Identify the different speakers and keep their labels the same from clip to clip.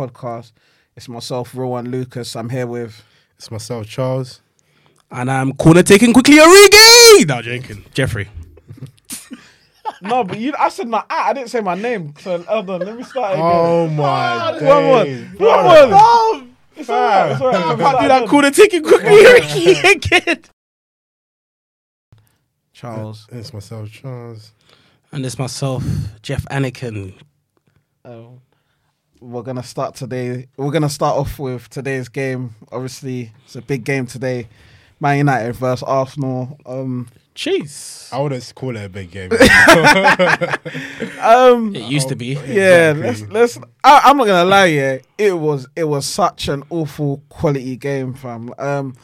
Speaker 1: podcast. It's myself, Rowan Lucas. I'm here with
Speaker 2: It's myself, Charles.
Speaker 3: And I'm corner taking quickly Origi. No, joking. Jeffrey.
Speaker 1: no, but you. I said my ah, I didn't say my name. So hold on, let me start again.
Speaker 2: Oh my
Speaker 1: One more,
Speaker 2: days.
Speaker 1: one more. It's alright. It's alright.
Speaker 3: Can't do that corner taking quickly Origi again.
Speaker 1: Charles.
Speaker 2: It's myself, Charles.
Speaker 3: And it's myself, Jeff Anakin.
Speaker 1: Um, we're gonna start today. We're gonna start off with today's game. Obviously, it's a big game today. Man United versus Arsenal. Um,
Speaker 3: Jeez.
Speaker 2: I wouldn't call it a big game.
Speaker 1: um,
Speaker 3: It used to be.
Speaker 1: yeah. Let's
Speaker 2: Exactly.
Speaker 1: let's. I, I'm not gonna lie. Yeah, it was it was such an awful quality game, fam. Um,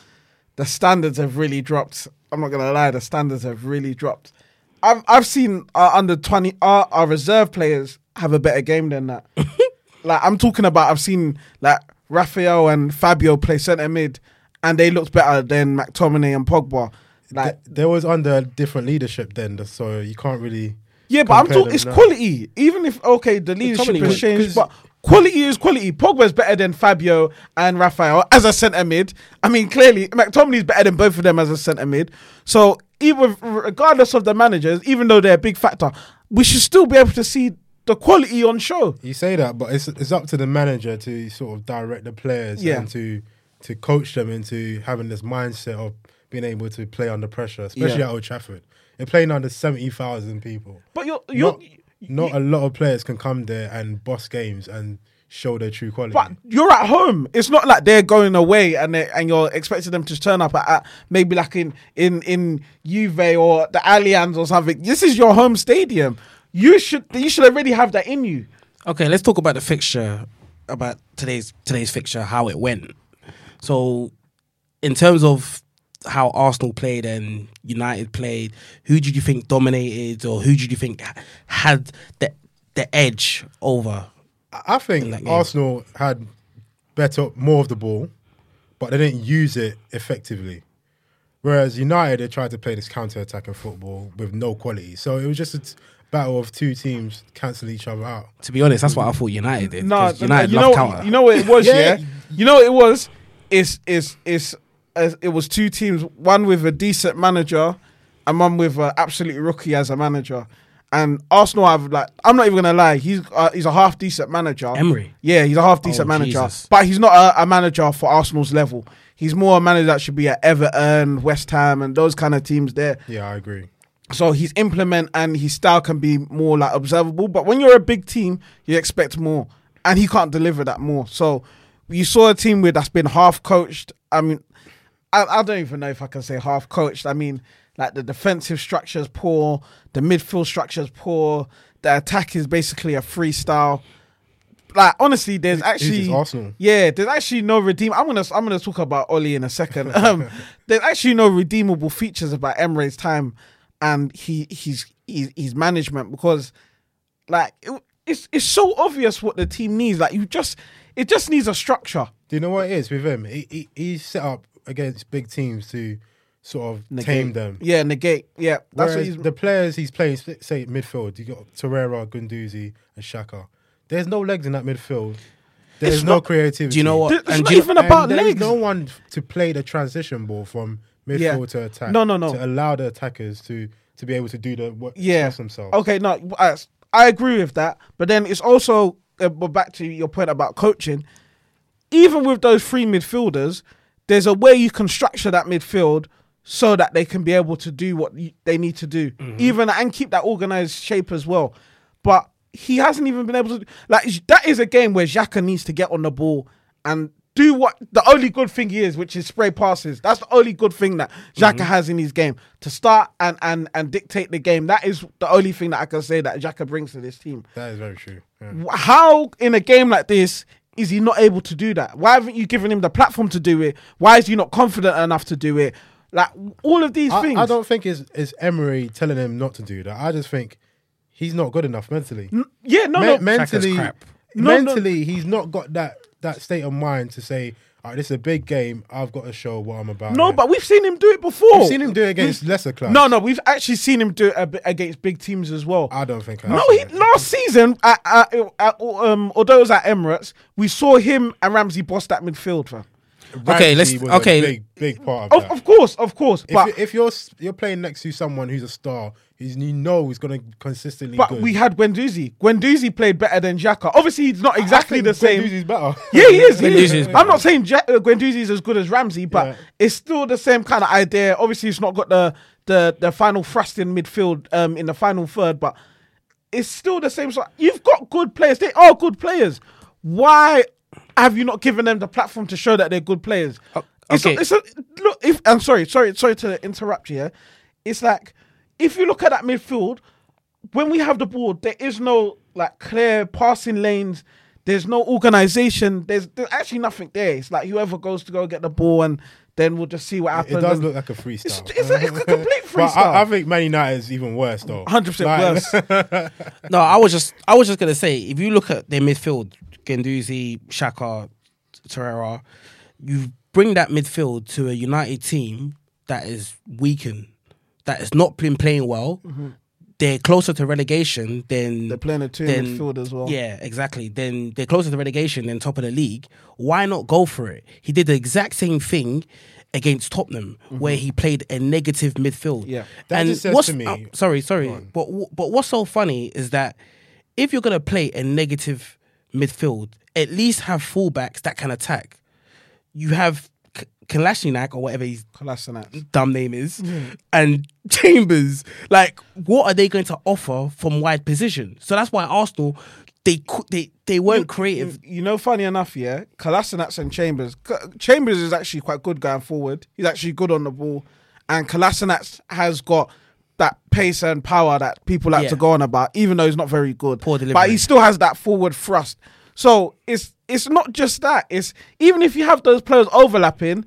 Speaker 1: the standards have really dropped. I'm not gonna lie. The standards have really dropped. I've I've seen our under twenty our, our reserve players have a better game than that. like I'm talking about, I've seen like Raphael and Fabio play centre mid, and they looked better than McTominay and Pogba. Like
Speaker 2: Th- they was under different leadership then, so you can't really.
Speaker 1: Yeah, but I'm
Speaker 2: compare
Speaker 1: talking.
Speaker 2: them
Speaker 1: It's
Speaker 2: now.
Speaker 1: quality. Even if okay, the leadership
Speaker 3: Tommy
Speaker 1: has
Speaker 3: was-
Speaker 1: changed,
Speaker 2: 'cause-
Speaker 1: but quality is quality. Pogba's better than Fabio and Raphael as a centre mid. I mean, clearly McTominay's better than both of them as a centre mid. So even regardless of the managers, even though they're a big factor, we should still be able to see the quality on show.
Speaker 2: You say that, but it's it's up to the manager to sort of direct the players
Speaker 1: Yeah.
Speaker 2: and to to coach them into having this mindset of being able to play under pressure, especially
Speaker 1: Yeah.
Speaker 2: at Old Trafford. You're playing under seventy thousand people.
Speaker 1: But you're you're.
Speaker 2: Not, not a lot of players can come there and boss games and show their true quality.
Speaker 1: But you're at home. It's not like they're going away and they, and you're expecting them to turn up at, at maybe like in in in Juve or the Allianz or something. This is your home stadium. You should you should already have that in you.
Speaker 3: Okay, let's talk about the fixture, about today's today's fixture, how it went. So, in terms of how Arsenal played and United played, who did you think dominated, or who did you think h- had the the edge over?
Speaker 2: I think
Speaker 3: that game.
Speaker 2: Arsenal had better, more of the ball, but they didn't use it effectively. Whereas United, they tried to play this counter-attacking football with no quality. So it was just a t- battle of two teams cancelling each other out.
Speaker 3: To be honest, that's what I thought United did.
Speaker 1: No,
Speaker 3: 'cause United
Speaker 1: you
Speaker 3: love
Speaker 1: know,
Speaker 3: counter.
Speaker 1: you know what it was, yeah.
Speaker 2: Yeah.
Speaker 1: You know what it was. It's it's it's uh, it was two teams, one with a decent manager, and one with an absolute rookie as a manager. And Arsenal have like I'm not even gonna lie, he's uh, he's a half decent manager.
Speaker 3: Emery.
Speaker 1: yeah, he's a half decent
Speaker 3: Oh,
Speaker 1: manager,
Speaker 3: Jesus.
Speaker 1: but he's not a, a manager for Arsenal's level. He's more a manager that should be at Everton, West Ham, and those kind of teams there
Speaker 2: Yeah, I agree.
Speaker 1: so his implement and his style can be more like observable. But when you're a big team, you expect more, and he can't deliver that more. So you saw a team with that's been half coached. I mean, I, I don't even know if I can say half coached. I mean, like the defensive structure is poor, the midfield structure is poor, the attack is basically a freestyle. Like honestly, there's actually
Speaker 2: just Arsenal.
Speaker 1: yeah, there's actually no redeem. I'm gonna I'm gonna talk about Oli in a second. Um, there's actually no redeemable features about Emre's time and he he's he's, he's management because like it, it's it's so obvious what the team needs. Like you just it just needs a structure.
Speaker 2: Do you know what it is with him? He, he, he's set up against big teams to sort of tame them.
Speaker 1: Yeah, negate. Yeah, that's
Speaker 2: Whereas
Speaker 1: what he's.
Speaker 2: the players he's playing, sp- say midfield, you got Torreira, Gunduzi, and Shaka. There's no legs in that midfield. There's
Speaker 1: It's
Speaker 2: no
Speaker 1: not-
Speaker 2: creativity.
Speaker 3: Do you know what?
Speaker 1: It's
Speaker 3: and
Speaker 1: not
Speaker 3: do you-
Speaker 1: even about
Speaker 2: And there's
Speaker 1: legs.
Speaker 2: no one f- to play the transition ball from midfield
Speaker 1: Yeah.
Speaker 2: to attack.
Speaker 1: No, no, no.
Speaker 2: To allow the attackers to to be able to do the work
Speaker 1: yeah.
Speaker 2: themselves.
Speaker 1: Okay, no, I, I agree with that. But then it's also uh, but back to your point about coaching. Even with those three midfielders, there's a way you can structure that midfield so that they can be able to do what you, they need to do, even and keep that organized shape as well. But he hasn't even been able to like that is a game where Xhaka needs to get on the ball and do what the only good thing he is, which is spray passes. That's the only good thing that Xhaka has in his game to start and and and dictate the game. That is the only thing that I can say that Xhaka brings to this team.
Speaker 2: That is very true. Yeah.
Speaker 1: How in a game like this is he not able to do that? Why haven't you given him the platform to do it? Why is he not confident enough to do it? Like all of these
Speaker 2: I,
Speaker 1: things.
Speaker 2: I don't think it's, it's Emery telling him not to do that. I just think he's not good enough mentally.
Speaker 1: yeah, no,
Speaker 2: Me-
Speaker 1: no.
Speaker 2: mentally,
Speaker 3: crap.
Speaker 1: No, no.
Speaker 2: mentally, he's not got that that state of mind to say, all right, this is a big game. I've got to show what I'm about.
Speaker 1: No,
Speaker 2: here."
Speaker 1: but we've seen him do it before.
Speaker 2: I've seen him do it against lesser clubs.
Speaker 1: No, no, we've actually seen him do it ab- against big teams as well.
Speaker 2: I don't think. I
Speaker 1: no,
Speaker 2: have
Speaker 1: he,
Speaker 2: seen it.
Speaker 1: last season, at, at, at, um, although it was at Emirates, we saw him and Ramsey boss that midfield. Fam.
Speaker 2: Ramsey
Speaker 3: Okay, let's-
Speaker 2: was
Speaker 3: okay.
Speaker 2: A big, big part of
Speaker 1: Of,
Speaker 2: that.
Speaker 1: of course, of course,
Speaker 2: If,
Speaker 1: but
Speaker 2: you- if you're s- you're playing next to someone who's a star, who's you know is going to consistently.
Speaker 1: but
Speaker 2: good.
Speaker 1: we had Gwendouzi. Gwendouzi played better than Xhaka. Obviously, he's not
Speaker 2: I- I
Speaker 1: exactly
Speaker 2: think
Speaker 1: the same.
Speaker 2: Guendouzi's better.
Speaker 1: Yeah, he is. He
Speaker 3: Guendouzi
Speaker 1: is.
Speaker 3: is
Speaker 1: I'm
Speaker 3: better.
Speaker 1: not saying ja- uh, Guendouzi is as good as Ramsey, but
Speaker 2: Yeah.
Speaker 1: it's still the same kind of idea. Obviously, it's not got the the the final thrust in midfield um, in the final third, but it's still the same. So you've got good players. They are good players. Why have you not given them the platform to show that they're good players? It's a-
Speaker 3: okay.
Speaker 1: it's a, look, if I'm sorry, sorry, sorry to interrupt you. Yeah? It's like if you look at that midfield, when we have the ball, there is no like clear passing lanes. There's no organization. There's, there's actually nothing there. It's like whoever goes to go get the ball, and then we'll just see what happens.
Speaker 2: It does
Speaker 1: And-
Speaker 2: look like a freestyle.
Speaker 1: It's- it's a- it's a complete
Speaker 2: But
Speaker 1: freestyle.
Speaker 2: I, I think Man United is even worse though.
Speaker 1: 100% worse.
Speaker 3: No, I was just I was just gonna say if you look at their midfield, Ganduzi, Shaka, Torreira, you bring that midfield to a United team that is weakened, that has not been playing well. They're closer to relegation than
Speaker 1: Mm-hmm. They're playing a two
Speaker 3: than-
Speaker 1: midfield as well.
Speaker 3: Yeah, exactly. Then they're closer to relegation than top of the league. Why not go for it? He did the exact same thing against Tottenham, where he played a negative midfield.
Speaker 1: Mm-hmm. Yeah.
Speaker 2: That just says
Speaker 3: what's
Speaker 2: to me-
Speaker 3: uh, sorry, sorry, but wh- but what's so funny is that if you're gonna play a negative midfield, at least have fullbacks that can attack. You have K- Kalashniak or whatever his
Speaker 1: Kolasinac.
Speaker 3: dumb name is,
Speaker 2: Mm.
Speaker 3: and Chambers. Like, what are they going to offer from wide position? So that's why Arsenal they cou- they they weren't
Speaker 2: Mm.
Speaker 3: creative.
Speaker 1: You know, funny enough, yeah, Kolasinac and Chambers. K- Chambers is actually quite good going forward. He's actually good on the ball, and Kolasinac has got that pace and power that people like
Speaker 3: Yeah.
Speaker 1: to go on about, even though he's not very good.
Speaker 3: Poor delivery.
Speaker 1: But he still has that forward thrust. So it's it's not just that. It's even if you have those players overlapping.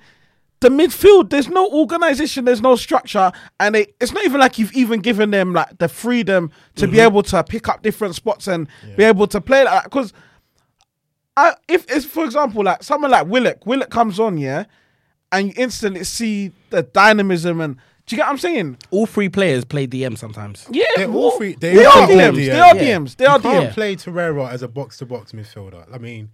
Speaker 1: The midfield, there's no organization, there's no structure, and it, it's not even like you've even given them like the freedom to
Speaker 2: Mm-hmm.
Speaker 1: be able to pick up different spots and be able to play like that. Because I, if it's for example like someone like Willock, Willock comes on, yeah, and you instantly see the dynamism and do you get what I'm saying?
Speaker 3: All three players play DM sometimes.
Speaker 1: Yeah,
Speaker 2: They're all
Speaker 1: well,
Speaker 2: free-
Speaker 1: they,
Speaker 2: they
Speaker 1: are
Speaker 2: all play
Speaker 1: DMs.
Speaker 2: DM,
Speaker 1: They are
Speaker 3: yeah.
Speaker 1: DMs. They are
Speaker 2: You can't
Speaker 1: DMs.
Speaker 2: play Torreira as a box to box midfielder. I mean,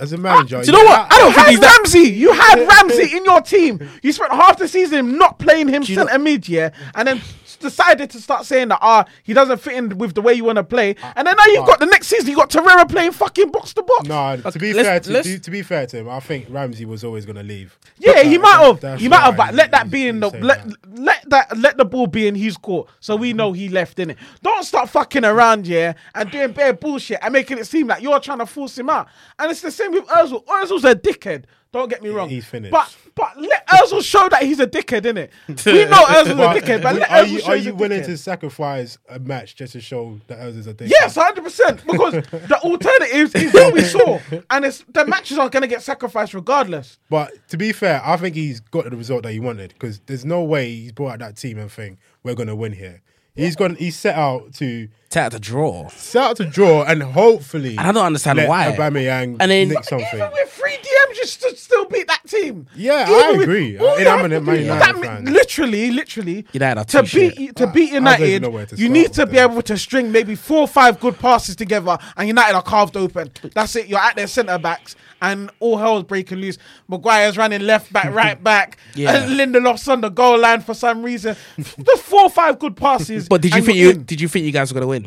Speaker 2: as a manager,
Speaker 1: Ah, Do you know what? I don't
Speaker 2: have
Speaker 1: had Ramsey. You had Ramsey in your team. You spent half the season not playing him
Speaker 3: you know-
Speaker 1: centre mid, yeah, and then s- decided to start saying that ah he doesn't fit in with the way you want to play. And then now you've got the next season. You got Torreira playing fucking box to box.
Speaker 2: No, to be
Speaker 3: let's-
Speaker 2: fair, to,
Speaker 3: let's-
Speaker 2: to, to be fair to him, I think Ramsey was always going to leave.
Speaker 1: Yeah, he
Speaker 2: That-
Speaker 1: might
Speaker 2: that-
Speaker 1: have.
Speaker 2: that's
Speaker 1: He might have,
Speaker 2: right.
Speaker 1: but let that
Speaker 2: He's-
Speaker 1: be in
Speaker 2: he's
Speaker 1: the
Speaker 2: saying
Speaker 1: let
Speaker 2: that.
Speaker 1: let that let the ball be in his court, so we know he left in it. Don't start fucking around, yeah, and doing bare bullshit and making it seem like you're trying to force him out. And it's the same with Özil. Özil's a dickhead. Don't get me wrong.
Speaker 2: he's finished.
Speaker 1: But but let Özil show that he's a dickhead, innit? We know Özil's
Speaker 2: But
Speaker 1: a dickhead, but let
Speaker 2: are
Speaker 1: Özil
Speaker 2: you,
Speaker 1: show
Speaker 2: are
Speaker 1: he's
Speaker 2: you
Speaker 1: a
Speaker 2: willing
Speaker 1: dickhead.
Speaker 2: to sacrifice a match just to show that Ozil's a dick?
Speaker 1: Yes, hundred percent. Because the alternatives is what we saw, and it's the matches are gonna get sacrificed regardless.
Speaker 2: But to be fair, I think he's got the result that he wanted because there's no way he's brought out that team and think we're going to win here. He's gone. He set out to
Speaker 3: Tap the draw.
Speaker 2: set out to draw and hopefully.
Speaker 3: And I don't understand
Speaker 2: let
Speaker 3: why.
Speaker 2: Aubameyang
Speaker 3: And then-
Speaker 2: nick something.
Speaker 1: Even with three DMs, you st- still beat that team.
Speaker 2: Yeah,
Speaker 1: Even
Speaker 2: I
Speaker 1: with-
Speaker 2: agree.
Speaker 1: all
Speaker 2: And
Speaker 1: you
Speaker 2: I'm
Speaker 1: have
Speaker 2: a
Speaker 1: to
Speaker 2: Man
Speaker 1: do-
Speaker 2: United
Speaker 1: that
Speaker 2: fan.
Speaker 1: mean- Literally, literally.
Speaker 3: United are
Speaker 1: to
Speaker 3: too shit.
Speaker 1: beat to
Speaker 2: I-
Speaker 1: beat
Speaker 2: I don't even
Speaker 1: United,
Speaker 2: know where to
Speaker 1: you
Speaker 2: start
Speaker 1: need
Speaker 2: with
Speaker 1: to be
Speaker 2: them.
Speaker 1: able to string maybe four or five good passes together, and United are carved open. That's it. You're at their centre backs, and all hell's breaking loose. Maguire's running left back, right back.
Speaker 3: Yeah.
Speaker 1: and Lindelof's on the goal line for some reason. Just four or five good passes.
Speaker 3: But did you
Speaker 1: and
Speaker 3: think
Speaker 1: you're
Speaker 3: you
Speaker 1: in.
Speaker 3: did you think you guys were gonna win?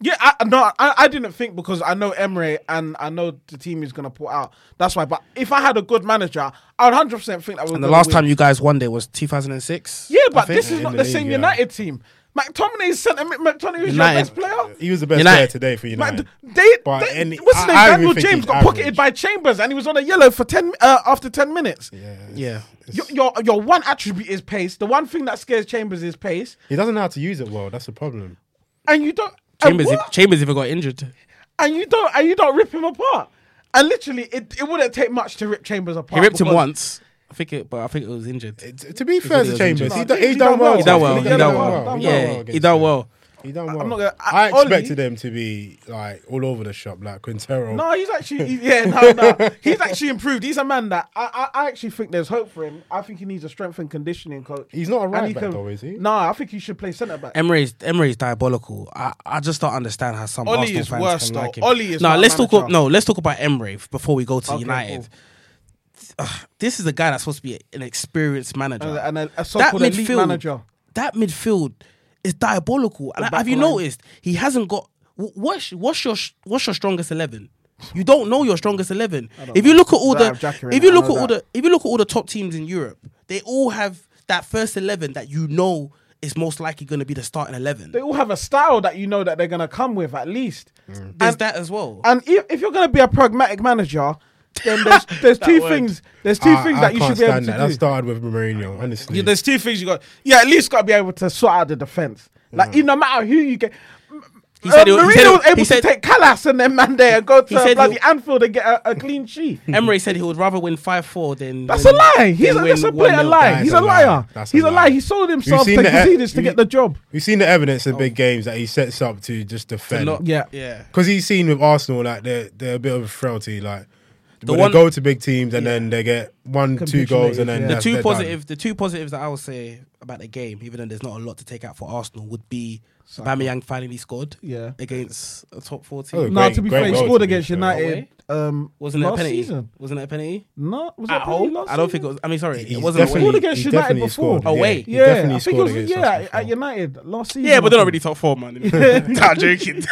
Speaker 1: Yeah, I, no, I, I didn't think because I know Emre and I know the team he's going to put out. That's why. But if I had a good manager, I would 100% think that was
Speaker 3: And the last time you guys won there was 2006.
Speaker 1: Yeah, but
Speaker 3: think-
Speaker 1: this is
Speaker 2: In
Speaker 1: not the,
Speaker 2: the
Speaker 1: same
Speaker 2: league, yeah.
Speaker 1: United team. McTominay is centre mid. McTominay is your
Speaker 3: United.
Speaker 1: best player.
Speaker 2: He was the best
Speaker 3: United-
Speaker 2: player today for
Speaker 1: Like,
Speaker 2: United.
Speaker 1: they,
Speaker 2: But
Speaker 1: they-
Speaker 2: any-
Speaker 1: what's his
Speaker 2: I-
Speaker 1: name?
Speaker 2: I
Speaker 1: Daniel
Speaker 2: even think
Speaker 1: James
Speaker 2: he's
Speaker 1: got pocketed
Speaker 2: average.
Speaker 1: by Chambers, and he was on a yellow for ten uh, after ten minutes.
Speaker 3: Yeah.
Speaker 1: Your, your your one attribute is pace. The one thing that scares Chambers is pace,
Speaker 2: He doesn't know how to use it well. That's the problem.
Speaker 1: and you don't. and
Speaker 3: Chambers,
Speaker 1: what?
Speaker 3: if, Chambers even got injured.
Speaker 1: and you don't and you don't rip him apart. And literally, it, it wouldn't take much to rip Chambers apart.
Speaker 3: He ripped him
Speaker 1: because-
Speaker 3: once. I think it, but I think it was injured.
Speaker 2: T- To be fair
Speaker 3: he
Speaker 2: to
Speaker 3: was
Speaker 2: Chambers,
Speaker 3: injured.
Speaker 2: he, do,
Speaker 1: No,
Speaker 2: he, done well.
Speaker 3: He done well.
Speaker 1: He
Speaker 3: He
Speaker 1: done
Speaker 3: done
Speaker 1: well,
Speaker 3: well.
Speaker 1: done well
Speaker 3: Yeah, he
Speaker 2: against
Speaker 3: done
Speaker 2: them.
Speaker 3: well.
Speaker 2: He done
Speaker 1: I'm
Speaker 2: well.
Speaker 1: not gonna-
Speaker 2: I,
Speaker 1: Oli-
Speaker 2: expected them to be like all over the shop, like Quintero.
Speaker 1: No, he's actually he- yeah, no, no. He's actually improved. He's a man that I, I, I actually think there's hope for him. I think he needs a strength and conditioning coach.
Speaker 2: He's not a
Speaker 1: And
Speaker 2: right
Speaker 1: he
Speaker 2: back though, is he?
Speaker 1: No, I think he should play centre back.
Speaker 3: Emery's Emery's diabolical. I, I just don't understand how some
Speaker 1: Oli
Speaker 3: Arsenal
Speaker 1: is
Speaker 3: fans
Speaker 1: worse,
Speaker 3: can
Speaker 1: though.
Speaker 3: like him.
Speaker 1: Oli is
Speaker 3: no,
Speaker 1: my
Speaker 3: let's talk.
Speaker 1: manager.
Speaker 3: Up, no, let's talk about Emery f- before we go to
Speaker 1: Okay,
Speaker 3: United.
Speaker 1: cool.
Speaker 3: Ugh, this is a guy that's supposed to be an experienced manager
Speaker 1: And a- and a- a so-called elite manager.
Speaker 3: That midfield is diabolical. And
Speaker 1: back
Speaker 3: have you
Speaker 1: line.
Speaker 3: noticed he hasn't got wh- what's what's your what's your strongest eleven? You don't know your strongest eleven. If you look at all
Speaker 1: Don't
Speaker 3: the
Speaker 1: have Jacker in
Speaker 3: if
Speaker 1: it,
Speaker 3: you
Speaker 1: I
Speaker 3: look at
Speaker 1: know
Speaker 3: all
Speaker 1: that.
Speaker 3: the if you look at all the top teams in Europe, they all have that first eleven that you know is most likely going to be the starting eleven.
Speaker 1: They all have a style that you know that they're gonna come with at least.
Speaker 2: Mm.
Speaker 3: There's that as well.
Speaker 1: And if, if you're gonna be a pragmatic manager, then there's there's two
Speaker 3: word.
Speaker 1: things. There's two
Speaker 2: I,
Speaker 1: things
Speaker 2: I
Speaker 1: that you
Speaker 2: can't
Speaker 1: should be able
Speaker 2: stand
Speaker 1: to
Speaker 2: that.
Speaker 1: do.
Speaker 2: That started with Mourinho, honestly.
Speaker 1: Yeah, there's two things you got. Yeah, at least got to be able to sort out the defense.
Speaker 2: Mm.
Speaker 1: Like, you no matter who you get. He
Speaker 3: said he- he
Speaker 1: uh, Mourinho
Speaker 3: said-
Speaker 1: was able
Speaker 3: he said-
Speaker 1: to take Callas and then man there and go to
Speaker 3: said he-
Speaker 1: bloody Anfield and get a, a clean sheet.
Speaker 3: Emery said he would rather win five four than
Speaker 1: That's a
Speaker 3: than-
Speaker 1: lie. He's
Speaker 3: than
Speaker 1: a,
Speaker 3: win
Speaker 1: that's a blatant
Speaker 3: 1-0.
Speaker 1: lie.
Speaker 2: That
Speaker 1: He's
Speaker 2: is
Speaker 1: a
Speaker 2: a lie.
Speaker 1: liar.
Speaker 2: That's a
Speaker 1: He's a
Speaker 2: lie.
Speaker 1: lie. He sold himself to
Speaker 2: seen the-
Speaker 1: Cazidis to
Speaker 2: you-
Speaker 1: get the job.
Speaker 2: We've seen the evidence
Speaker 3: Oh.
Speaker 2: of big games that he sets up to just defend.
Speaker 3: Not-
Speaker 1: Yeah.
Speaker 3: yeah.
Speaker 2: Because he's seen with Arsenal, like they're they're a bit of a frailty. Like when
Speaker 3: one-
Speaker 2: they go to big teams and then they get one, two goals, and
Speaker 1: Capitulated,
Speaker 2: then
Speaker 3: the
Speaker 2: that's-
Speaker 3: two
Speaker 2: they're done.
Speaker 3: positive, the two positives that I would say about the game, even though there's not a lot to take out for Arsenal, would be Aubameyang finally scored.
Speaker 1: Yeah.
Speaker 3: against a top four
Speaker 2: Oh,
Speaker 3: team.
Speaker 1: Now,
Speaker 2: Great-
Speaker 1: to be
Speaker 2: great
Speaker 1: fair, he
Speaker 2: goal,
Speaker 1: scored
Speaker 2: to be
Speaker 1: against
Speaker 2: fair.
Speaker 1: United um,
Speaker 3: Wasn't it a
Speaker 1: last
Speaker 3: penalty?
Speaker 1: season.
Speaker 3: Wasn't it a penalty?
Speaker 1: No, was
Speaker 3: At
Speaker 1: that penalty
Speaker 3: home?
Speaker 1: last
Speaker 3: I don't
Speaker 1: season?
Speaker 3: think it was. I mean, sorry,
Speaker 2: He's
Speaker 3: it wasn't. a
Speaker 2: definitely-
Speaker 1: Scored
Speaker 3: penalty.
Speaker 1: against
Speaker 2: he
Speaker 1: United
Speaker 2: definitely
Speaker 1: before.
Speaker 2: scored,
Speaker 3: Oh, wait.
Speaker 2: he
Speaker 1: Yeah,
Speaker 2: definitely
Speaker 1: I think it
Speaker 2: scored
Speaker 1: was,
Speaker 2: against us
Speaker 1: yeah,
Speaker 2: before.
Speaker 1: at United last season.
Speaker 3: Yeah, but they're
Speaker 1: I
Speaker 3: not
Speaker 1: think.
Speaker 3: really top four, man. nah, joking.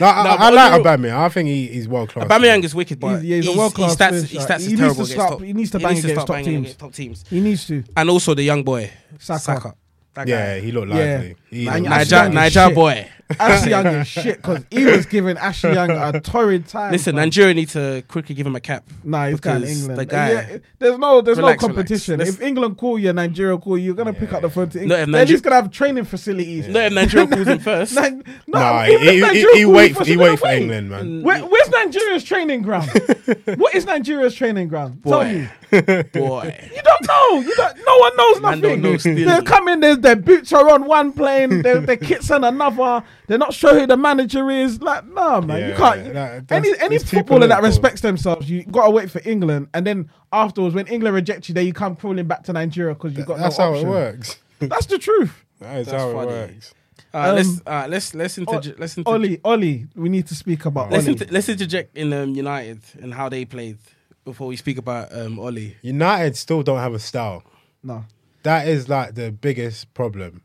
Speaker 2: No, I,
Speaker 3: No,
Speaker 2: I,
Speaker 3: but
Speaker 2: like
Speaker 3: overall-
Speaker 2: Aubameyang. I think he, he's world class.
Speaker 3: Aubameyang is wicked, but
Speaker 1: He's- yeah, he's a
Speaker 3: his-
Speaker 1: world-class
Speaker 3: his stats, his
Speaker 1: finisher.
Speaker 3: stats is
Speaker 1: He needs
Speaker 3: terrible
Speaker 1: to
Speaker 3: against
Speaker 1: stop-
Speaker 3: top.
Speaker 1: he needs to bang against
Speaker 3: start
Speaker 1: top
Speaker 3: banging
Speaker 1: teams.
Speaker 3: against top teams.
Speaker 1: He needs to.
Speaker 3: And also the young boy
Speaker 1: Saka.
Speaker 3: Saka. That guy.
Speaker 2: Yeah, he looked
Speaker 1: Yeah.
Speaker 2: lively. He
Speaker 1: Man,
Speaker 2: looked
Speaker 1: I Ashley
Speaker 2: lively.
Speaker 3: Niger,
Speaker 1: Young is
Speaker 3: Niger
Speaker 1: shit.
Speaker 3: boy.
Speaker 1: Ashley Young is shit because he was giving Ashley Young a torrid time.
Speaker 3: Listen,
Speaker 1: fam.
Speaker 3: Nigeria need to quickly give him a cap.
Speaker 1: nah, he's going to
Speaker 3: because
Speaker 1: England.
Speaker 3: The guy.
Speaker 1: Yeah, there's no, there's
Speaker 3: Relax,
Speaker 1: no
Speaker 3: relax.
Speaker 1: competition.
Speaker 3: Let's-
Speaker 1: If England call you, Nigeria call you, you're gonna pick up the phone to England.
Speaker 3: if
Speaker 1: They're
Speaker 3: Niger-
Speaker 1: just gonna have training facilities.
Speaker 3: Not if Nigeria calls him first.
Speaker 1: Ni- no,
Speaker 2: Nah,
Speaker 1: even if
Speaker 2: he, he,
Speaker 1: Nigeria
Speaker 2: he
Speaker 1: call you
Speaker 2: wait,
Speaker 1: first,
Speaker 2: he
Speaker 1: they're gonna
Speaker 2: wait for
Speaker 1: wait.
Speaker 2: England, man.
Speaker 1: Where, where's Nigeria's training ground? what is Nigeria's training ground? Tell
Speaker 3: Boy.
Speaker 1: me.
Speaker 3: boy.
Speaker 1: You don't know. You don't. No one knows
Speaker 3: Man
Speaker 1: nothing.
Speaker 3: don't know still.
Speaker 1: They're coming. Their their boots are on one plane. Their their kits on another. They're not sure who the manager is. Like, nah, man, you
Speaker 2: Yeah,
Speaker 1: can't.
Speaker 2: yeah, that- that's-
Speaker 1: any any
Speaker 2: it's too
Speaker 1: footballer that
Speaker 2: political.
Speaker 1: respects themselves, you gotta wait for England, and then afterwards, when England rejects you, there you come crawling back to Nigeria because you got
Speaker 2: That's
Speaker 1: no
Speaker 2: how it
Speaker 1: option.
Speaker 2: works.
Speaker 1: That's the truth.
Speaker 2: That is
Speaker 3: That's
Speaker 2: how it
Speaker 3: funny.
Speaker 2: works.
Speaker 3: All right,
Speaker 1: Um,
Speaker 3: let's, all right, let's let's interje- let's interje-
Speaker 1: Ollie, Ollie, we need to speak about
Speaker 3: let's,
Speaker 1: Ollie.
Speaker 3: inter- let's interject in um, United and how they played before we speak about um, Ollie.
Speaker 2: United still don't have a style.
Speaker 1: no,
Speaker 2: That is like the biggest problem.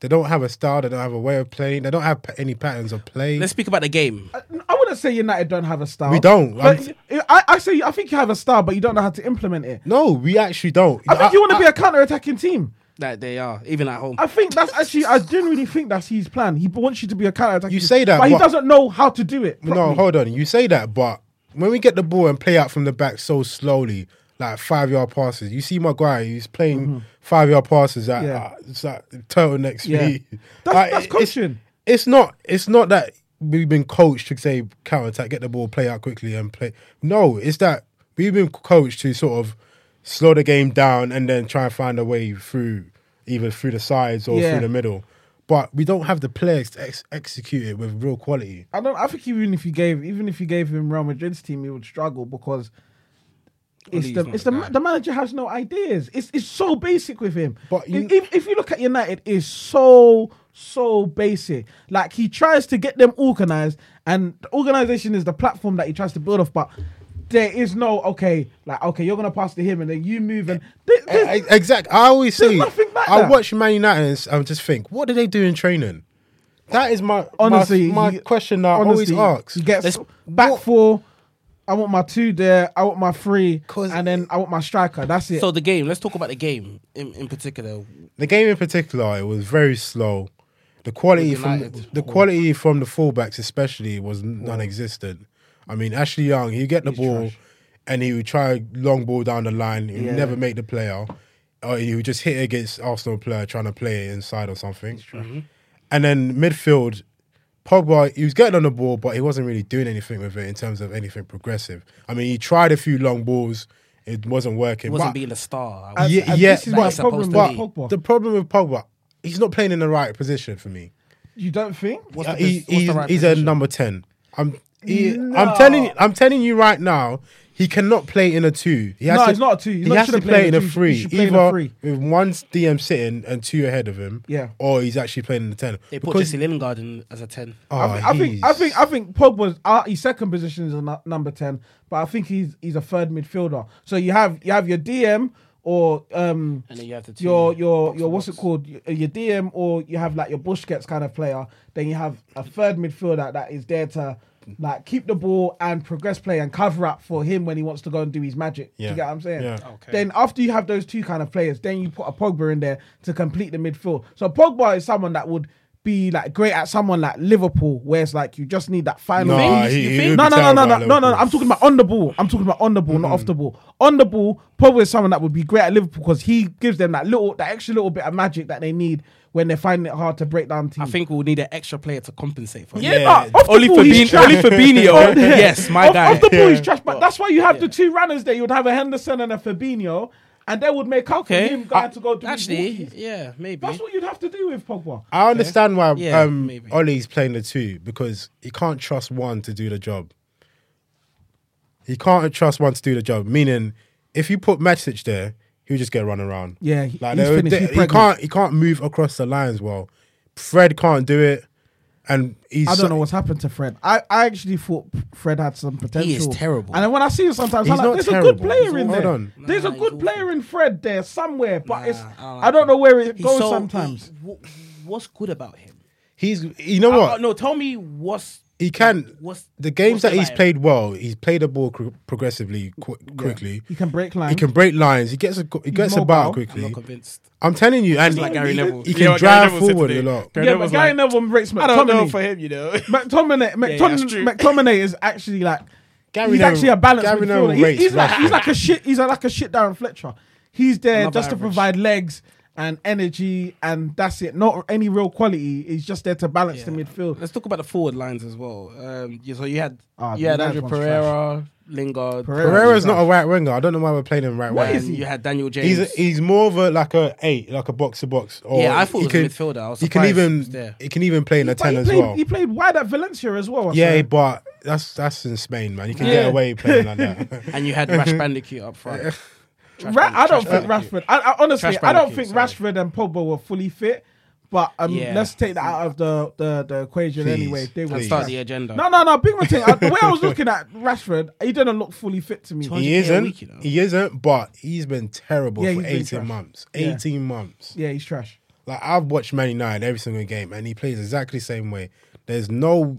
Speaker 2: They don't have a style. They don't have a way of playing. They don't have pa- any patterns of play.
Speaker 3: Let's speak about the game.
Speaker 1: I, I wouldn't say United don't have a style.
Speaker 2: We don't.
Speaker 1: But
Speaker 2: I'm-
Speaker 1: I, I say I think you have a style, but you don't know how to implement it.
Speaker 2: no, we actually don't.
Speaker 1: I think you want to be a counter-attacking team.
Speaker 3: That they are even at home.
Speaker 1: I think that's actually, I genuinely think that's his plan. He wants you to be a counter attacker.
Speaker 2: You say that,
Speaker 1: but he
Speaker 2: but-
Speaker 1: doesn't know how to do it.
Speaker 2: No,
Speaker 1: properly.
Speaker 2: hold on. You say that, but when we get the ball and play out from the back so slowly, like five yard passes, you see Maguire, he's playing five yard passes at
Speaker 1: Mm-hmm. Yeah.
Speaker 2: uh, it's like turtleneck
Speaker 1: Yeah.
Speaker 2: speed.
Speaker 1: That's-
Speaker 2: Like,
Speaker 1: that's
Speaker 2: it's-
Speaker 1: coaching.
Speaker 2: It's, not. It's not that we've been coached to say counter attack, get the ball, play out quickly, and play. No, it's that we've been coached to sort of slow the game down and then try and find a way through, either through the sides or
Speaker 1: Yeah.
Speaker 2: through the middle. But we don't have the players to ex- execute it with real quality.
Speaker 1: I don't. I think even if you gave, even if you gave him Real Madrid's team, he would struggle because it's
Speaker 3: Oli's
Speaker 1: the
Speaker 3: not
Speaker 1: it's
Speaker 3: the
Speaker 1: the, ma-
Speaker 3: guy.
Speaker 1: the manager has no ideas. It's it's so basic with him.
Speaker 2: But you-
Speaker 1: if, if- if you look at United, it's so so basic. Like he tries to get them organized, and the organization is the platform that he tries to build off, but. There is no okay, like okay, you're gonna pass to him and then you move
Speaker 2: Eh,
Speaker 1: and there- there's-
Speaker 2: I- exactly. I always
Speaker 1: There's
Speaker 2: see.
Speaker 1: nothing like
Speaker 2: I
Speaker 1: that.
Speaker 2: watch Man United and s- I just think, what do they do in training? That is my
Speaker 1: honestly,
Speaker 2: my, my
Speaker 1: you-
Speaker 2: question that
Speaker 1: honestly,
Speaker 2: I always ask.
Speaker 1: You get
Speaker 3: Let's-
Speaker 1: back
Speaker 2: what-
Speaker 1: four. I want my two there. I want my three,
Speaker 2: 'Cause-
Speaker 1: and then I want my striker. That's it.
Speaker 3: So the game. Let's talk about the game in, in particular.
Speaker 2: the game in particular, it was very slow. The quality
Speaker 3: With
Speaker 2: from
Speaker 3: United.
Speaker 2: the quality from the fullbacks, especially, was non-existent. I mean, Ashley Young, he get the ball, and he would try long ball down the line. He would never make the player, or he would just hit against Arsenal player trying to play it inside or something. And then midfield, Pogba, he was getting on the ball, but he wasn't really doing anything with it in terms of anything progressive. I mean, he tried a few long balls, it wasn't working.
Speaker 3: It wasn't
Speaker 2: but-
Speaker 3: being a star.
Speaker 1: And-
Speaker 2: yeah,
Speaker 1: and
Speaker 2: yeah,
Speaker 1: this is
Speaker 2: but-
Speaker 1: my problem
Speaker 3: supposed
Speaker 1: with
Speaker 3: to be.
Speaker 1: Pogba.
Speaker 2: the problem with Pogba, he's not playing in the right position for me.
Speaker 1: You don't think?
Speaker 3: What's
Speaker 2: Uh,
Speaker 3: the,
Speaker 2: he,
Speaker 3: best- what's
Speaker 2: he's,
Speaker 3: the right
Speaker 2: he's a
Speaker 3: position?
Speaker 2: number ten. I'm he,
Speaker 1: No.
Speaker 2: I'm telling you, I'm telling you right now, he cannot play in a two. He has
Speaker 1: No,
Speaker 2: to,
Speaker 1: he's not a two. He's
Speaker 2: he
Speaker 1: not-
Speaker 2: has to
Speaker 1: shouldn't
Speaker 2: play in a
Speaker 1: two. He
Speaker 2: three.
Speaker 1: should play in a
Speaker 2: Either
Speaker 1: three.
Speaker 2: with one DM sitting and two ahead of him,
Speaker 1: Yeah.
Speaker 2: or he's actually playing in the ten.
Speaker 3: They put Jesse Lingard in as a ten.
Speaker 2: oh,
Speaker 1: I, think- I think I
Speaker 2: he's-
Speaker 1: think I think Pogba's uh, his second position is a nu- number ten, but I think he's he's a third midfielder. So you have you have your DM or um
Speaker 3: And then you have the two
Speaker 1: your your your
Speaker 3: box-to-box.
Speaker 1: what's it called your, your DM or you have like your Busquets kind of player. Then you have a third midfielder that is there to like keep the ball and progress play and cover up for him when he wants to go and do his magic. Do
Speaker 2: Yeah.
Speaker 1: you get what I'm saying?
Speaker 2: Yeah.
Speaker 3: Okay.
Speaker 1: Then after you have those two kind of players, then you put a Pogba in there to complete the midfield. So Pogba is someone that would be like great at someone like Liverpool, where it's like you just need that final.
Speaker 2: Nah,
Speaker 1: thing.
Speaker 2: he-
Speaker 3: You
Speaker 2: he
Speaker 3: think?
Speaker 2: would
Speaker 1: No,
Speaker 2: be
Speaker 1: no, no,
Speaker 2: terrible
Speaker 1: no, no,
Speaker 2: at
Speaker 1: no, no,
Speaker 2: Liverpool.
Speaker 1: I'm talking about on the ball. I'm talking about on the ball, not off the ball. On the ball, Pogba is someone that would be great at Liverpool because he gives them that little, that extra little bit of magic that they need when they're finding it hard to break down
Speaker 3: I
Speaker 1: teams.
Speaker 3: think we'll need an extra player to compensate for.
Speaker 1: yeah,
Speaker 2: Yeah.
Speaker 1: nah, off the
Speaker 3: Oli
Speaker 1: ball, he's
Speaker 3: Fabinho,
Speaker 1: trash.
Speaker 3: Oli Fabinho.
Speaker 1: Oh, yeah.
Speaker 3: yes, my
Speaker 1: off,
Speaker 3: guy.
Speaker 1: Off the ball, he's
Speaker 2: Yeah.
Speaker 1: trash. But that's why you have the two runners there. You would have a Henderson and a Fabinho, and they would make up
Speaker 3: Okay. Uh,
Speaker 1: for him going to go do his
Speaker 3: Actually,
Speaker 1: walkies.
Speaker 3: yeah, maybe.
Speaker 1: that's what you'd have to do with Pogba.
Speaker 2: I understand why
Speaker 3: Yeah,
Speaker 2: um,
Speaker 3: maybe.
Speaker 2: Ollie's playing the two because he can't trust one to do the job. He can't trust one to do the job. Meaning, if you put Matic there, he'll just get run around.
Speaker 1: Yeah, he-
Speaker 2: like
Speaker 1: he's
Speaker 2: they-
Speaker 1: finished,
Speaker 2: they-
Speaker 1: he's
Speaker 2: he
Speaker 1: pregnant.
Speaker 2: can't. He can't move across the lines well. Fred can't do it, and he's.
Speaker 1: I don't
Speaker 2: so-
Speaker 1: know what's happened to Fred. I, I actually thought Fred had some potential.
Speaker 3: terrible.
Speaker 1: And then when I see him sometimes, I'm
Speaker 2: He's
Speaker 1: like,
Speaker 2: not
Speaker 1: there's a good
Speaker 2: terrible.
Speaker 1: player
Speaker 2: He's
Speaker 1: in
Speaker 2: awful.
Speaker 1: there.
Speaker 2: Hold on.
Speaker 1: There's a
Speaker 3: Nah,
Speaker 1: good
Speaker 3: he's
Speaker 1: player in Fred there somewhere, but it's
Speaker 3: Nah,
Speaker 1: I
Speaker 3: I
Speaker 1: don't,
Speaker 3: don't like him.
Speaker 1: know where it
Speaker 3: He's
Speaker 1: goes
Speaker 3: so-
Speaker 1: sometimes.
Speaker 3: wh- what's good about him?
Speaker 2: He's. You know what?
Speaker 3: Uh, no, tell me what's
Speaker 2: He can.
Speaker 3: What's
Speaker 2: the games
Speaker 3: what's
Speaker 2: that
Speaker 3: about
Speaker 2: he's
Speaker 3: him?
Speaker 2: played well, he's played the ball cr- progressively, qu- quickly.
Speaker 1: He can break lines.
Speaker 2: He can break lines. He gets. A, he gets
Speaker 1: mobile. I'm
Speaker 2: about
Speaker 1: not
Speaker 2: quickly.
Speaker 3: I'm not convinced.
Speaker 2: I'm telling you, and
Speaker 4: like
Speaker 2: he-
Speaker 4: Gary
Speaker 2: he,
Speaker 4: Neville.
Speaker 2: he
Speaker 4: Yeah,
Speaker 2: can
Speaker 4: what Gary
Speaker 2: drive
Speaker 4: Neville said
Speaker 2: forward a
Speaker 4: today.
Speaker 2: lot.
Speaker 4: Gary
Speaker 1: yeah, but
Speaker 4: Neville's
Speaker 1: Gary
Speaker 4: like,
Speaker 1: Neville rates
Speaker 4: I don't know
Speaker 1: McTominay.
Speaker 4: for him, you know.
Speaker 1: McTominay,
Speaker 4: that's
Speaker 1: McTominay,
Speaker 4: true.
Speaker 1: McTominay is actually like
Speaker 2: Gary
Speaker 1: he's
Speaker 2: Neville-
Speaker 1: actually a balanced
Speaker 2: Gary Neville
Speaker 1: midfielder. He's,
Speaker 2: rates
Speaker 1: he's like he's
Speaker 2: Rashford.
Speaker 1: like a shit. He's like a shit Darren Fletcher. He's there
Speaker 3: Another
Speaker 1: just to
Speaker 3: average.
Speaker 1: provide legs and energy, and that's it. Not any real quality. He's just there to balance the
Speaker 3: Yeah.
Speaker 1: midfield.
Speaker 3: Let's talk about the forward lines as well. Um, yeah, so you had
Speaker 1: Ah,
Speaker 3: you had
Speaker 1: the
Speaker 3: Andrew
Speaker 1: Lions one's
Speaker 3: Pereira, Lingard,
Speaker 1: Pereira.
Speaker 2: Pereira's
Speaker 1: Yeah.
Speaker 2: not a right winger. I don't know why we're playing him right
Speaker 3: and
Speaker 2: winger.
Speaker 1: is he?
Speaker 3: Um, You had Daniel James.
Speaker 2: He's he's more of a like a eight, like a box to box. Or
Speaker 3: Yeah, I thought
Speaker 2: he
Speaker 3: it was a midfielder. I was
Speaker 2: he can
Speaker 3: surprised he
Speaker 2: even
Speaker 3: was there.
Speaker 2: he can even play in a
Speaker 1: But
Speaker 2: ten
Speaker 1: he
Speaker 2: as
Speaker 1: played,
Speaker 2: well.
Speaker 1: He played wide at Valencia as well. so-
Speaker 2: yeah, but that's that's in Spain, man. You can
Speaker 1: Yeah.
Speaker 2: get away playing like that.
Speaker 3: and you had Rash Bandicoot up front. Trash
Speaker 1: Ra-
Speaker 3: Band-
Speaker 1: I don't
Speaker 3: Trash
Speaker 1: think
Speaker 3: Bandicoot.
Speaker 1: Rashford. I, I honestly,
Speaker 3: Trash
Speaker 1: I don't
Speaker 3: Bandicoot,
Speaker 1: think
Speaker 3: sorry.
Speaker 1: Rashford and Pogba were fully fit. But um,
Speaker 3: Yeah.
Speaker 1: let's take that out of the the, the equation
Speaker 2: Please,
Speaker 1: anyway. They were
Speaker 2: please.
Speaker 3: Start the agenda.
Speaker 1: No, no, no. Big mistake. I, the way I was looking at Rashford, he didn't look fully fit to me.
Speaker 2: he
Speaker 3: 100K a
Speaker 2: isn't.
Speaker 3: week, you know.
Speaker 2: He isn't. But he's been terrible
Speaker 1: Yeah,
Speaker 2: for
Speaker 1: he's been
Speaker 2: eighteen
Speaker 1: trash.
Speaker 2: months.
Speaker 1: Yeah.
Speaker 2: Eighteen months.
Speaker 1: Yeah, he's trash.
Speaker 2: Like I've watched Man United every single game, and he plays exactly the same way. There's no,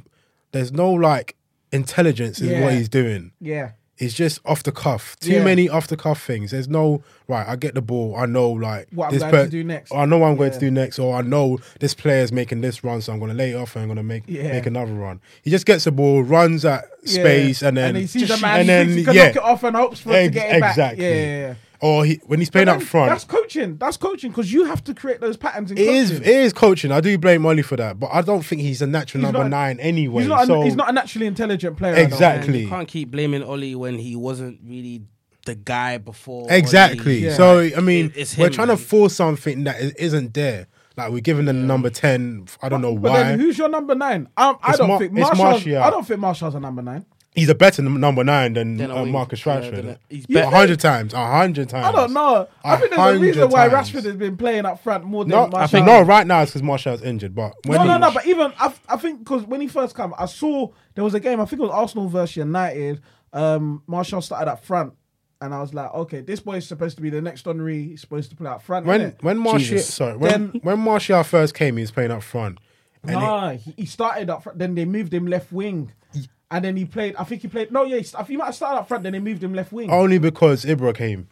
Speaker 2: there's no like intelligence in what
Speaker 1: Yeah.
Speaker 2: he's doing.
Speaker 1: Yeah,
Speaker 2: It's just off the cuff. Too
Speaker 1: Yeah.
Speaker 2: many off the cuff things. There's no right. I get the ball. I know like
Speaker 1: What I'm going to do next.
Speaker 2: Or I know what I'm going to
Speaker 1: Yeah.
Speaker 2: do next. Or I know this player's making this run, so I'm going to lay it off and I'm going to make
Speaker 1: Yeah.
Speaker 2: make another run. He just gets the ball, runs at
Speaker 1: Yeah.
Speaker 2: space, and then
Speaker 1: and he sees a
Speaker 2: just-
Speaker 1: man,
Speaker 2: and
Speaker 1: he
Speaker 2: then
Speaker 1: thinks he can
Speaker 2: yeah,
Speaker 1: knock it off and hopes for it to
Speaker 2: Ex-
Speaker 1: get it back.
Speaker 2: exactly.
Speaker 1: Yeah, yeah, yeah.
Speaker 2: Or he, when he's playing
Speaker 1: But
Speaker 2: up
Speaker 1: then
Speaker 2: front,
Speaker 1: That's coaching. That's coaching because you have to create those patterns. In
Speaker 2: it is
Speaker 1: coaching.
Speaker 2: it is coaching. I do blame Molly for that, but I don't think he's a natural
Speaker 1: He's
Speaker 2: number
Speaker 1: not-
Speaker 2: nine anyway.
Speaker 1: he's, not a,
Speaker 2: so
Speaker 1: he's not a naturally intelligent player. I don't
Speaker 2: Exactly.
Speaker 1: think.
Speaker 3: And you can't keep blaming Oli when he wasn't really the guy before.
Speaker 2: Exactly.
Speaker 1: Yeah.
Speaker 2: So I mean,
Speaker 3: It- it's
Speaker 2: we're
Speaker 3: him,
Speaker 2: trying
Speaker 3: man.
Speaker 2: to force something that i- isn't there. Like we're giving them number ten. I don't know
Speaker 1: But then
Speaker 2: why.
Speaker 1: who's your number nine? Um, I
Speaker 2: It's
Speaker 1: don't
Speaker 2: Mar-
Speaker 1: think
Speaker 2: it's
Speaker 1: Marshall.
Speaker 2: Martial.
Speaker 1: I don't think Marshall's a number nine.
Speaker 2: He's a better num- number nine than
Speaker 3: Than a
Speaker 2: uh,
Speaker 3: wing.
Speaker 2: Marcus
Speaker 3: Yeah,
Speaker 2: Rashford.
Speaker 3: than
Speaker 2: A
Speaker 3: a- he's better.
Speaker 2: hundred times. A hundred times.
Speaker 1: I don't know. I
Speaker 2: A
Speaker 1: think there's a reason
Speaker 2: hundred
Speaker 1: why
Speaker 2: times.
Speaker 1: Rashford has been playing up front more than
Speaker 2: No,
Speaker 1: Marshall.
Speaker 2: I think no. Right now it's because Marshall's injured. But when
Speaker 1: no,
Speaker 2: he,
Speaker 1: no, no. But even I, I think because when he first came, I saw there was a game. I think it was Arsenal versus United. Um, Marshall started up front, and I was like, okay, this boy is supposed to be the next Henry. He's supposed to play up front.
Speaker 2: when
Speaker 1: innit?
Speaker 2: when Martial
Speaker 3: Jesus.
Speaker 2: sorry when
Speaker 1: Then-
Speaker 2: when Martial first came, he was playing up front. And it-
Speaker 1: nah, he, he started up front. Then they moved him left wing, and then he played. I think he played. No, yeah, he, st- I think he might have started up front. Then they moved him left wing.
Speaker 2: only because Ibra came.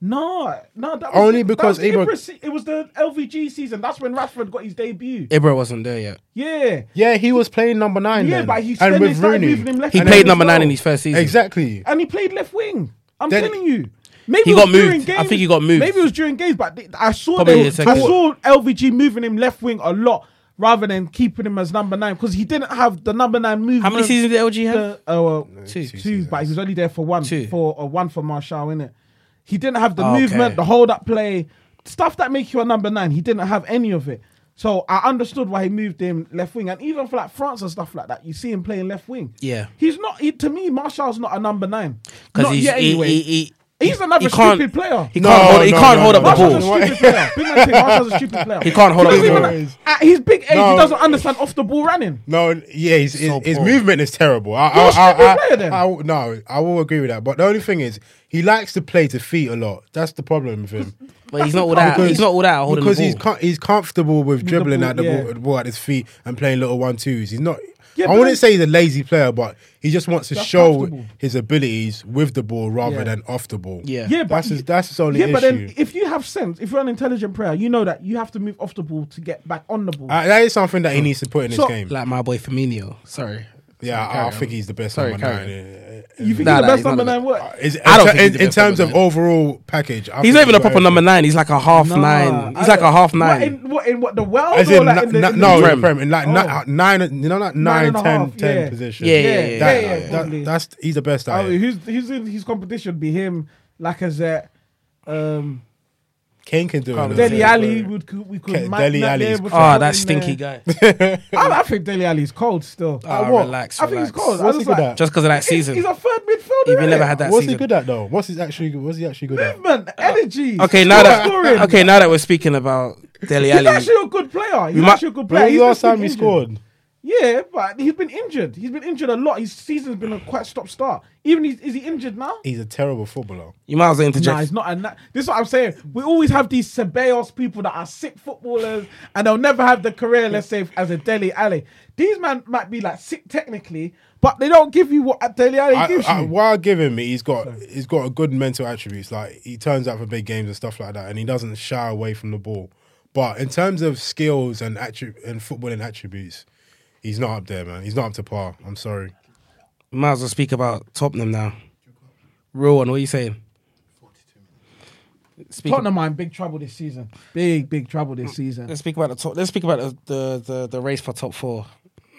Speaker 1: No, no, that was
Speaker 2: Only
Speaker 1: the- that was
Speaker 2: because
Speaker 1: the
Speaker 2: Ibra-
Speaker 1: Ibra se- it was the LVG season. That's when Rashford got his debut.
Speaker 3: Ibra wasn't there yet.
Speaker 1: Yeah,
Speaker 2: Yeah, he was playing number nine.
Speaker 1: yeah,
Speaker 2: then.
Speaker 1: but he
Speaker 2: and
Speaker 1: then they
Speaker 2: with
Speaker 1: started
Speaker 2: Rooney,
Speaker 1: moving him left.
Speaker 3: He
Speaker 1: wing as
Speaker 3: played number
Speaker 1: well.
Speaker 3: nine in his first season.
Speaker 2: exactly.
Speaker 1: and he played left wing. I'm
Speaker 2: Then-
Speaker 1: telling you. Maybe
Speaker 3: He
Speaker 1: it was
Speaker 3: got
Speaker 1: during
Speaker 3: moved. I
Speaker 1: Games.
Speaker 3: think he got moved.
Speaker 1: Maybe it was during games, but they- I saw
Speaker 3: Probably
Speaker 1: they,
Speaker 3: the
Speaker 1: I
Speaker 3: second.
Speaker 1: saw LVG moving him left wing a lot rather than keeping him as number nine because he didn't have the number nine movement.
Speaker 3: How many seasons did LG have?
Speaker 1: The, oh, well,
Speaker 2: Two.
Speaker 1: two,
Speaker 2: two
Speaker 1: but he was only there for one
Speaker 3: Two. Ah,
Speaker 1: for uh, one for Marshall, innit? He didn't have the
Speaker 3: Okay.
Speaker 1: movement, the hold up play, stuff that make you a number nine. He didn't have any of it. So I understood why he moved him left wing, and even for like France and stuff like that, you see him playing left wing.
Speaker 3: Yeah.
Speaker 1: he's not. He, to me, Martial's not a number nine.
Speaker 3: because
Speaker 1: Not
Speaker 3: he's
Speaker 1: yet,
Speaker 3: he-
Speaker 1: anyway.
Speaker 3: he- he-
Speaker 1: He's another
Speaker 3: he can't-
Speaker 1: stupid player.
Speaker 3: He
Speaker 2: No,
Speaker 3: can't hold, he
Speaker 2: no,
Speaker 3: can't
Speaker 2: no,
Speaker 3: hold
Speaker 2: no,
Speaker 3: up the
Speaker 2: no.
Speaker 3: ball.
Speaker 1: Martial's a stupid player. Big man, say Martial's a stupid player.
Speaker 3: He can't hold up
Speaker 1: Doesn't
Speaker 3: the
Speaker 2: He's
Speaker 3: ball.
Speaker 2: even-
Speaker 1: even, at his big age, he
Speaker 2: No.
Speaker 1: doesn't understand off the ball running.
Speaker 2: No, yeah, his, his, his
Speaker 3: poor.
Speaker 2: movement is terrible. I,
Speaker 1: You're a
Speaker 2: I,
Speaker 1: stupid
Speaker 2: I,
Speaker 1: player then.
Speaker 2: I, I, no, I will agree with that. But the only thing is, he likes to play to feet a lot. That's the problem with him.
Speaker 3: But he's not all that. He's not all that holding
Speaker 2: because
Speaker 3: the ball.
Speaker 2: he's com- he's comfortable with dribbling
Speaker 1: ball,
Speaker 2: at the
Speaker 1: yeah.
Speaker 2: ball, the ball at his feet and playing little one twos. He's not.
Speaker 1: Yeah,
Speaker 2: I
Speaker 1: but
Speaker 2: wouldn't
Speaker 1: then-
Speaker 2: say he's a lazy player, but he just wants to
Speaker 1: That's
Speaker 2: show
Speaker 1: comfortable.
Speaker 2: his abilities with the ball rather
Speaker 1: Yeah.
Speaker 2: than off the ball.
Speaker 3: yeah.
Speaker 1: Yeah, but
Speaker 2: that's his, that's his only
Speaker 1: yeah,
Speaker 2: issue.
Speaker 1: but then if you have sense, if you're an intelligent player, you know that you have to move off the ball to get back on the ball.
Speaker 2: Uh, that is something that he needs to put in
Speaker 1: So-
Speaker 2: his game.
Speaker 3: Like my boy Firmino. Sorry.
Speaker 2: yeah, I, I think he's the best
Speaker 3: Sorry,
Speaker 2: number
Speaker 3: carry
Speaker 2: nine.
Speaker 3: on.
Speaker 2: in- in-
Speaker 1: you think
Speaker 3: Nah,
Speaker 1: he's the
Speaker 3: nah,
Speaker 1: best
Speaker 3: he's not
Speaker 1: number
Speaker 3: the
Speaker 1: nine?
Speaker 3: best.
Speaker 1: What?
Speaker 2: Uh, Is,
Speaker 3: I don't
Speaker 2: in,
Speaker 3: think he's the
Speaker 2: in
Speaker 3: best
Speaker 2: terms
Speaker 3: number
Speaker 2: of overall package, I
Speaker 3: He's
Speaker 2: think
Speaker 3: not even a
Speaker 2: got
Speaker 3: proper number
Speaker 2: everything.
Speaker 3: nine. He's like a half nine. He's like a half
Speaker 1: What,
Speaker 3: nine.
Speaker 1: in, what in what the world?
Speaker 2: As
Speaker 1: or
Speaker 2: in,
Speaker 1: like
Speaker 2: na-
Speaker 1: in the,
Speaker 2: na-
Speaker 1: in the
Speaker 2: no,
Speaker 1: league?
Speaker 2: in the Prem, in like
Speaker 1: Oh.
Speaker 2: ni- uh, nine, you know, like
Speaker 1: Nine and
Speaker 2: nine,
Speaker 1: a
Speaker 2: 10,
Speaker 1: half,
Speaker 2: 10
Speaker 1: yeah.
Speaker 2: position.
Speaker 3: Yeah, yeah, yeah, yeah.
Speaker 2: That-
Speaker 1: yeah, yeah,
Speaker 2: that-
Speaker 1: probably.
Speaker 2: that's he's the best
Speaker 1: Oh,
Speaker 2: at it.
Speaker 1: who's who's in his competition? Be him, Lacazette, um,
Speaker 2: Kane can do it.
Speaker 1: Deli
Speaker 2: Yeah.
Speaker 1: Ali. Would could, we could
Speaker 2: Ke-
Speaker 1: ma-
Speaker 2: Dele
Speaker 1: ma-
Speaker 2: Alli is
Speaker 1: we could
Speaker 3: Ah,
Speaker 1: put
Speaker 3: that
Speaker 1: in there.
Speaker 3: stinky guy.
Speaker 1: I, I think Deli Ali's cold still.
Speaker 3: Ah,
Speaker 2: what?
Speaker 3: relax,
Speaker 1: I think he's
Speaker 3: relax.
Speaker 1: cold. I
Speaker 2: What's
Speaker 1: was
Speaker 2: he good
Speaker 1: like,
Speaker 2: at?
Speaker 3: Just because of that
Speaker 1: he's-
Speaker 3: season.
Speaker 1: He's a third midfielder.
Speaker 3: Even
Speaker 1: innit?
Speaker 3: never had that
Speaker 2: What's he
Speaker 3: season.
Speaker 2: good at though? What's he actually? good- What's he actually good at?
Speaker 1: movement, energy.
Speaker 3: Okay, now
Speaker 1: scoring.
Speaker 3: that okay, now that we're speaking about Deli
Speaker 1: He's
Speaker 3: Ali,
Speaker 1: actually a good player. He's
Speaker 3: might-
Speaker 1: actually a good player.
Speaker 2: When was
Speaker 1: He's
Speaker 2: the
Speaker 1: just
Speaker 2: last
Speaker 1: been
Speaker 2: time he
Speaker 1: injured.
Speaker 2: scored?
Speaker 1: Yeah, but he's been injured. He's been injured a lot. His season's been a quite stop start. Even he's, is he injured now?
Speaker 2: He's a terrible footballer.
Speaker 3: you might as well
Speaker 1: Nah,
Speaker 3: interject.
Speaker 1: he's not. And that, this is what I'm saying. We always have these Ceballos people that are sick footballers, and they'll never have the career, let's say, as a Deli Alley. These man might be like sick technically, but they don't give you what a Deli Alley
Speaker 2: I,
Speaker 1: gives
Speaker 2: I,
Speaker 1: you.
Speaker 2: while giving me, he's got he's got a good mental attributes. Like he turns out for big games and stuff like that, and he doesn't shy away from the ball. But in terms of skills and attri- and footballing attributes, he's not up there, man. He's not up to par. I'm sorry.
Speaker 3: We might as well speak about Tottenham now. Rowan, what are you saying? Speak
Speaker 1: Tottenham are in big trouble this season. Big, big trouble this season.
Speaker 3: Let's speak about the top. Let's speak about the the, the, the race for top four.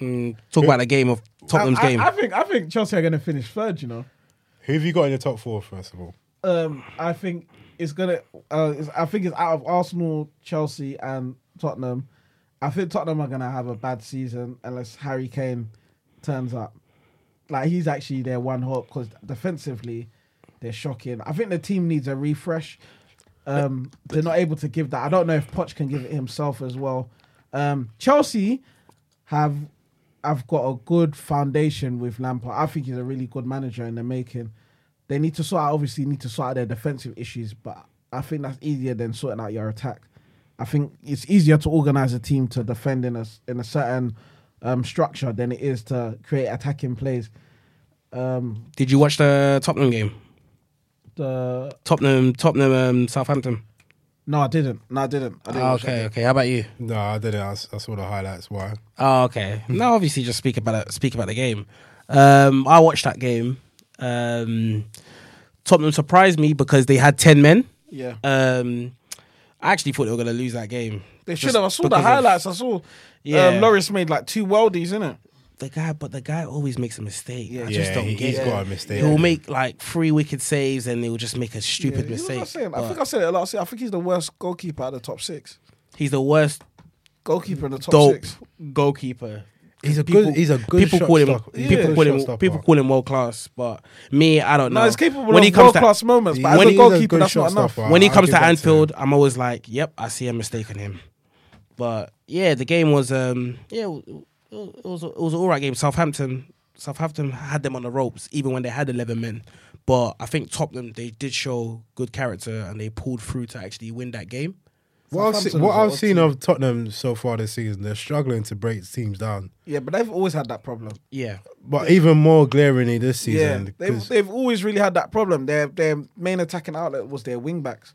Speaker 3: Mm, talk about the game of Tottenham's
Speaker 1: I, I-
Speaker 3: game.
Speaker 1: I think I think Chelsea are going to finish third. You know.
Speaker 2: Who have you got in the top four? First of all,
Speaker 1: um, I think it's gonna. Uh, it's, I think it's out of Arsenal, Chelsea, and Tottenham. I think Tottenham are gonna have a bad season unless Harry Kane turns up. Like he's actually their one hope because defensively, they're shocking. I think the team needs a refresh. Um, they're not able to give that. I don't know if Poch can give it himself as well. Um, Chelsea have have got a good foundation with Lampard. I think he's a really good manager in the making. They need to sort out obviously need to sort out their defensive issues, but I think that's easier than sorting out your attack. I think it's easier to organize a team to defend in a s- in a certain um, structure than it is to create attacking plays. Um,
Speaker 3: Did you watch the Tottenham game?
Speaker 1: the
Speaker 3: Tottenham, Tottenham, um, Southampton.
Speaker 1: no, I didn't. No, I didn't. I didn't watch that
Speaker 3: okay,
Speaker 1: game.
Speaker 3: okay. How about you?
Speaker 2: no, I didn't. I, s- I saw the highlights. Why?
Speaker 3: Oh, okay. No, obviously, just speak about it, speak about the game. Um, I watched that game. Um, Tottenham surprised me because they had ten men.
Speaker 1: Yeah,
Speaker 3: Um, I actually thought they were going to lose that game.
Speaker 1: they
Speaker 3: Just
Speaker 1: should have. I saw the
Speaker 3: because of-
Speaker 1: highlights. I saw.
Speaker 3: Yeah.
Speaker 1: um, Loris made like two worldies, innit?
Speaker 3: the guy, but the guy always makes a mistake. I
Speaker 2: Yeah,
Speaker 3: just don't
Speaker 2: he,
Speaker 3: get
Speaker 2: has
Speaker 3: it.
Speaker 2: got a mistake.
Speaker 3: He'll make like three wicked saves and he'll just make a stupid
Speaker 1: You know what I'm
Speaker 3: mistake.
Speaker 1: saying? I
Speaker 3: But
Speaker 1: think I said it last year. I think he's the worst goalkeeper out of the top six.
Speaker 3: he's the worst
Speaker 1: Goalkeeper in the top
Speaker 3: dope
Speaker 1: six.
Speaker 3: goalkeeper.
Speaker 2: He's a
Speaker 3: People-
Speaker 2: good. He's a good.
Speaker 3: people
Speaker 2: shot
Speaker 3: call him.
Speaker 2: stopper. He's a
Speaker 3: People
Speaker 2: good
Speaker 3: call
Speaker 2: shot
Speaker 3: him.
Speaker 2: stopper.
Speaker 3: People call him world class. But me, I don't know.
Speaker 1: No, he's capable
Speaker 3: when
Speaker 1: of
Speaker 3: he comes
Speaker 1: world
Speaker 3: to
Speaker 1: class moments, but
Speaker 2: When
Speaker 1: as a
Speaker 2: he's a
Speaker 1: goalkeeper,
Speaker 2: good
Speaker 1: that's not
Speaker 2: shot
Speaker 1: enough.
Speaker 2: stopper.
Speaker 3: when he
Speaker 2: I'll
Speaker 3: comes
Speaker 2: give that
Speaker 3: to
Speaker 2: to
Speaker 3: Anfield, I'm always like, "Yep, I see a mistake in him." But yeah, the game was um yeah, it was it was an all right game. Southampton Southampton had them on the ropes even when they had 11 men. But I think Tottenham they did show good character and they pulled through to actually win that game.
Speaker 2: What I've, se-
Speaker 1: Southampton
Speaker 2: what
Speaker 1: is an
Speaker 2: I've
Speaker 1: odd
Speaker 2: seen
Speaker 1: team.
Speaker 2: of Tottenham so far this season, they're struggling to break teams down.
Speaker 1: Yeah, but they've always had that problem.
Speaker 3: Yeah.
Speaker 2: But even more glaringly this
Speaker 1: Yeah,
Speaker 2: season,
Speaker 1: they've,
Speaker 2: 'cause
Speaker 1: they've always really had that problem. Their their main attacking outlet was their wing backs.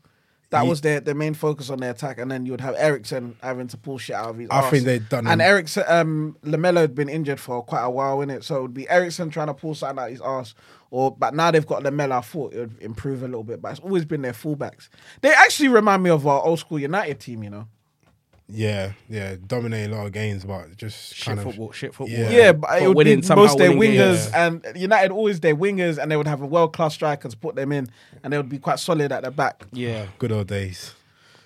Speaker 1: That
Speaker 2: Ye-
Speaker 1: was their, their main focus on their attack, and then you would have Ericsson having to pull shit out of his.
Speaker 2: I
Speaker 1: arse.
Speaker 2: think they've done
Speaker 1: And
Speaker 2: them-
Speaker 1: Ericsson, um, Lamelo had been injured for quite a while, in it, so it would be Ericsson trying to pull something out his ass. Or but now they've got Lamelo. I thought it would improve a little bit, but it's always been their fullbacks. They actually remind me of our old school United team, you know.
Speaker 2: yeah, yeah, dominate a lot of games, but just
Speaker 3: Shit
Speaker 2: kind of
Speaker 3: football, shit football.
Speaker 2: Yeah.
Speaker 1: Yeah, but, it would
Speaker 3: winning
Speaker 1: be
Speaker 3: somehow
Speaker 1: most their
Speaker 3: winning games.
Speaker 1: wingers and United always their wingers, and they would have a world class striker to put them in, and they would be quite solid at the back.
Speaker 3: Yeah.
Speaker 2: good old days.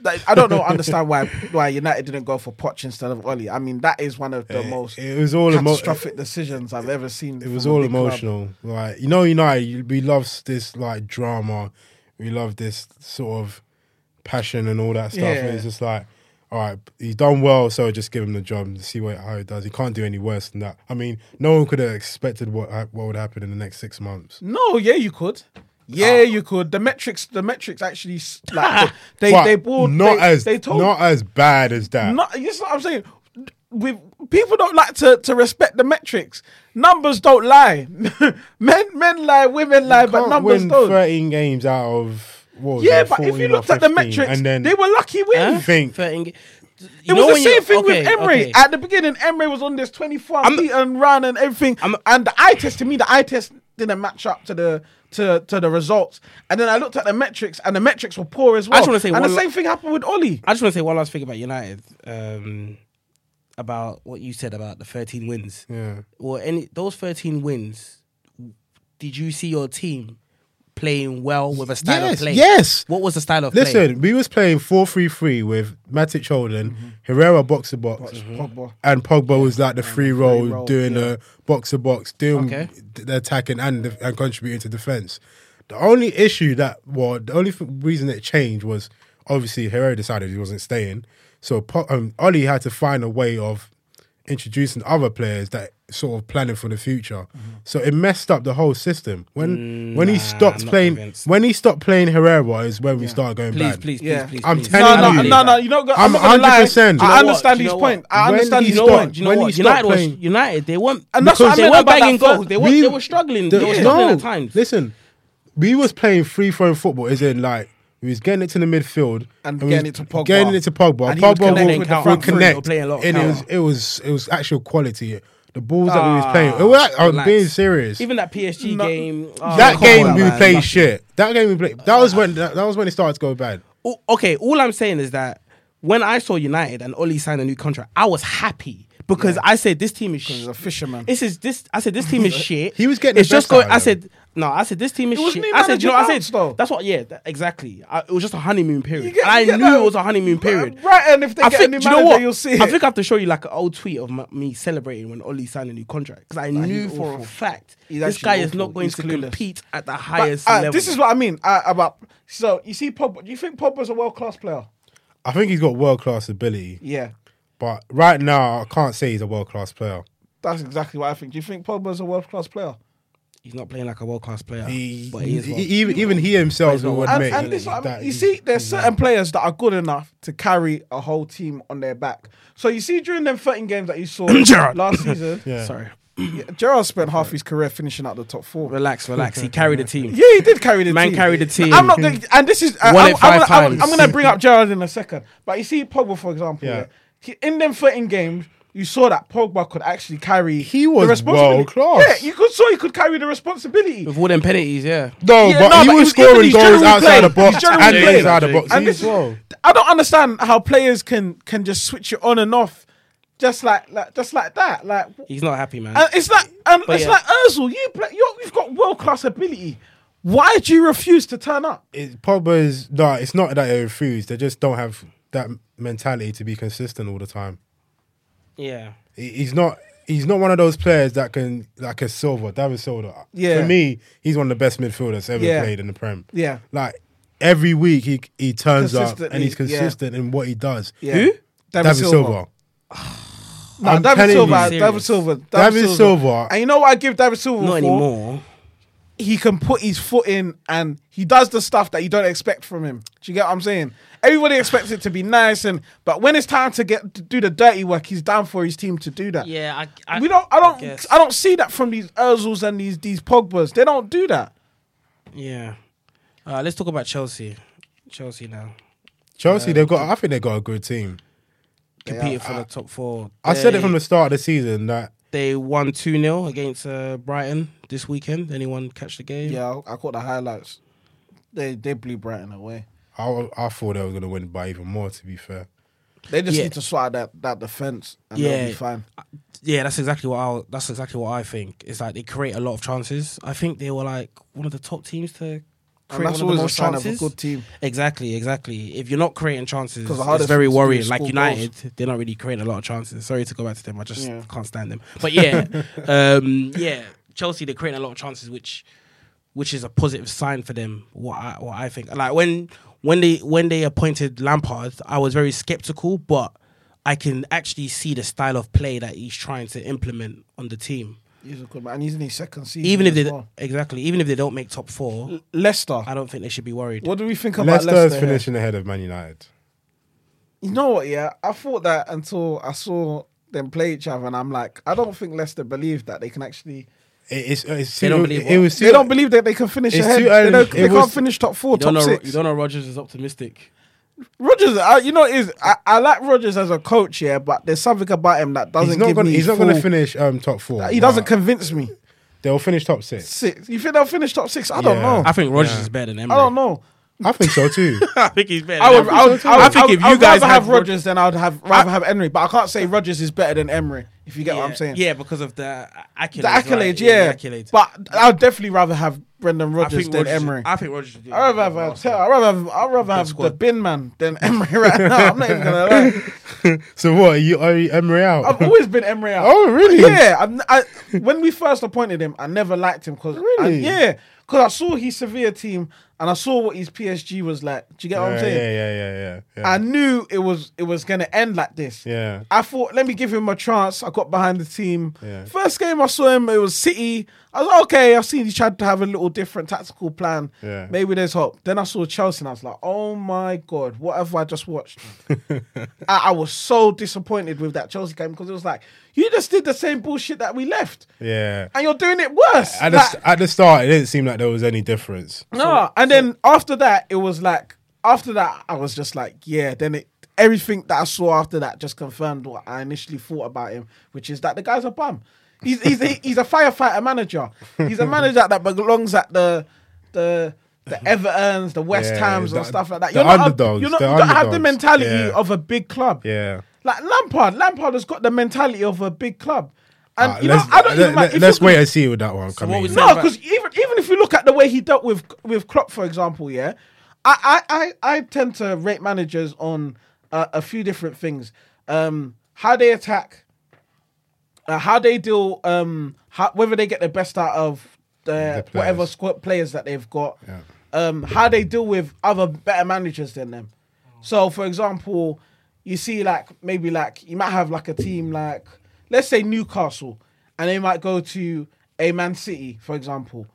Speaker 1: Like, I don't know, understand why why United didn't go for Poch instead of Oli. I mean, that is one of the most
Speaker 2: It was all emo-
Speaker 1: catastrophic decisions I've ever seen.
Speaker 2: It was
Speaker 1: from a
Speaker 2: all
Speaker 1: big club.
Speaker 2: emotional. Like you know, United, we love this like drama. We love this sort of passion and all that stuff.
Speaker 1: Yeah.
Speaker 2: And it's just like, all right, he's done well, so just give him the job and see what how he does. He can't do any worse than that. I mean, no one could have expected what ha- what would happen in the next six months.
Speaker 1: No, yeah, you could.
Speaker 2: Ah.
Speaker 1: Yeah, you could. The metrics, the metrics actually s- like they
Speaker 2: But
Speaker 1: they bought
Speaker 2: not
Speaker 1: they,
Speaker 2: as
Speaker 1: they told
Speaker 2: not as bad as that.
Speaker 1: No, you know what I'm saying. We people don't like to, to respect the metrics. Numbers don't lie. men men lie, women lie, but
Speaker 2: Can't
Speaker 1: numbers
Speaker 2: win
Speaker 1: don't.
Speaker 2: thirteen games out of what was
Speaker 1: yeah,
Speaker 2: it,
Speaker 1: but if
Speaker 2: 14
Speaker 1: you
Speaker 2: or
Speaker 1: looked at the
Speaker 2: 15,
Speaker 1: metrics,
Speaker 2: and then
Speaker 1: they were lucky wins.
Speaker 3: Huh?
Speaker 2: think-
Speaker 3: Fair eng- You
Speaker 1: It
Speaker 3: know
Speaker 1: was
Speaker 3: when
Speaker 1: the
Speaker 3: you-
Speaker 1: same thing with
Speaker 3: okay,
Speaker 1: Emery.
Speaker 3: okay.
Speaker 1: At the beginning, Emery was on this 24
Speaker 3: I'm-
Speaker 1: feet and run and everything.
Speaker 3: I'm-
Speaker 1: and the eye test to me, the eye test didn't match up to the to, to the results. And then I looked at the metrics, and the metrics were poor as well.
Speaker 3: just wanna say
Speaker 1: and
Speaker 3: one
Speaker 1: the
Speaker 3: la-
Speaker 1: same thing happened with Oli.
Speaker 3: I just want to say one last thing about United, um, about what you said about the 13 wins.
Speaker 2: Yeah.
Speaker 3: Well, any those 13 wins, did you see your team playing well with a style
Speaker 2: Yes,
Speaker 3: of play?
Speaker 2: yes.
Speaker 3: What was the style of play?
Speaker 2: Listen, we was playing 4-3-3 with Matic holding,
Speaker 3: Mm-hmm.
Speaker 2: Herrera box to box,
Speaker 1: Mm-hmm. Pogba.
Speaker 2: and Pogba was like the free role,
Speaker 1: role,
Speaker 2: doing the box to box, doing
Speaker 3: Okay.
Speaker 2: the attacking and the, and contributing to defense. The only issue that well, the only th- reason it changed was obviously Herrera decided he wasn't staying, so po- um, Oli had to find a way of introducing other players that sort of planning for the future. So it messed up the whole system. When when he
Speaker 3: Mm-hmm. nah,
Speaker 2: stopped
Speaker 3: I'm not
Speaker 2: playing,
Speaker 3: convinced.
Speaker 2: when he stopped playing Herrera is when we started going
Speaker 3: Please,
Speaker 2: bad.
Speaker 3: please, please,
Speaker 1: Yeah.
Speaker 3: please.
Speaker 2: I'm
Speaker 3: please.
Speaker 2: telling
Speaker 1: No,
Speaker 2: I
Speaker 1: no,
Speaker 2: believe
Speaker 1: no,
Speaker 2: that.
Speaker 1: no. You don't. Go, I'm,
Speaker 2: I'm
Speaker 1: not gonna lie.
Speaker 2: 100%. You know
Speaker 1: I
Speaker 2: what?
Speaker 1: understand
Speaker 3: Do you
Speaker 1: his
Speaker 3: know
Speaker 1: point.
Speaker 3: what?
Speaker 1: I
Speaker 2: When
Speaker 1: understand
Speaker 2: he
Speaker 1: his
Speaker 2: stopped-
Speaker 1: point.
Speaker 3: Do you know
Speaker 2: When
Speaker 3: what?
Speaker 2: he
Speaker 3: United
Speaker 2: stopped
Speaker 3: was
Speaker 2: playing-
Speaker 3: United. They weren't,
Speaker 1: And that's what I
Speaker 3: because they
Speaker 1: meant
Speaker 3: weren't
Speaker 1: about that
Speaker 3: banging
Speaker 1: fir-
Speaker 3: goals. They were,
Speaker 2: We-
Speaker 3: they were struggling.
Speaker 2: the-
Speaker 3: they were struggling
Speaker 2: no,
Speaker 3: at times.
Speaker 2: Listen, we was playing free throwing football. Is in like we was getting it to the midfield
Speaker 1: And
Speaker 2: we
Speaker 1: getting
Speaker 2: was
Speaker 1: it to Pogba.
Speaker 2: Getting it to Pogba.
Speaker 1: And he would
Speaker 2: Pogba
Speaker 1: connect
Speaker 2: will,
Speaker 1: with the
Speaker 2: will
Speaker 1: front three.
Speaker 3: They were
Speaker 2: connect.
Speaker 3: playing a lot of
Speaker 2: and it was
Speaker 3: counter.
Speaker 2: it was it was actual quality. The balls that we was playing. It
Speaker 1: Ah,
Speaker 2: was, like- I'm
Speaker 3: relax.
Speaker 2: being serious.
Speaker 3: Even that PSG
Speaker 1: No.
Speaker 3: game. oh,
Speaker 2: that
Speaker 3: come
Speaker 2: game
Speaker 3: on,
Speaker 2: we
Speaker 3: man.
Speaker 2: played shit. That game we played. That was when that, that was when it started to go bad.
Speaker 3: O- okay, all I'm saying is that when I saw United and Oli signed a new contract, I was happy because I said this team is
Speaker 1: He's
Speaker 3: shit.
Speaker 1: a fisherman.
Speaker 3: This is this. I said this team is shit.
Speaker 2: He was getting the
Speaker 3: It's just
Speaker 2: best out
Speaker 3: going.
Speaker 2: of
Speaker 3: I
Speaker 2: them.
Speaker 3: said no. I said this team is
Speaker 1: It wasn't
Speaker 3: shit.
Speaker 1: even
Speaker 3: I said you know. what I
Speaker 1: managed
Speaker 3: said
Speaker 1: though.
Speaker 3: that's what. Yeah, that- exactly. I, it was just a honeymoon period.
Speaker 1: You get-
Speaker 3: And I
Speaker 1: you get
Speaker 3: knew
Speaker 1: that-
Speaker 3: it was a honeymoon period.
Speaker 1: Right, and if they
Speaker 3: I
Speaker 1: get
Speaker 3: think
Speaker 1: any
Speaker 3: do you know
Speaker 1: manager,
Speaker 3: what?
Speaker 1: you'll see
Speaker 3: I
Speaker 1: it.
Speaker 3: think I have to show you like an old tweet of my, me celebrating when Oli signed a new contract because I knew for a
Speaker 1: awful.
Speaker 3: fact
Speaker 1: He's
Speaker 3: this
Speaker 1: actually
Speaker 3: guy is
Speaker 1: awful.
Speaker 3: not going
Speaker 1: He's
Speaker 3: to
Speaker 1: clueless.
Speaker 3: compete at the
Speaker 1: But,
Speaker 3: highest
Speaker 1: uh,
Speaker 3: level.
Speaker 1: This is what I mean uh, about. So you see, Pogba. Do you think Pogba's a world class player?
Speaker 2: I think he's got world class ability,
Speaker 1: Yeah,
Speaker 2: but right now I can't say he's a world class player.
Speaker 1: that's exactly what I think. Do you think Pogba's a world class player?
Speaker 3: he's not playing like a world class player,
Speaker 2: He,
Speaker 3: but he is.
Speaker 2: he-
Speaker 3: world-
Speaker 2: even even he himself
Speaker 3: he's not
Speaker 2: will
Speaker 3: world-
Speaker 1: And,
Speaker 2: admit
Speaker 1: and this, is what I mean.
Speaker 2: that
Speaker 1: you
Speaker 2: he's-
Speaker 1: see, there's certain players that are good enough to carry a whole team on their back. So you see, during them 13 games that you saw
Speaker 3: Gerrard.
Speaker 1: last season,
Speaker 2: Yeah.
Speaker 3: Sorry.
Speaker 1: yeah, Gerrard spent half his career finishing out the top four.
Speaker 3: Relax, relax. He carried the team.
Speaker 1: Yeah, he did carry the
Speaker 3: Man
Speaker 1: team.
Speaker 3: carried the team.
Speaker 1: I'm not going to, and this is, I,
Speaker 3: Won
Speaker 1: I,
Speaker 3: it
Speaker 1: am
Speaker 3: five
Speaker 1: gonna, I'm,
Speaker 3: times.
Speaker 1: I'm gonna bring up Gerard in a second. But you see, Pogba, for example,
Speaker 2: Yeah.
Speaker 1: yeah. he- in them 13 games, you saw that Pogba could actually carry
Speaker 2: He was
Speaker 1: the responsibility.
Speaker 2: world-class.
Speaker 1: Yeah, you could saw he could carry the responsibility.
Speaker 3: With all them penalties, yeah.
Speaker 2: No,
Speaker 1: Yeah,
Speaker 2: but
Speaker 1: no,
Speaker 2: he
Speaker 1: but
Speaker 2: was
Speaker 1: he's
Speaker 2: scoring
Speaker 1: generally
Speaker 2: goals
Speaker 1: generally
Speaker 2: outside the
Speaker 1: played. He's
Speaker 2: box
Speaker 1: generally
Speaker 2: and
Speaker 1: played.
Speaker 2: inside the box.
Speaker 1: And
Speaker 2: He
Speaker 1: this
Speaker 2: as well.
Speaker 1: is, I don't understand how players can can just switch it on and off, just like like just like that. Like
Speaker 3: He's not happy, man.
Speaker 1: and Uh, it's like and
Speaker 3: But
Speaker 1: it's
Speaker 3: yeah.
Speaker 1: like Özil. You play, you're, you've got world class ability. Why do you refuse to turn up?
Speaker 2: It, Pogba is no. It's not that they refuse. They just don't have that mentality to be consistent all the time.
Speaker 3: yeah.
Speaker 2: He- He's not. He's not one of those players that can like a Silva, David Silva.
Speaker 1: Yeah.
Speaker 2: For me, he's one of the best midfielders ever
Speaker 1: Yeah.
Speaker 2: played in the Prem.
Speaker 1: Yeah.
Speaker 2: Like every week he he turns up and he's
Speaker 1: Consistently, yeah.
Speaker 2: consistent in what he does.
Speaker 1: Yeah.
Speaker 3: Who?
Speaker 1: David,
Speaker 2: David
Speaker 1: Silva.
Speaker 2: Silva.
Speaker 1: No,
Speaker 2: I'm
Speaker 1: David,
Speaker 2: telling
Speaker 1: Silva
Speaker 3: you.
Speaker 1: David Silva. David,
Speaker 2: David
Speaker 1: Silva.
Speaker 2: Silva.
Speaker 1: And you know what I give David Silva
Speaker 3: Not
Speaker 1: for?
Speaker 3: anymore.
Speaker 1: He can put his foot in and he does the stuff that you don't expect from him. Do you get what I'm saying? Everybody expects it to be nice and but when it's time to get to do the dirty work, he's down for his team to do that.
Speaker 3: Yeah, I,
Speaker 1: we don't I don't I,
Speaker 3: guess.
Speaker 1: don't see that from these Urzels and these these Pogbas. They don't do that.
Speaker 3: Yeah. Uh, let's talk about Chelsea. Chelsea now.
Speaker 1: Uh,
Speaker 2: Chelsea, they've got. I think they've got a good team.
Speaker 3: Competing for the top four.
Speaker 2: I said it
Speaker 3: They-
Speaker 2: from the start of the season that
Speaker 3: They won 2 0 against uh, Brighton this weekend. Anyone catch the game?
Speaker 1: Yeah, I, I caught the highlights. They they blew Brighton away.
Speaker 2: I, I thought they were going to win by even more. To be fair,
Speaker 1: They just
Speaker 3: Yeah.
Speaker 1: need to sort out that, that defense and
Speaker 3: Yeah. Uh,
Speaker 1: they'll be fine.
Speaker 3: Yeah, that's exactly what I. That's exactly what I think. It's like they create a lot of chances. I think they were like one of the top teams to create
Speaker 1: that's
Speaker 3: one
Speaker 1: always
Speaker 3: of the
Speaker 1: a
Speaker 3: most
Speaker 1: sign of a
Speaker 3: chances.
Speaker 1: good team.
Speaker 3: Exactly, exactly. If you're not creating chances,
Speaker 1: 'Cause the
Speaker 3: it's
Speaker 1: hardest
Speaker 3: very
Speaker 1: thing to do is
Speaker 3: worrying. Like
Speaker 1: score
Speaker 3: United, they're not really creating a lot of chances. Sorry to go back to them. I just
Speaker 1: Yeah.
Speaker 3: can't stand them. But yeah, um, yeah. Chelsea, they're creating a lot of chances, which which is a positive sign for them. What I what I think. Like when when they when they appointed Lampard, I was very skeptical, but I can actually see the style of play that he's trying to implement on the team.
Speaker 1: He's a good man. And he's in his second season.
Speaker 3: Even if
Speaker 1: as
Speaker 3: they
Speaker 1: well.
Speaker 3: exactly, even if they don't make top four,
Speaker 1: Leicester.
Speaker 3: I don't think they should be worried.
Speaker 1: What do we think about
Speaker 2: Leicester's
Speaker 1: Leicester? here?
Speaker 2: finishing ahead of Man United.
Speaker 1: You know what? Yeah, I thought that until I saw them play each other, and I'm like, I don't think Leicester believe that they can actually.
Speaker 2: It, it's, uh, it's
Speaker 3: They
Speaker 2: too-
Speaker 3: don't believe
Speaker 2: it,
Speaker 3: what?
Speaker 2: was too,
Speaker 1: they don't believe that they can finish
Speaker 2: it's
Speaker 1: ahead.
Speaker 2: too early.
Speaker 1: They, don't,
Speaker 2: It
Speaker 1: they can't
Speaker 2: was-
Speaker 1: finish top four,
Speaker 3: You don't
Speaker 1: top
Speaker 3: know.
Speaker 1: six.
Speaker 3: You don't know. Rogers is optimistic.
Speaker 1: Rogers, I, you know, what it is I, I like Rogers as a coach, yeah, but there's something about him that doesn't
Speaker 2: He's not
Speaker 1: give
Speaker 2: going.
Speaker 1: me.
Speaker 2: He's not
Speaker 1: full-
Speaker 2: going to finish um, top four.
Speaker 1: He doesn't
Speaker 2: but
Speaker 1: convince me.
Speaker 2: They'll finish top six.
Speaker 1: Six. You think they'll finish top six? I don't
Speaker 2: Yeah.
Speaker 1: know.
Speaker 3: I think Rogers
Speaker 2: Yeah.
Speaker 3: is better than Emery.
Speaker 1: I don't know.
Speaker 2: I think so too.
Speaker 3: I think he's better.
Speaker 1: I would. I,
Speaker 3: Emery.
Speaker 1: would, I, would,
Speaker 3: I think if
Speaker 1: I
Speaker 3: you
Speaker 1: would
Speaker 3: guys
Speaker 1: rather have
Speaker 3: had Rog-
Speaker 1: Rogers, then I'd have rather have Emery. But I can't say Rogers is better than Emery. If you get
Speaker 3: yeah,
Speaker 1: what I'm saying,
Speaker 3: Yeah, because of the accolades.
Speaker 1: the accolades,
Speaker 3: right?
Speaker 1: yeah,
Speaker 3: the accolades.
Speaker 1: but I'd definitely rather have Brendan
Speaker 3: I
Speaker 1: Rodgers
Speaker 3: think
Speaker 1: than
Speaker 3: Rodgers-
Speaker 1: Emery.
Speaker 3: I think Rogers. Would do
Speaker 1: I'd rather have,
Speaker 3: better than
Speaker 1: Arteta. I'd rather have, I'd rather have the
Speaker 3: squad.
Speaker 1: bin man than Emery right now. I'm not even gonna lie.
Speaker 2: so what? Are you are you Emery out?
Speaker 1: I've always been Emery out.
Speaker 2: oh really?
Speaker 1: Yeah, I'm, I, when we first appointed him, I never liked him because
Speaker 2: Really?
Speaker 1: yeah, because I saw his severe team and I saw what his PSG was like. Do you get
Speaker 2: Yeah,
Speaker 1: what I'm
Speaker 2: yeah,
Speaker 1: saying?
Speaker 2: yeah, yeah, yeah, yeah.
Speaker 1: I knew it was it was gonna end like this.
Speaker 2: yeah.
Speaker 1: I thought, let me give him a chance. I got behind the team.
Speaker 2: Yeah.
Speaker 1: First game I saw him, it was City. I was like, okay, I've seen he tried to have a little different tactical plan.
Speaker 2: Yeah.
Speaker 1: Maybe there's hope. Then I saw Chelsea and I was like, oh my God, what have I just watched? I, I was so disappointed with that Chelsea game because it was like, you just did the same bullshit that we left
Speaker 2: yeah.
Speaker 1: and you're doing it worse.
Speaker 2: At the,
Speaker 1: Like,
Speaker 2: s at the start, it didn't seem like there was any difference.
Speaker 1: no, and then after that, it was like after that, I was just like, yeah. Then it everything that I saw after that just confirmed what I initially thought about him, which is that the guy's a bum. He's he's he- he's a firefighter manager. He's a manager that belongs at the the. The Everton's, the West
Speaker 2: Yeah,
Speaker 1: Hams,
Speaker 2: the-
Speaker 1: and stuff like that.
Speaker 2: the
Speaker 1: You're not,
Speaker 2: underdogs,
Speaker 1: You're not,
Speaker 2: the
Speaker 1: you don't have the
Speaker 2: underdogs.
Speaker 1: mentality
Speaker 2: Yeah.
Speaker 1: of a big club.
Speaker 2: Yeah.
Speaker 1: Like Lampard, Lampard has got the mentality of a big club. And
Speaker 2: Uh,
Speaker 1: you know,
Speaker 2: let's
Speaker 1: I don't
Speaker 2: let,
Speaker 1: even mind. if
Speaker 2: us
Speaker 1: you-
Speaker 2: wait and see with that one coming.
Speaker 3: what was
Speaker 1: no,
Speaker 3: Think about-
Speaker 1: because even even if you look at the way he dealt with with Klopp, for example, yeah, I I I, I tend to rate managers on uh, a few different things: um, how they attack, uh, how they deal, um, how, whether they get the best out of
Speaker 2: The
Speaker 1: the,
Speaker 2: players.
Speaker 1: whatever squad players that they've got,
Speaker 2: Yeah.
Speaker 1: um, how they deal with other better managers than them. So, for example, you see like maybe like you might have like a team like let's say Newcastle, and they might go to a Man City, for example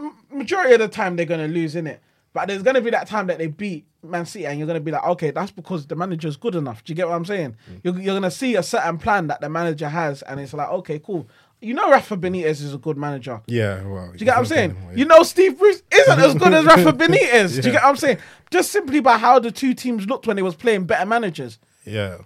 Speaker 1: more majority of the time they're gonna lose in it. But there's gonna be that time that they beat Man City, and you're gonna be like, okay, that's because the manager's good enough. Do you get what I'm saying?
Speaker 3: Mm.
Speaker 1: You're, you're gonna see a certain plan that the manager has, and it's like, okay, cool. You know, Rafa Benitez is a good manager.
Speaker 2: Yeah, well,
Speaker 1: Do you get what I'm saying? You know, Steve Bruce isn't as good as Rafa Benitez. Do you get what I'm saying? Just simply by how the two teams looked when they was playing better managers.
Speaker 2: yeah,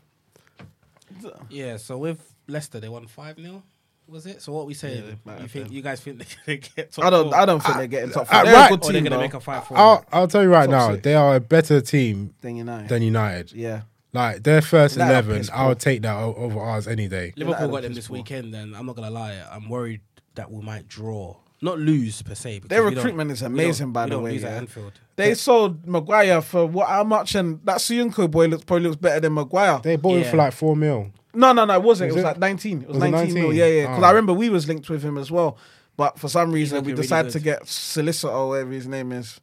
Speaker 3: Yeah. So with Leicester, they won five 0 Was it? So what we saying? you think you guys think they can get? Top
Speaker 1: I don't,
Speaker 3: four?
Speaker 1: I don't think they're getting top four.
Speaker 2: uh,
Speaker 1: They're
Speaker 2: right.
Speaker 1: a good
Speaker 3: Or they're
Speaker 1: team
Speaker 3: gonna
Speaker 1: though.
Speaker 3: make a five four.
Speaker 2: I'll, I'll tell you right
Speaker 1: Top
Speaker 2: now,
Speaker 1: six.
Speaker 2: they are a better team
Speaker 1: Then United.
Speaker 2: than United.
Speaker 1: yeah.
Speaker 2: Like their first
Speaker 1: United are
Speaker 2: eleven,
Speaker 1: piss poor.
Speaker 2: I'll take that o- over ours any day.
Speaker 3: Liverpool
Speaker 1: United
Speaker 3: got them
Speaker 1: is
Speaker 3: this
Speaker 1: poor.
Speaker 3: weekend, and I'm not gonna lie, I'm worried that we might draw, not lose per se. because
Speaker 1: Their
Speaker 3: we don't-
Speaker 1: recruitment is
Speaker 3: we don't-
Speaker 1: amazing, by
Speaker 3: we
Speaker 1: the
Speaker 3: don't
Speaker 1: way,
Speaker 3: lose at
Speaker 1: yeah.
Speaker 3: Anfield.
Speaker 1: They sold Maguire for what? How much? And that Suyunko boy looks probably looks better than Maguire.
Speaker 2: They bought him
Speaker 3: Yeah.
Speaker 2: for like four mil.
Speaker 1: no, no, no, it wasn't. it
Speaker 2: Was
Speaker 1: was
Speaker 2: it-
Speaker 1: like nineteen. It was,
Speaker 2: was it
Speaker 1: nineteen. mil.
Speaker 2: 19?
Speaker 1: Yeah, yeah. Because
Speaker 2: Oh.
Speaker 1: I remember we was linked with him as well, but for some reason we
Speaker 3: looking really
Speaker 1: decided to
Speaker 3: good.
Speaker 1: get Solicitor, or whatever his name is.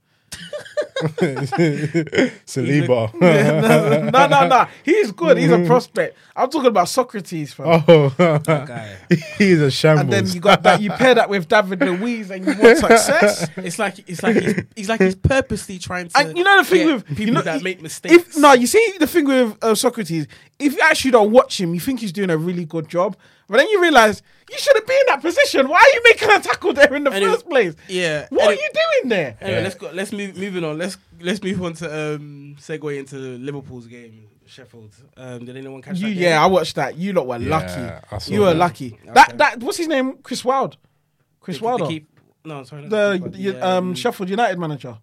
Speaker 2: Saliba.
Speaker 1: no, no, no. He's good. He's a prospect. I'm talking about Socrates, fam.
Speaker 2: oh,
Speaker 3: Guy.
Speaker 2: he's a
Speaker 1: And then
Speaker 2: shambles.
Speaker 1: you got that. You pair that with David Luiz, and you want success.
Speaker 3: It's like it's like he's, he's like he's purposely trying to.
Speaker 1: And you know the thing
Speaker 3: get
Speaker 1: with
Speaker 3: people
Speaker 1: you know,
Speaker 3: that
Speaker 1: i-
Speaker 3: make mistakes.
Speaker 1: If, no, you see the thing with uh, Socrates. If you actually don't watch him, you think he's doing a really good job, but then you realize you shouldn't be in that position. Why are you making a tackle there in the
Speaker 3: And it-
Speaker 1: first place?
Speaker 3: yeah.
Speaker 1: What
Speaker 3: and
Speaker 1: are
Speaker 3: it-
Speaker 1: you doing there?
Speaker 3: Anyway,
Speaker 2: Yeah.
Speaker 3: let's go. Let's move. Moving on. Let's let's move on to um segue into Liverpool's game, Sheffield. Um, did anyone catch
Speaker 1: You,
Speaker 3: that? game?
Speaker 1: yeah, I watched that. You lot were
Speaker 2: Yeah, I
Speaker 1: lucky.
Speaker 2: saw
Speaker 1: You were
Speaker 2: that.
Speaker 1: lucky. That that what's his name? Chris Wild. Chris
Speaker 3: The- the
Speaker 1: Wilder,
Speaker 3: keep- no, sorry. not
Speaker 1: the, y-
Speaker 3: keeper,
Speaker 1: um, Sheffield United manager.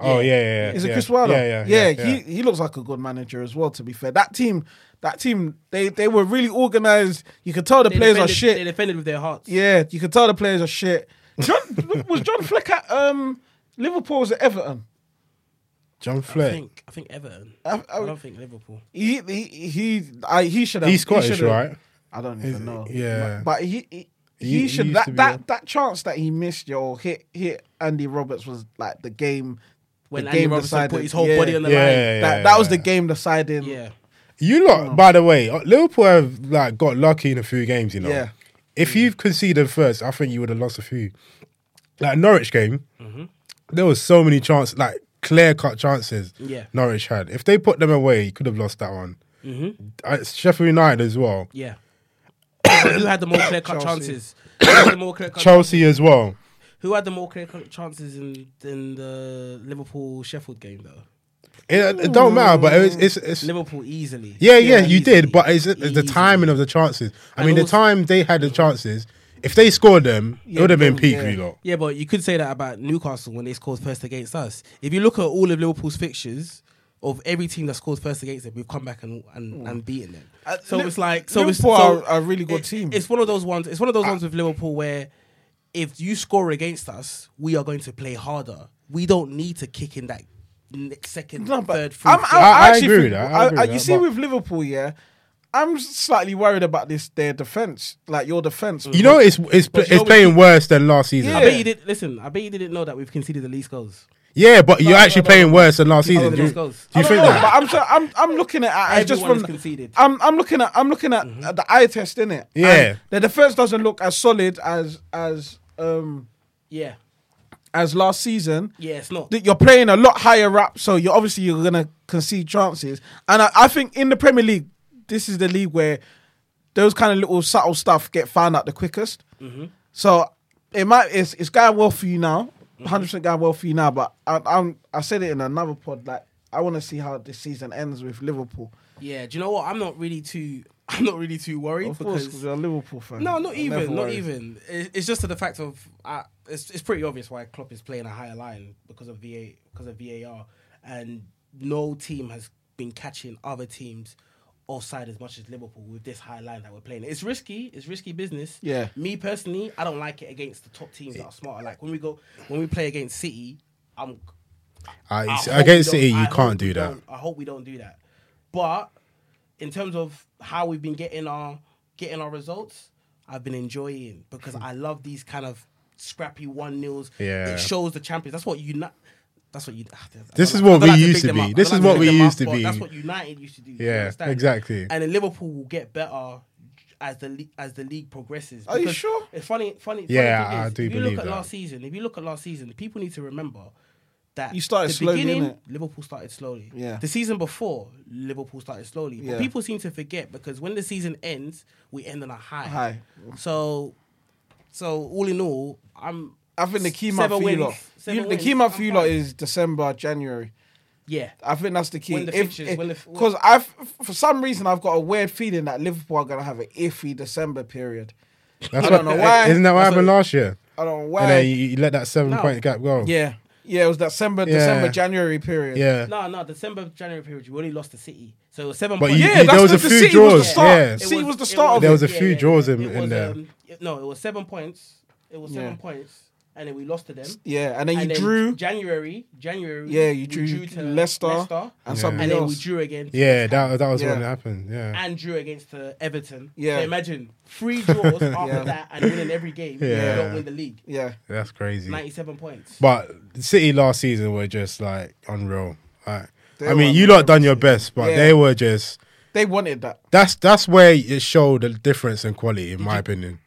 Speaker 2: oh yeah, yeah. yeah
Speaker 1: Is it
Speaker 2: yeah.
Speaker 1: Chris Wilder?
Speaker 2: Yeah, yeah, yeah.
Speaker 1: He he looks like a good manager as well. To be fair, that team, that team, they they were really organized. You could tell the
Speaker 3: They
Speaker 1: players are
Speaker 3: defended-
Speaker 1: shit.
Speaker 3: They defended with their hearts.
Speaker 1: Yeah, you could tell the players are shit. John, was John Fleck at um, Liverpool? or Was it Everton?
Speaker 2: John
Speaker 3: I
Speaker 2: Fleck.
Speaker 3: think I think Everton.
Speaker 1: I-
Speaker 3: I,
Speaker 1: I-
Speaker 3: don't think Liverpool.
Speaker 1: He he he I, he should have.
Speaker 2: He's Scottish,
Speaker 1: he
Speaker 2: right?
Speaker 1: I don't
Speaker 2: Is-
Speaker 1: even know.
Speaker 2: yeah.
Speaker 1: but he he, he,
Speaker 2: He- he
Speaker 1: should
Speaker 2: used to
Speaker 1: that
Speaker 2: be
Speaker 1: that,
Speaker 2: a-
Speaker 1: that chance that he missed, yo, hit hit Andy Roberts was like the game.
Speaker 3: When
Speaker 1: the
Speaker 3: Andy
Speaker 1: game
Speaker 3: Robertson put
Speaker 1: decided-
Speaker 3: his whole
Speaker 1: yeah,
Speaker 3: body on the
Speaker 2: Yeah,
Speaker 3: line.
Speaker 2: yeah,
Speaker 1: that that was the
Speaker 2: yeah.
Speaker 1: game deciding.
Speaker 3: Yeah.
Speaker 2: You
Speaker 3: Oh.
Speaker 2: lot, by the way, uh, Liverpool have like got lucky in a few games. You know,
Speaker 1: Yeah.
Speaker 2: if you've conceded first, I think you would have lost a few. Like Norwich game,
Speaker 3: Mm-hmm.
Speaker 2: there was so many chances, like clear cut chances.
Speaker 3: Yeah.
Speaker 2: Norwich had. If they put them away, you could have lost that one.
Speaker 3: Mm-hmm.
Speaker 2: Uh, Sheffield United as well,
Speaker 3: Yeah. Who had the more clear cut
Speaker 1: Chelsea.
Speaker 3: chances? Who had the more clear cut
Speaker 2: Chelsea as well.
Speaker 3: Who had the more clear cut chances in, in the Liverpool Sheffield game though?
Speaker 2: It, it don't matter, but it's it's, it's
Speaker 3: Liverpool easily.
Speaker 2: yeah, yeah, you
Speaker 3: easily.
Speaker 2: did, but it's, it's the
Speaker 3: Easily.
Speaker 2: timing of the chances. I
Speaker 3: And
Speaker 2: mean, the
Speaker 3: also-
Speaker 2: time they had the chances, if they scored them, it would have been
Speaker 1: yeah.
Speaker 2: peak you lot.
Speaker 3: Yeah, but you could say that about Newcastle when they scored first against us. If you look at all of Liverpool's fixtures of every team that scores first against them, we've come back and and, and beaten them.
Speaker 1: Uh,
Speaker 3: So
Speaker 1: Liv-
Speaker 3: it's like so it's
Speaker 1: Liverpool
Speaker 3: so
Speaker 1: are a really good
Speaker 3: it-
Speaker 1: team. Uh,
Speaker 3: It's one of those ones. It's one of those ones with Liverpool where if you score against us, we are going to play harder. We don't need to kick in that n- second,
Speaker 1: No, but
Speaker 3: third, free
Speaker 1: I'm,
Speaker 3: kick.
Speaker 1: I,
Speaker 2: I- I
Speaker 1: actually
Speaker 2: agree
Speaker 1: think-
Speaker 2: with that, I
Speaker 1: I-
Speaker 2: agree
Speaker 1: I-
Speaker 2: with
Speaker 1: you
Speaker 2: that,
Speaker 1: see,
Speaker 2: but-
Speaker 1: with Liverpool, yeah, I'm slightly worried about this their defense, like your defense.
Speaker 2: You know, it's it's
Speaker 1: But you
Speaker 2: it's
Speaker 1: know
Speaker 2: playing worse than last season.
Speaker 1: Yeah.
Speaker 2: I
Speaker 3: I
Speaker 2: bet.
Speaker 3: bet you did. Listen, I bet you didn't know that we've conceded the least goals.
Speaker 2: Yeah, but you're
Speaker 3: no,
Speaker 2: actually
Speaker 3: no,
Speaker 2: playing worse than last season.
Speaker 3: the
Speaker 2: Do you,
Speaker 3: least
Speaker 2: do you
Speaker 3: goals.
Speaker 2: think
Speaker 1: I don't know,
Speaker 2: that?
Speaker 1: But I'm, so, I'm I'm looking at it as just
Speaker 3: Everyone
Speaker 1: from
Speaker 3: is conceded. Mm-hmm.
Speaker 1: I'm I'm looking at I'm looking at at the eye test in it.
Speaker 2: Yeah.
Speaker 1: the defense doesn't look as solid as as um
Speaker 3: Yeah,
Speaker 1: as last season.
Speaker 3: yeah, it's not.
Speaker 1: That You're playing a lot higher up, so you're obviously you're gonna concede chances. And I, I think in the Premier League, this is the league where those kind of little subtle stuff get found out the quickest.
Speaker 3: Mm-hmm.
Speaker 1: So it might it's it's going well for you now,
Speaker 3: Mm-hmm.
Speaker 1: hundred percent going well for you now. But I, I'm I said it in another pod like I want to see how this season ends with Liverpool.
Speaker 3: Yeah, do you know what? I'm not really too. I'm not really too worried
Speaker 1: Of course,
Speaker 3: because
Speaker 1: 'cause you're a Liverpool fan.
Speaker 3: no, not
Speaker 1: I'm never
Speaker 3: even, not
Speaker 1: worried.
Speaker 3: even. It- It's just to the fact of uh, it's it's pretty obvious why Klopp is playing a higher line because of VA because of VAR, and no team has been catching other teams offside as much as Liverpool with this high line that we're playing. It's risky. It's risky business.
Speaker 1: Yeah.
Speaker 3: Me personally, I don't like it against the top teams that are smarter. Like when we go when we play against City, I'm
Speaker 2: Ah,
Speaker 3: I
Speaker 2: it's-
Speaker 3: hope
Speaker 2: against
Speaker 3: we
Speaker 2: City,
Speaker 3: don't- I
Speaker 2: you
Speaker 3: hope
Speaker 2: can't
Speaker 3: we
Speaker 2: do that.
Speaker 3: don't- I hope we don't do that. But in terms of how we've been getting our getting our results, I've been enjoying because I love these kind of scrappy one nils.
Speaker 2: Yeah.
Speaker 3: it shows the champions. That's what United. That's what you.
Speaker 2: This is
Speaker 3: I
Speaker 2: what
Speaker 3: don't
Speaker 2: we
Speaker 3: like big
Speaker 2: used to
Speaker 3: them
Speaker 2: be.
Speaker 3: up. I
Speaker 2: This
Speaker 3: don't
Speaker 2: is
Speaker 3: like
Speaker 2: what
Speaker 3: big
Speaker 2: we
Speaker 3: them up,
Speaker 2: used to
Speaker 3: but
Speaker 2: be.
Speaker 3: That's what United used to do. you
Speaker 2: Yeah,
Speaker 3: understand?
Speaker 2: exactly.
Speaker 3: And then Liverpool will get better as the le- as the league progresses.
Speaker 1: Are you
Speaker 3: Because
Speaker 1: sure?
Speaker 3: It's funny. Funny. funny
Speaker 2: Yeah,
Speaker 3: thing
Speaker 2: I
Speaker 3: is,
Speaker 2: do
Speaker 3: if you
Speaker 2: believe
Speaker 3: look at
Speaker 2: that.
Speaker 3: last season, if you look at last season, people need to remember that
Speaker 1: You started
Speaker 3: the
Speaker 1: slowly,
Speaker 3: beginning,
Speaker 1: innit?
Speaker 3: Liverpool started slowly.
Speaker 1: Yeah.
Speaker 3: The season before, Liverpool started slowly. But
Speaker 1: Yeah.
Speaker 3: people seem to forget because when the season ends, we end on a high.
Speaker 1: High.
Speaker 3: So, so all in all, I'm.
Speaker 1: I think the key
Speaker 3: s-
Speaker 1: month
Speaker 3: seven
Speaker 1: for you
Speaker 3: wins,
Speaker 1: lot,
Speaker 3: seven
Speaker 1: you- the key
Speaker 3: wins,
Speaker 1: month
Speaker 3: I'm
Speaker 1: for you lot
Speaker 3: fine.
Speaker 1: is December, January.
Speaker 3: yeah.
Speaker 1: I think that's the key.
Speaker 3: When the fixtures- when the f-
Speaker 1: because I've for some reason I've got a weird feeling that Liverpool are gonna have an iffy December period.
Speaker 2: That's
Speaker 1: I don't know why.
Speaker 2: Isn't that what
Speaker 1: That's
Speaker 2: happened
Speaker 1: what-
Speaker 2: last year?
Speaker 1: I don't know
Speaker 2: And
Speaker 1: why.
Speaker 2: then you, you let that seven
Speaker 3: No.
Speaker 2: point gap go.
Speaker 1: yeah, yeah, it was that December,
Speaker 2: Yeah.
Speaker 1: December, January period.
Speaker 2: yeah.
Speaker 3: No, no, December, January period, you only lost to City. So it was seven
Speaker 2: But
Speaker 3: points.
Speaker 2: you-
Speaker 1: yeah,
Speaker 2: there
Speaker 1: that's
Speaker 2: was
Speaker 1: the,
Speaker 2: a
Speaker 1: the
Speaker 2: few
Speaker 1: City
Speaker 2: draws,
Speaker 1: Was the start.
Speaker 2: yeah.
Speaker 1: City was, the start of
Speaker 2: There
Speaker 1: it.
Speaker 2: was a few draws in-
Speaker 3: it
Speaker 2: in
Speaker 3: was,
Speaker 2: there.
Speaker 3: Um, no, it was seven points. It was seven
Speaker 1: Yeah.
Speaker 3: points, and then we lost to them.
Speaker 1: yeah, and then you
Speaker 3: and then
Speaker 1: drew.
Speaker 3: January, January.
Speaker 1: yeah,
Speaker 3: we
Speaker 1: you drew, Leicester, and
Speaker 2: Yeah.
Speaker 1: somebody
Speaker 3: and then we
Speaker 1: else.
Speaker 3: drew against
Speaker 2: Yeah, that that was
Speaker 1: Yeah.
Speaker 2: what happened. Yeah.
Speaker 3: and drew against uh, Everton.
Speaker 1: Yeah.
Speaker 3: So imagine three draws after
Speaker 1: Yeah.
Speaker 3: that and winning every game.
Speaker 2: Yeah.
Speaker 3: You don't win the league.
Speaker 1: yeah,
Speaker 2: That's crazy.
Speaker 3: Ninety-seven points.
Speaker 2: But City last season were just like unreal. Like,
Speaker 1: They
Speaker 2: I
Speaker 1: were
Speaker 2: mean, you lot done your best, but
Speaker 1: Yeah.
Speaker 2: they were just.
Speaker 1: they wanted that.
Speaker 2: That's that's where it showed the difference in quality, in my opinion.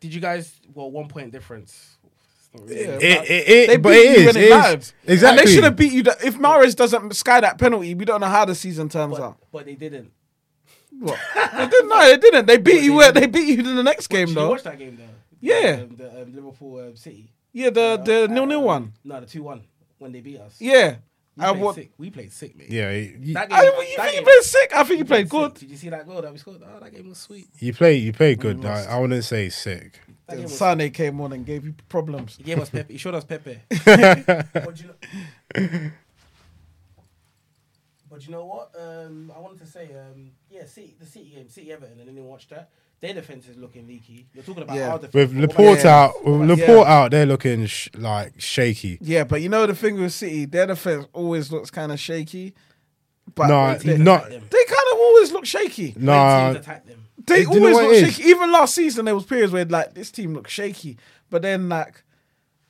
Speaker 3: Did you guys? Well, one point difference. It's not really-
Speaker 1: Yeah.
Speaker 2: It, it, it,
Speaker 1: They
Speaker 2: but
Speaker 1: beat
Speaker 2: it
Speaker 1: you
Speaker 2: is,
Speaker 1: when
Speaker 2: it
Speaker 1: it
Speaker 2: is-
Speaker 1: mattered.
Speaker 2: exactly.
Speaker 1: Like, they should have beat you. That if Mares doesn't sky that penalty, we don't know how the season turns
Speaker 3: But,
Speaker 1: out.
Speaker 3: but they didn't.
Speaker 1: What? they didn't, no, they didn't. They beat you. where- They beat you in the next game
Speaker 3: Did
Speaker 1: though.
Speaker 3: you watch that game though?
Speaker 1: Yeah.
Speaker 3: Um, the um, Liverpool um, City.
Speaker 1: Yeah, the the
Speaker 3: Uh,
Speaker 1: nil nil
Speaker 3: um,
Speaker 1: one.
Speaker 3: No, the two one when they beat us.
Speaker 1: Yeah,
Speaker 3: We
Speaker 1: I
Speaker 3: played
Speaker 1: what?
Speaker 3: sick. We played sick, mate.
Speaker 2: Yeah, you,
Speaker 3: That game.
Speaker 1: I, you
Speaker 3: that
Speaker 1: think you
Speaker 3: game-
Speaker 1: played sick? I think you played
Speaker 3: sick.
Speaker 1: good.
Speaker 3: Did you see that goal that we scored? Oh, that game was sweet.
Speaker 2: you play you play good. I, I wouldn't say sick.
Speaker 3: That game was
Speaker 1: Sane came on and gave you problems.
Speaker 3: He gave us Pepe. He showed us Pepe. But you know- But you know what? Um, I wanted to say, um, yeah, City, the City game, City Everton, and then you watch that. Their defense is looking leaky. You're talking about
Speaker 1: Yeah.
Speaker 3: our defense.
Speaker 2: With
Speaker 3: but what about
Speaker 2: Laporte
Speaker 3: theirs?
Speaker 2: out, with
Speaker 3: What about-
Speaker 2: Laporte out, they're looking sh- like shaky.
Speaker 1: Yeah, but you know the thing with City, their defense always looks kind of shaky. But
Speaker 2: No,
Speaker 1: they,
Speaker 3: Teams
Speaker 1: they
Speaker 2: no.
Speaker 3: attack them.
Speaker 1: kind of always look shaky.
Speaker 2: Nah,
Speaker 3: Teams attack them.
Speaker 1: They
Speaker 2: Do you know
Speaker 1: always
Speaker 2: what
Speaker 1: look
Speaker 2: it is?
Speaker 1: shaky. Even last season, there was periods where like this team looked shaky, but then like,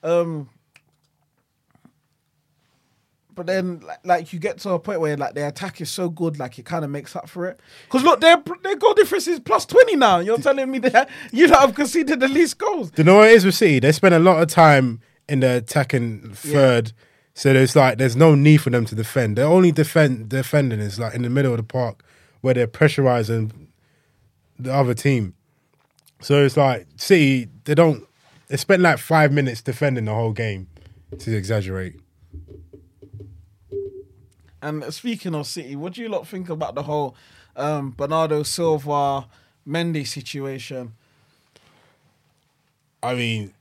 Speaker 1: um, but then like, like you get to a point where like their attack is so good, like it kind of makes up for it. Because look, their their goal difference is plus twenty now. You're telling me that you lot have conceded the least goals.
Speaker 2: Do you know what it is with City? They spend a lot of time in the attacking third. So there's like there's no need for them to defend. Their only defend defending is like in the middle of the park where they're pressurizing the other team. So it's like City, they don't they spend like five minutes defending the whole game to exaggerate.
Speaker 1: And speaking of City, what do you lot think about the whole um, Bernardo Silva Mendy situation?
Speaker 2: I mean,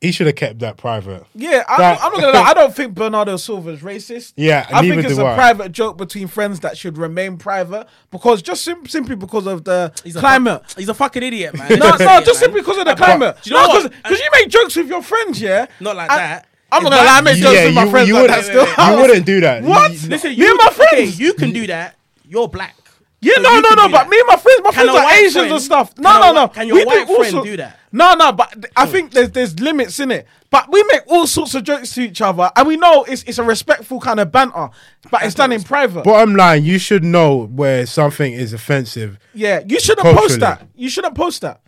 Speaker 2: he should have kept that private.
Speaker 1: Yeah, I,
Speaker 2: That-
Speaker 1: I'm not gonna lie. I don't think Bernardo Silva is racist.
Speaker 2: Yeah,
Speaker 1: I think
Speaker 2: neither
Speaker 1: it's
Speaker 2: do
Speaker 1: a
Speaker 2: I.
Speaker 1: private joke between friends that should remain private because just sim- simply because of the
Speaker 3: He's a
Speaker 1: climate.
Speaker 3: fuck- he's a fucking idiot, man.
Speaker 1: No,
Speaker 3: He's an
Speaker 1: no,
Speaker 3: idiot,
Speaker 1: just
Speaker 3: man.
Speaker 1: simply because of the
Speaker 3: But-
Speaker 1: climate.
Speaker 3: Do you know
Speaker 1: no,
Speaker 3: what?
Speaker 1: because you make jokes with your friends, yeah.
Speaker 3: Not like
Speaker 1: I-
Speaker 3: that.
Speaker 1: I'm not
Speaker 3: If
Speaker 1: gonna lie. I
Speaker 3: that-
Speaker 1: make jokes with my friends
Speaker 2: you
Speaker 1: like
Speaker 2: would,
Speaker 1: that
Speaker 3: wait, wait,
Speaker 1: still.
Speaker 3: wait.
Speaker 2: you wouldn't do that.
Speaker 1: What?
Speaker 2: You-
Speaker 3: Listen,
Speaker 1: Me
Speaker 3: you,
Speaker 1: and my
Speaker 3: okay,
Speaker 1: friends.
Speaker 3: you can do that. You're black.
Speaker 1: Yeah,
Speaker 3: So
Speaker 1: no,
Speaker 3: you
Speaker 1: no,
Speaker 3: can
Speaker 1: no.
Speaker 3: do
Speaker 1: But
Speaker 3: that.
Speaker 1: me and my friends, my
Speaker 3: Can
Speaker 1: friends
Speaker 3: a
Speaker 1: are
Speaker 3: white
Speaker 1: Asians
Speaker 3: friend-
Speaker 1: and stuff.
Speaker 3: can
Speaker 1: No,
Speaker 3: a
Speaker 1: no,
Speaker 3: whi-
Speaker 1: no.
Speaker 3: can your white friend do that?
Speaker 1: No, no. But th- I think there's there's limits in it. But we make all sorts of jokes to each other, and we know it's it's a respectful kind of banter, but it's done in private.
Speaker 2: Bottom line, you should know where something is offensive.
Speaker 1: Yeah, you shouldn't
Speaker 2: Culturally.
Speaker 1: post that. You shouldn't post that.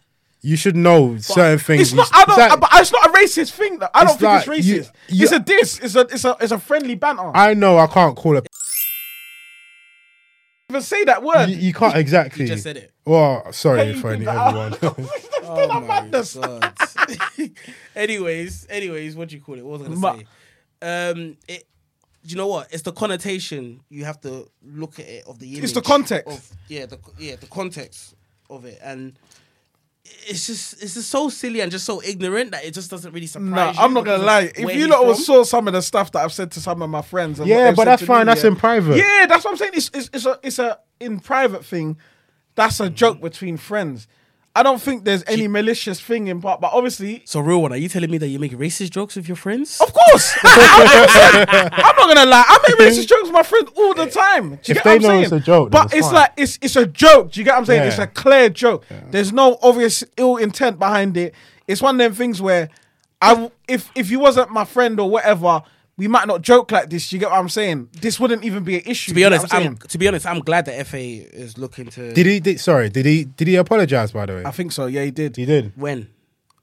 Speaker 2: You should know certain things.
Speaker 1: It's
Speaker 2: You
Speaker 1: not.
Speaker 2: s-
Speaker 1: I don't.
Speaker 2: that-
Speaker 1: but it's not a racist thing. Though. I don't
Speaker 2: It's
Speaker 1: think it's
Speaker 2: like you-
Speaker 1: racist.
Speaker 2: you-
Speaker 1: it's a diss. It's a. It's a. It's a friendly banter. I
Speaker 2: I know I can't call it.
Speaker 1: even say that word.
Speaker 2: You, you can't exactly.
Speaker 3: just said it.
Speaker 2: Well, sorry
Speaker 1: Can you
Speaker 2: for
Speaker 1: beat
Speaker 2: any,
Speaker 1: that out?
Speaker 2: everyone.
Speaker 1: Still a madness.
Speaker 3: God. anyways, anyways, what do you call it? What was I gonna
Speaker 1: Ma-
Speaker 3: say? Um, it, do you know what? It's the connotation you have to look at it of the. Image
Speaker 1: the context.
Speaker 3: Of, yeah, the yeah the context of it, and it's just it's just so silly and just so ignorant that it just doesn't really surprise
Speaker 1: Nah,
Speaker 3: you.
Speaker 1: I'm not gonna
Speaker 3: because
Speaker 1: lie.
Speaker 3: of
Speaker 1: If
Speaker 3: where
Speaker 1: you
Speaker 3: he's
Speaker 1: lot was
Speaker 3: from.
Speaker 1: saw some of the stuff that I've said to some of my friends, and what
Speaker 2: Yeah,
Speaker 1: they've
Speaker 2: but
Speaker 1: said
Speaker 2: that's
Speaker 1: to
Speaker 2: fine,
Speaker 1: me,
Speaker 2: that's in private.
Speaker 1: Yeah, that's what I'm saying. It's it's, it's a it's a in private thing. That's a joke between friends. I don't think there's any malicious thing in part, but obviously
Speaker 3: So real one, are you telling me that you make racist jokes with your friends?
Speaker 1: Of course. I'm not gonna lie. I make racist jokes with my friends all the time. Do you
Speaker 2: If
Speaker 1: get what
Speaker 2: they
Speaker 1: I'm
Speaker 2: know
Speaker 1: saying?
Speaker 2: it's a joke, then
Speaker 1: but
Speaker 2: it's
Speaker 1: it's
Speaker 2: fine.
Speaker 1: like it's it's a joke. Do you get what I'm saying?
Speaker 2: Yeah.
Speaker 1: It's a clear joke. There's no obvious ill intent behind it. It's one of them things where I w- if if you wasn't my friend or whatever, we might not joke like this. Do you get what I'm saying? This wouldn't even be an issue.
Speaker 3: To be honest,
Speaker 1: i
Speaker 3: I'm, to be honest, I'm glad that FA is looking to.
Speaker 2: did he? Did, sorry, did he? Did he apologize? By the way,
Speaker 1: I think so. Yeah, he did.
Speaker 2: he did.
Speaker 3: when?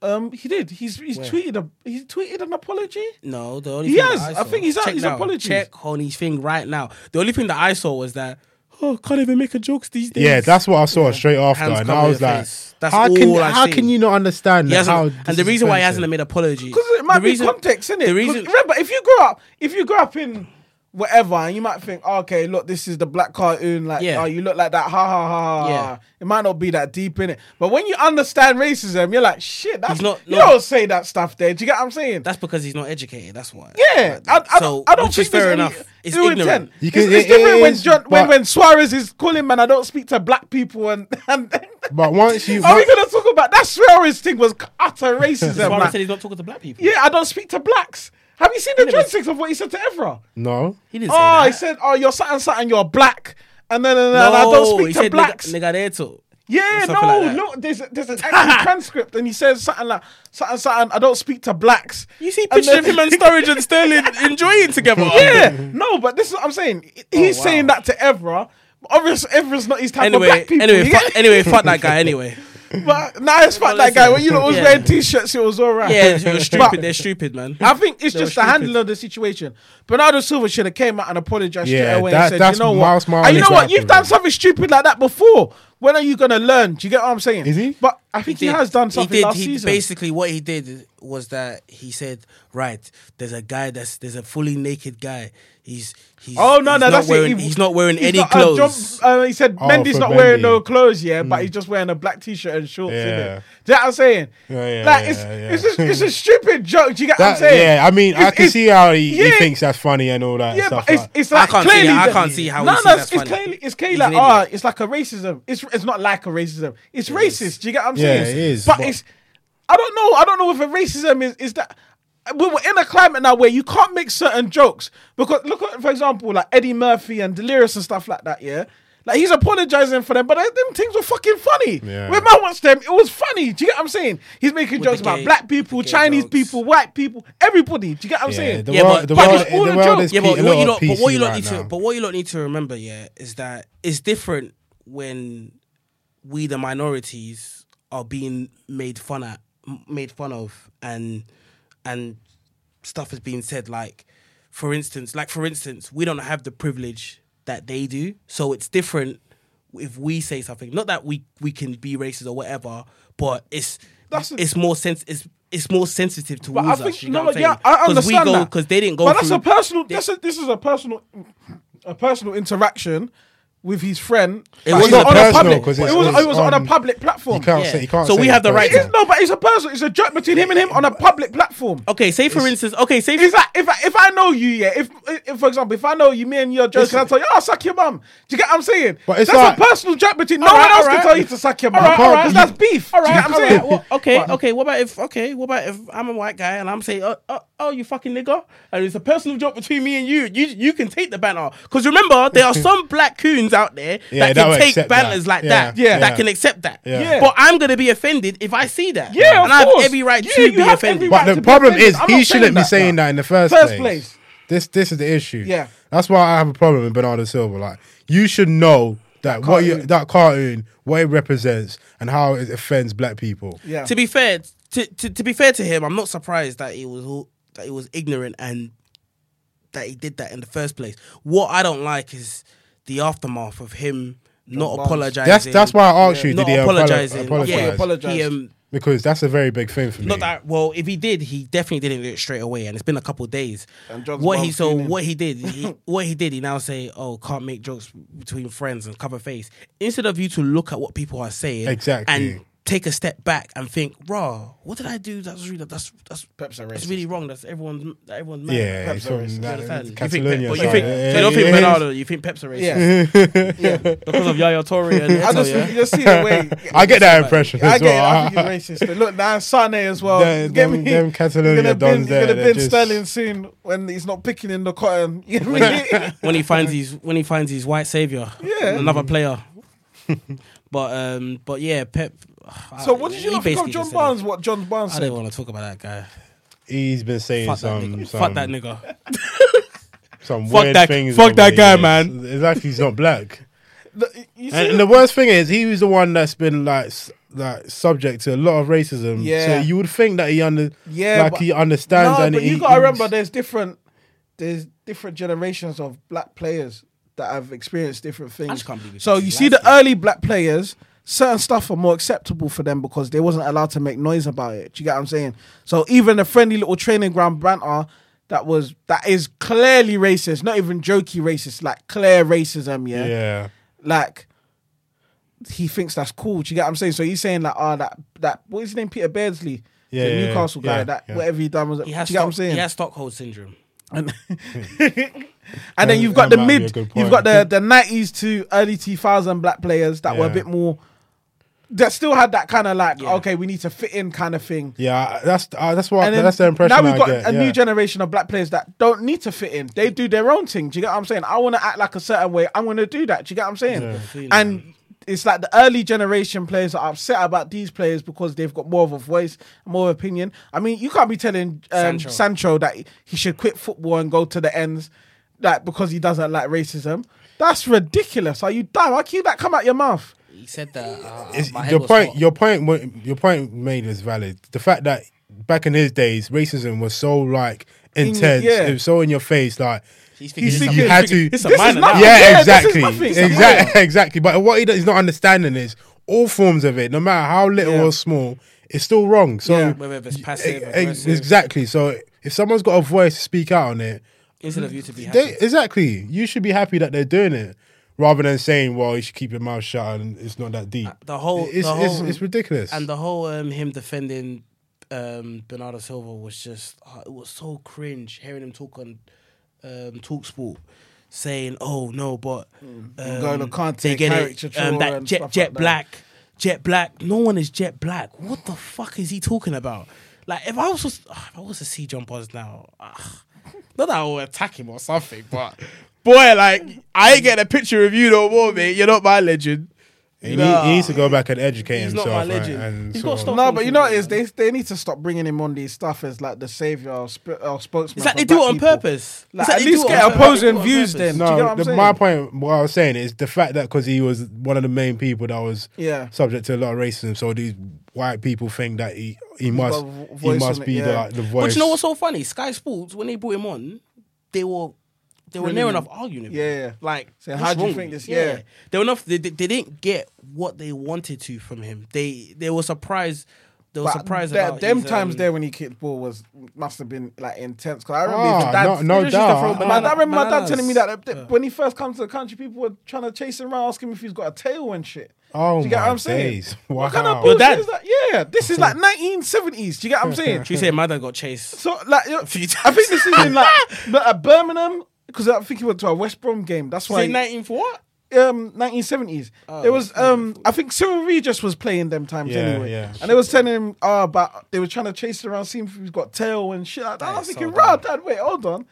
Speaker 1: Um, he did. He's he's tweeted a he tweeted an apology.
Speaker 3: No, the only
Speaker 1: He
Speaker 3: thing
Speaker 1: has.
Speaker 3: that
Speaker 1: I
Speaker 3: I,
Speaker 1: think he's out
Speaker 3: Check
Speaker 1: his
Speaker 3: now.
Speaker 1: apologies.
Speaker 3: Check on his thing right now. The only thing that I saw was that oh, can't even make a jokes these days.
Speaker 2: Yeah, that's what I saw straight after,
Speaker 3: Hands
Speaker 2: and
Speaker 3: cover
Speaker 2: I
Speaker 3: your
Speaker 2: was like,
Speaker 3: face. That's
Speaker 2: "How can
Speaker 3: all I
Speaker 2: how
Speaker 3: see.
Speaker 2: can you not understand
Speaker 3: He
Speaker 2: that?
Speaker 3: hasn't,
Speaker 2: How
Speaker 3: and the
Speaker 2: this is
Speaker 3: reason why he
Speaker 2: offensive?
Speaker 3: hasn't made apology
Speaker 1: Because it might
Speaker 3: the
Speaker 1: be
Speaker 3: reason,
Speaker 1: context, innit?
Speaker 3: The
Speaker 1: 'Cause
Speaker 3: reason
Speaker 1: remember, if you grow up, if you grow up in whatever, and you might think, oh, okay, look, this is the black cartoon, like,
Speaker 3: Yeah.
Speaker 1: oh, you look like that, ha ha ha. ha,
Speaker 3: Yeah.
Speaker 1: ha. It might not be that deep in it, but when you understand racism, you're like, shit, that's
Speaker 3: He's not-
Speaker 1: you
Speaker 3: no.
Speaker 1: don't say that stuff there. Do you get what I'm saying?
Speaker 3: that's because he's not educated. That's why.
Speaker 1: yeah, I, I, don't, I don't
Speaker 3: which
Speaker 1: think
Speaker 3: is fair
Speaker 1: there's
Speaker 3: enough.
Speaker 1: Any,
Speaker 3: It's
Speaker 1: ill
Speaker 3: ignorant.
Speaker 1: intent.
Speaker 2: You
Speaker 1: It's-
Speaker 2: can-
Speaker 1: it's
Speaker 2: it-
Speaker 1: different
Speaker 2: it
Speaker 1: when,
Speaker 2: is,
Speaker 1: John, when
Speaker 2: but-
Speaker 1: when Suarez is calling, man, I don't speak to black people, and and.
Speaker 2: But once you,
Speaker 1: Are we gonna talk about that Suarez thing? Was utter racism.
Speaker 3: That's why I
Speaker 1: man.
Speaker 3: said he's not talking to black people.
Speaker 1: Yeah, I don't speak to blacks. Have you seen the joysticks of what he said to Evra?
Speaker 2: no,
Speaker 3: he didn't say
Speaker 1: Oh,
Speaker 3: that.
Speaker 1: he said, "Oh, you're sat and sat and you're black." And then and,
Speaker 3: no,
Speaker 1: then I don't
Speaker 3: he
Speaker 1: speak to
Speaker 3: said
Speaker 1: blacks.
Speaker 3: Nega, negareto.
Speaker 1: yeah, no,
Speaker 3: or something like that.
Speaker 1: look, there's there's an actual transcript, and he says something like something something. I don't speak to blacks.
Speaker 3: You see
Speaker 1: And
Speaker 3: pictures
Speaker 1: then-
Speaker 3: of him and Sturridge and Sterling enjoying together.
Speaker 1: yeah, no, but this is what I'm saying. He's
Speaker 3: Oh, wow.
Speaker 1: saying that to Evra. but Obviously, Evra's not his type of
Speaker 3: Anyway,
Speaker 1: black people.
Speaker 3: anyway,
Speaker 1: you
Speaker 3: fuck,
Speaker 1: get-
Speaker 3: anyway, fuck that guy. Anyway.
Speaker 1: but nah, it's fuck that guy. When you know was
Speaker 3: Yeah.
Speaker 1: wearing t-shirts, it was alright.
Speaker 3: Yeah, you're
Speaker 1: But-
Speaker 3: stupid. They're stupid, man.
Speaker 1: I think it's
Speaker 3: They were
Speaker 1: just the
Speaker 3: stupid.
Speaker 1: handling of the situation. Bernardo Silva should have came out and apologized
Speaker 2: Yeah,
Speaker 1: straight away
Speaker 2: that-
Speaker 1: and said,
Speaker 2: that's
Speaker 1: "You know
Speaker 2: my-
Speaker 1: what?
Speaker 2: my
Speaker 1: and you know what?
Speaker 2: example,
Speaker 1: You've done
Speaker 2: man.
Speaker 1: something stupid like that before. When are you going to learn? Do you get what I'm saying?
Speaker 2: Is he?
Speaker 1: But I think he,
Speaker 3: did.
Speaker 1: has done something
Speaker 3: he did.
Speaker 1: last
Speaker 3: he
Speaker 1: season.
Speaker 3: Basically, what he did was that he said, "Right, there's a guy that's there's a fully naked guy. He's he's
Speaker 1: Oh no,
Speaker 3: he's
Speaker 1: no,
Speaker 3: not
Speaker 1: that's
Speaker 3: wearing,
Speaker 1: it. He-
Speaker 3: He's not wearing
Speaker 1: he's
Speaker 3: any
Speaker 1: not- uh, John-
Speaker 3: clothes.
Speaker 1: uh, he said
Speaker 2: Oh,
Speaker 1: Mendy's
Speaker 2: for
Speaker 1: not wearing
Speaker 2: Mendy. Mm.
Speaker 1: no clothes, yeah, but he's just wearing a black t-shirt and shorts. innit?
Speaker 2: Yeah.
Speaker 1: Do you know what I'm saying?
Speaker 2: Yeah, yeah,
Speaker 1: like
Speaker 2: yeah,
Speaker 1: it's
Speaker 2: yeah,
Speaker 1: it's
Speaker 2: yeah.
Speaker 1: just, it's a stupid joke. Do you get what I'm
Speaker 2: That,
Speaker 1: saying?
Speaker 2: yeah, I mean, I
Speaker 1: It's-
Speaker 2: can
Speaker 1: it's-
Speaker 2: see how he, he
Speaker 1: yeah.
Speaker 2: thinks that's funny and all that
Speaker 1: Yeah,
Speaker 2: stuff.
Speaker 1: but it's,
Speaker 2: like-
Speaker 1: it's
Speaker 3: I
Speaker 1: like
Speaker 3: can't see
Speaker 1: clearly
Speaker 3: that. I
Speaker 1: that-
Speaker 3: can't see how
Speaker 1: no,
Speaker 3: he sees
Speaker 1: no,
Speaker 3: that's
Speaker 1: it's, it's
Speaker 3: funny.
Speaker 1: clearly it's clearly
Speaker 3: He's
Speaker 1: like
Speaker 3: an idiot.
Speaker 1: ah, it's like a racism. It's it's not like a racism. It's racist. Do you get what I'm
Speaker 2: Yeah,
Speaker 1: saying?
Speaker 2: it is,
Speaker 1: But,
Speaker 2: but-
Speaker 1: it's I don't know. I don't know if a racism is is that. we- We're in a climate now where you can't make certain jokes because look at, for example, like Eddie Murphy and Delirious and stuff like that. Yeah, like he's apologizing for them, but them things were fucking funny.
Speaker 2: Yeah.
Speaker 1: When man watched them, it was funny. Do you get what I'm saying? He's making
Speaker 3: With
Speaker 1: jokes
Speaker 3: the
Speaker 1: about
Speaker 3: gay-
Speaker 1: black people,
Speaker 3: the gay
Speaker 1: Chinese
Speaker 3: jokes.
Speaker 1: people, white people, everybody. Do you get what I'm saying?
Speaker 2: the
Speaker 3: Yeah,
Speaker 2: world,
Speaker 3: but-
Speaker 2: the
Speaker 3: but
Speaker 2: world,
Speaker 1: it's all
Speaker 2: the
Speaker 1: a
Speaker 2: world
Speaker 1: joke.
Speaker 2: is
Speaker 3: yeah, but
Speaker 2: peeing
Speaker 3: what you
Speaker 2: a lot
Speaker 3: not,
Speaker 2: of
Speaker 3: but what you
Speaker 2: PC
Speaker 3: not
Speaker 2: right
Speaker 3: need to,
Speaker 2: now.
Speaker 3: but what you not need to remember, yeah, is that it's different when we the minorities are being made fun at, m- made fun of, and and stuff is being said. Like, for instance, like for instance, we don't have the privilege that they do, so it's different if we say something. Not that we we can be racist or whatever, but it's
Speaker 1: That's a-
Speaker 3: it's more sense it's it's more sensitive towards
Speaker 1: But I
Speaker 3: us.
Speaker 1: think
Speaker 3: you know
Speaker 1: no,
Speaker 3: what I'm
Speaker 1: yeah,
Speaker 3: saying?
Speaker 1: I
Speaker 3: 'Cause
Speaker 1: understand
Speaker 3: we go,
Speaker 1: that
Speaker 3: because they didn't go.
Speaker 1: But that's
Speaker 3: through-
Speaker 1: a personal.
Speaker 3: they-
Speaker 1: That's a, this is a personal, a personal interaction with his friend. It
Speaker 3: wasn't personal,
Speaker 1: public.
Speaker 2: 'cause
Speaker 1: It
Speaker 2: it's-
Speaker 1: was,
Speaker 2: it's
Speaker 1: it was on, a
Speaker 2: on-
Speaker 1: public platform.
Speaker 2: You can't
Speaker 3: Yeah.
Speaker 2: say you can't.
Speaker 3: So
Speaker 2: say
Speaker 3: we have the right
Speaker 1: It is
Speaker 2: personal.
Speaker 1: no, but it's a personal. It's a joke between him and him on a public platform.
Speaker 3: Okay, say for instance, okay, say
Speaker 1: It's like if I, if I know you, yeah. If, if for example, if I know you, me and your joke, and I tell you, oh, suck your mum. Do you get what I'm saying?
Speaker 2: But it's
Speaker 1: that's
Speaker 2: like-
Speaker 1: a personal joke between. No
Speaker 3: Alright,
Speaker 1: one else
Speaker 3: alright.
Speaker 1: can tell you to suck your mum.
Speaker 2: Alright,
Speaker 1: Because
Speaker 2: alright.
Speaker 1: that's beef. Do you get what I'm saying?
Speaker 3: well, okay, okay. What about if okay? What about if I'm a white guy and I'm saying, oh, oh, oh, you fucking nigger, and it's a personal joke between me and you. You you can take the banner because remember there are some black coons out there
Speaker 2: Yeah,
Speaker 3: that
Speaker 2: that
Speaker 3: can
Speaker 2: would
Speaker 3: take
Speaker 2: accept
Speaker 3: banners
Speaker 2: that.
Speaker 3: like
Speaker 2: Yeah,
Speaker 3: that,
Speaker 1: yeah.
Speaker 3: that can accept that.
Speaker 2: Yeah.
Speaker 1: Yeah.
Speaker 3: But I'm gonna be offended if I see that.
Speaker 1: Yeah, of
Speaker 3: and I have
Speaker 1: course.
Speaker 3: every right
Speaker 1: Yeah,
Speaker 3: to
Speaker 1: you
Speaker 3: be
Speaker 1: have
Speaker 3: offended.
Speaker 1: every
Speaker 3: But
Speaker 1: right.
Speaker 2: But the
Speaker 1: to be
Speaker 2: problem
Speaker 1: offended.
Speaker 2: is
Speaker 1: I'm
Speaker 2: he
Speaker 1: not saying
Speaker 2: shouldn't be
Speaker 1: that,
Speaker 2: saying
Speaker 1: no.
Speaker 2: that in the first,
Speaker 1: First
Speaker 2: place.
Speaker 1: place.
Speaker 2: This this is the issue.
Speaker 1: Yeah.
Speaker 2: that's why I have a problem with Bernardo Silva. Like you should know that what you,
Speaker 1: cartoon.
Speaker 2: that cartoon what it represents and how it offends black people.
Speaker 1: Yeah.
Speaker 3: to be fair, to, to to be fair to him, I'm not surprised that he was all- that he was ignorant and that he did that in the first place. What I don't like is the aftermath of him not
Speaker 1: bombs.
Speaker 3: apologizing.
Speaker 2: That's that's why I asked you.
Speaker 3: not
Speaker 2: Did he apologize?
Speaker 3: apologizing.
Speaker 2: apologize?
Speaker 3: Yeah,
Speaker 1: Apologise.
Speaker 3: He, um,
Speaker 2: Because that's a very big thing for me.
Speaker 3: not that well. If he did, he definitely didn't do it straight away, and it's been a couple of days.
Speaker 1: And John's
Speaker 3: what he
Speaker 1: mom's
Speaker 3: so
Speaker 1: seen him.
Speaker 3: what he did, he, what he did, he now say, "Oh, can't make jokes between friends and cover face." Instead of you to look at what people are saying
Speaker 2: Exactly.
Speaker 3: and take a step back and think, "Raw, what did I do? That's really that's that's
Speaker 1: Peps are
Speaker 3: that's
Speaker 1: racist.
Speaker 3: really wrong. That's everyone's that everyone's mad."
Speaker 2: yeah,
Speaker 1: Perhaps
Speaker 2: it's from
Speaker 1: there is.
Speaker 2: that-
Speaker 3: You understand? You think, Pep,
Speaker 2: Catalonia.
Speaker 3: but you
Speaker 2: side.
Speaker 3: think,
Speaker 2: Yeah,
Speaker 3: so you don't
Speaker 2: yeah,
Speaker 3: think
Speaker 2: yeah.
Speaker 3: Bernardo, you think Pep's a racist
Speaker 1: Yeah.
Speaker 3: because of Yaya Torre and
Speaker 1: I
Speaker 3: Eto,
Speaker 1: just
Speaker 3: yeah?
Speaker 1: you just see the way.
Speaker 2: I get that impression
Speaker 1: I
Speaker 2: as
Speaker 1: get it. I think
Speaker 2: well.
Speaker 1: it's racist. But look, now Sane as well.
Speaker 2: Them-
Speaker 1: Get
Speaker 2: them-
Speaker 1: me-
Speaker 2: them Catalonia
Speaker 1: you're gonna
Speaker 2: dons
Speaker 1: bin,
Speaker 2: there,
Speaker 1: You're
Speaker 2: they're
Speaker 1: gonna bin
Speaker 2: just-
Speaker 1: Sterling soon when he's not picking in the cotton. You know what I mean?
Speaker 3: when he finds his when he finds his white savior,
Speaker 1: Yeah. Mm.
Speaker 3: another player. but um, but yeah, Pep. ah,
Speaker 1: so what did you
Speaker 3: he
Speaker 1: not think
Speaker 3: basically
Speaker 1: of John
Speaker 3: just said
Speaker 1: Barnes? What John Barnes
Speaker 3: it. I
Speaker 1: said?
Speaker 3: don't want to talk about that guy.
Speaker 2: He's um, been saying
Speaker 3: Fuck that
Speaker 2: some,
Speaker 3: nigga.
Speaker 2: some
Speaker 3: Fuck that nigga.
Speaker 2: some
Speaker 3: Fuck
Speaker 2: weird
Speaker 3: that-
Speaker 2: things.
Speaker 3: fuck
Speaker 2: over
Speaker 3: that
Speaker 2: the
Speaker 3: guy,
Speaker 2: years.
Speaker 3: man.
Speaker 2: It's like he's not black.
Speaker 1: The- you see
Speaker 2: And,
Speaker 1: the-
Speaker 2: and the worst thing is, he was the one that's been like s- like subject to a lot of racism.
Speaker 1: Yeah.
Speaker 2: So you would think that he under
Speaker 1: Yeah,
Speaker 2: like
Speaker 1: but-
Speaker 2: he understands.
Speaker 1: no,
Speaker 2: and
Speaker 1: but
Speaker 2: he,
Speaker 1: you gotta
Speaker 2: he-
Speaker 1: remember, there's different, there's different generations of black players that have experienced different things.
Speaker 3: just can't believe it's
Speaker 1: so
Speaker 3: just
Speaker 1: you
Speaker 3: his
Speaker 1: see the
Speaker 3: lifestyle.
Speaker 1: early black players, certain stuff are more acceptable for them because they wasn't allowed to make noise about it. Do you get what I'm saying? So even a friendly little training ground banter that was that is clearly racist, not even jokey racist, like clear racism. Yeah,
Speaker 2: Yeah.
Speaker 1: like. He thinks that's cool. Do you get what I'm saying? So he's saying like, oh, that that what is his name, Peter Beardsley,
Speaker 2: Yeah,
Speaker 1: the
Speaker 2: yeah, yeah,
Speaker 1: Newcastle guy,
Speaker 2: yeah,
Speaker 1: that
Speaker 2: yeah.
Speaker 1: whatever he done was.
Speaker 3: He has
Speaker 1: do you get what I'm
Speaker 3: Stock-
Speaker 1: saying?
Speaker 3: He has Stockholm syndrome.
Speaker 1: and, and then you've got
Speaker 2: That
Speaker 1: the
Speaker 2: might be a
Speaker 1: mid,
Speaker 2: good point.
Speaker 1: you've got the the nineties to early two thousand black players that were a
Speaker 2: Yeah.
Speaker 1: bit more, that still had that kind of like,
Speaker 3: Yeah.
Speaker 1: okay, we need to fit in kind of thing.
Speaker 2: Yeah, that's uh, that's what
Speaker 1: And then
Speaker 2: that's the impression.
Speaker 1: now we've got
Speaker 2: I get,
Speaker 1: a
Speaker 2: yeah.
Speaker 1: new generation of black players that don't need to fit in. They do their own thing. Do you get what I'm saying? I want to act like a certain way. I'm going to do that. Do you get what I'm saying?
Speaker 3: Yeah.
Speaker 1: And it's like the early generation players are upset about these players because they've got more of a voice, more opinion. I mean, you can't be telling um,
Speaker 3: Sancho.
Speaker 1: Sancho. that he should quit football and go to the ends, like because he doesn't like racism. That's ridiculous. Are you dumb? How can that come out your mouth?
Speaker 3: He said that. Uh,
Speaker 2: It's-
Speaker 3: my head
Speaker 2: your
Speaker 3: was
Speaker 2: point,
Speaker 3: hot.
Speaker 2: your point, wa- your point made is valid. The fact that back in his days, racism was so like
Speaker 1: your-
Speaker 2: intense,
Speaker 1: yeah.
Speaker 2: it was so in your face, like.
Speaker 3: He's
Speaker 2: You,
Speaker 3: thinking it's a-
Speaker 1: thinking-
Speaker 2: had to.
Speaker 3: it's a
Speaker 1: This is
Speaker 3: minor.
Speaker 1: nothing.
Speaker 3: now.
Speaker 2: yeah,
Speaker 1: Yeah, this is
Speaker 2: exactly,
Speaker 1: nothing. It's a
Speaker 2: exactly, exactly. But what he does, he's not understanding is all forms of it, no matter how little
Speaker 1: Yeah.
Speaker 2: or small, it's still wrong. So
Speaker 3: Yeah, whether it's passive,
Speaker 2: e- e-
Speaker 3: aggressive.
Speaker 2: exactly. So if someone's got a voice to speak out on it,
Speaker 3: Instead of you to be happy.
Speaker 2: they, exactly, you should be happy that they're doing it, rather than saying, "Well, you should keep your mouth shut and it's not that deep."
Speaker 3: the whole,
Speaker 2: it's,
Speaker 3: the whole
Speaker 2: it's, it's ridiculous.
Speaker 3: and the whole um, him defending um, Bernardo Silva was just uh, it was so cringe hearing him talk on um, Talksport saying, "Oh no, but
Speaker 1: Mm.
Speaker 3: um,
Speaker 1: N'Golo Kante,
Speaker 3: they get it,
Speaker 1: caricature
Speaker 3: um, that
Speaker 1: and
Speaker 3: Jet
Speaker 1: stuff
Speaker 3: Jet
Speaker 1: like that."
Speaker 3: Black, Jet Black. No one is Jet Black. What the fuck is he talking about? Like if I was just, ah, if I was to see John Buzz now, ah, not that I will attack him or something, but
Speaker 4: Boy, like I ain't getting a picture of you no more, mate. You're not my legend.
Speaker 2: he,
Speaker 3: Nah.
Speaker 2: he needs to go back and educate
Speaker 3: He's not
Speaker 2: himself.
Speaker 3: my
Speaker 2: right,
Speaker 3: legend.
Speaker 2: and
Speaker 3: He's got
Speaker 2: sort
Speaker 3: to
Speaker 2: of-
Speaker 3: stop-
Speaker 1: No, but you know what it is they they need to stop bringing him on these stuff as like the savior or, sp- or spokesman.
Speaker 3: it's like
Speaker 1: for
Speaker 3: they do
Speaker 1: black
Speaker 3: it on
Speaker 1: people.
Speaker 3: purpose.
Speaker 1: Like,
Speaker 3: It's like
Speaker 1: at
Speaker 3: they
Speaker 1: least
Speaker 3: do it
Speaker 1: get
Speaker 3: on purpose.
Speaker 1: opposing
Speaker 3: They do it on
Speaker 1: views
Speaker 3: purpose.
Speaker 1: then. Do you get
Speaker 2: No,
Speaker 1: what I'm
Speaker 2: the,
Speaker 1: saying?
Speaker 2: my point, what I was saying is the fact that because he was one of the main people that was
Speaker 1: Yeah.
Speaker 2: subject to a lot of racism, so these white people think that he he
Speaker 1: got
Speaker 2: must
Speaker 1: a vo-
Speaker 2: he
Speaker 1: voice
Speaker 2: must
Speaker 1: on it,
Speaker 2: be the,
Speaker 1: yeah.
Speaker 2: like, the voice.
Speaker 3: But you know what's so funny? Sky Sports, when they brought him on, they were they were near
Speaker 1: Really?
Speaker 3: enough arguing. with him.
Speaker 1: Yeah, yeah.
Speaker 3: like
Speaker 1: Saying,
Speaker 3: what's
Speaker 1: "How do you
Speaker 3: wrong
Speaker 1: think
Speaker 3: with
Speaker 1: this-
Speaker 3: you?"
Speaker 1: yeah.
Speaker 3: they were not. They, they, they didn't get what they wanted to from him. They they were surprised. They were
Speaker 1: But
Speaker 3: surprised
Speaker 1: th-
Speaker 3: about
Speaker 1: them
Speaker 3: his,
Speaker 1: times
Speaker 3: um,
Speaker 1: there when he kicked ball was must have been like intense. Cause I remember
Speaker 2: Ah,
Speaker 1: his dad,
Speaker 2: no-
Speaker 1: he
Speaker 2: no
Speaker 1: just used to
Speaker 2: doubt.
Speaker 1: throw
Speaker 2: Ah.
Speaker 1: bananas. I remember my dad
Speaker 3: Bananas.
Speaker 1: telling me that, that when he first comes to the country, people were trying to chase him around, ask him if he's got a tail and shit.
Speaker 2: Oh
Speaker 1: Do you get
Speaker 2: my
Speaker 1: what I'm saying?
Speaker 2: days.
Speaker 1: What kind
Speaker 2: Wow.
Speaker 1: of
Speaker 2: Your
Speaker 1: bullshit
Speaker 3: dad?
Speaker 1: is that? Yeah, this is like 1970s. Do you get what I'm saying?
Speaker 3: She said my dad got chased.
Speaker 1: So like, you know,
Speaker 3: few
Speaker 1: I think this is in like but at Birmingham because I think he went to a West Brom game. That's
Speaker 3: Say
Speaker 1: why
Speaker 3: nineteen for what?
Speaker 1: um 1970s.
Speaker 3: Oh,
Speaker 1: there was um I think Cyril Regis was playing them times
Speaker 2: Yeah,
Speaker 1: anyway.
Speaker 2: yeah.
Speaker 1: And they was telling him uh about they were trying to chase it around, see if he's got tail and shit like that.
Speaker 3: That
Speaker 1: I'm
Speaker 3: is
Speaker 1: thinking,
Speaker 3: so
Speaker 1: rah, dad, wait, hold on. And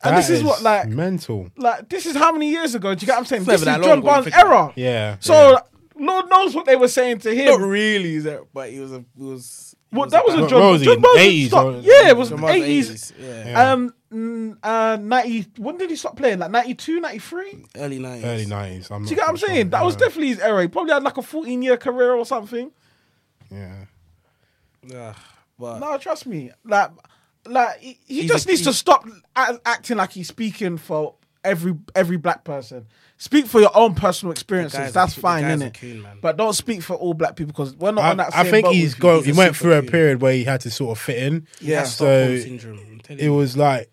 Speaker 2: That
Speaker 1: this is, what like
Speaker 2: mental.
Speaker 1: like this is how many years ago? Do you get what I'm saying?
Speaker 3: It's never
Speaker 1: This is
Speaker 3: that long
Speaker 1: John
Speaker 3: ago, you
Speaker 1: Barnes'
Speaker 3: think about
Speaker 1: era.
Speaker 2: Yeah.
Speaker 1: So Lord knows what they were saying to him.
Speaker 3: Not really, is that? But he was a he was. he
Speaker 1: Well, that was
Speaker 3: a
Speaker 1: a
Speaker 2: What
Speaker 1: John,
Speaker 2: was he,
Speaker 1: John Barnes
Speaker 2: 80s
Speaker 1: stopped-
Speaker 2: or-
Speaker 1: yeah, it was
Speaker 3: John Barnes
Speaker 1: 80s.
Speaker 3: 80s, yeah.
Speaker 2: Yeah.
Speaker 1: Um, mm, uh, 90, when did he stop playing? Like 92, 93? Do
Speaker 3: early nineties.
Speaker 2: early nineties. Do
Speaker 1: you get what I'm saying? That was definitely his era. He probably had like a 14 year career or something.
Speaker 2: yeah.
Speaker 3: but
Speaker 1: No, trust me. Like, like he, he
Speaker 3: Uh, He's
Speaker 1: just
Speaker 3: a-
Speaker 1: needs to
Speaker 3: he's-
Speaker 1: stop a- acting like he's speaking for every every black person. Speak for your own personal
Speaker 3: guy's
Speaker 1: experiences.
Speaker 3: a-
Speaker 1: That's
Speaker 3: the
Speaker 1: fine,
Speaker 3: guy's a
Speaker 1: innit?
Speaker 3: coon, man.
Speaker 1: but don't speak for all black people because we're not on
Speaker 2: I,
Speaker 1: that.
Speaker 2: I
Speaker 1: same
Speaker 2: think
Speaker 1: boat
Speaker 2: he's
Speaker 1: with
Speaker 2: go.
Speaker 1: you.
Speaker 2: He
Speaker 3: a
Speaker 2: went through a
Speaker 3: superhero.
Speaker 2: period where he had to sort of fit in.
Speaker 1: Yeah.
Speaker 3: that's Stockholm
Speaker 2: So
Speaker 3: syndrome. I'm telling
Speaker 2: it
Speaker 3: you.
Speaker 2: was like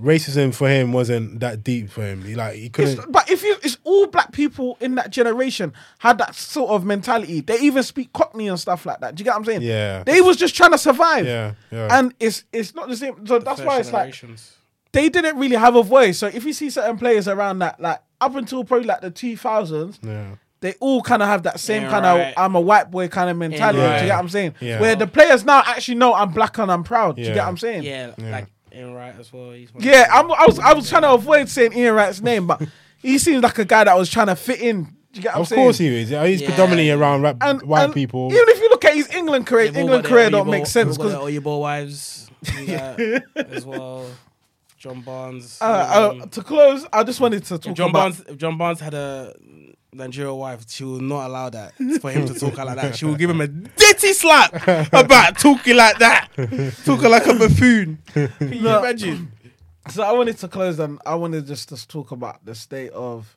Speaker 2: racism for him wasn't that deep for him. He like he couldn't.
Speaker 1: It's- but if you, it's all black people in that generation had that sort of mentality. They even speak Cockney and stuff like that. Do you get what I'm saying?
Speaker 2: Yeah.
Speaker 1: They was just trying to survive.
Speaker 2: Yeah, yeah.
Speaker 1: And it's it's not the same. So that's
Speaker 3: First
Speaker 1: why it's like
Speaker 3: generations.
Speaker 1: they didn't really have a voice. So if you see certain players around that, like up until probably like the 2000s,
Speaker 2: yeah.
Speaker 1: they all kind of have that same
Speaker 3: Yeah,
Speaker 1: kind of
Speaker 3: right.
Speaker 1: I'm a white boy kind of mentality. Do
Speaker 2: right.
Speaker 1: you get what I'm saying?
Speaker 2: Yeah.
Speaker 1: Where the players now actually know I'm black and I'm proud. Do you
Speaker 2: Yeah.
Speaker 1: get what I'm saying?
Speaker 3: yeah,
Speaker 2: Yeah.
Speaker 3: like Aaron Wright as well. He's one of
Speaker 1: Yeah,
Speaker 3: the-
Speaker 1: I'm, I was I was trying to avoid saying Ian Wright's name, but he seemed like a guy that was trying to fit in. Do you get what
Speaker 2: Of
Speaker 1: I'm saying?
Speaker 2: course he is. Yeah, He's
Speaker 3: Yeah.
Speaker 2: predominantly around rap, white people.
Speaker 1: Even if you look at his England career, his
Speaker 3: They've all
Speaker 1: England
Speaker 3: got
Speaker 1: career
Speaker 3: their
Speaker 1: don't make
Speaker 3: Oyebo-
Speaker 1: sense
Speaker 3: they've all got
Speaker 1: because
Speaker 3: their Oyebo wives and that as well. John Barnes.
Speaker 1: uh, uh,
Speaker 3: um,
Speaker 1: to close, I just wanted to talk
Speaker 3: John
Speaker 1: about
Speaker 3: Barnes. If John Barnes had a Nigerian wife, she will not allow that for him to talk like that. She will give him a ditty slap about talking like that, talking like a buffoon. Can you
Speaker 1: No.
Speaker 3: imagine?
Speaker 1: So I wanted to close and I wanted just to talk about the state of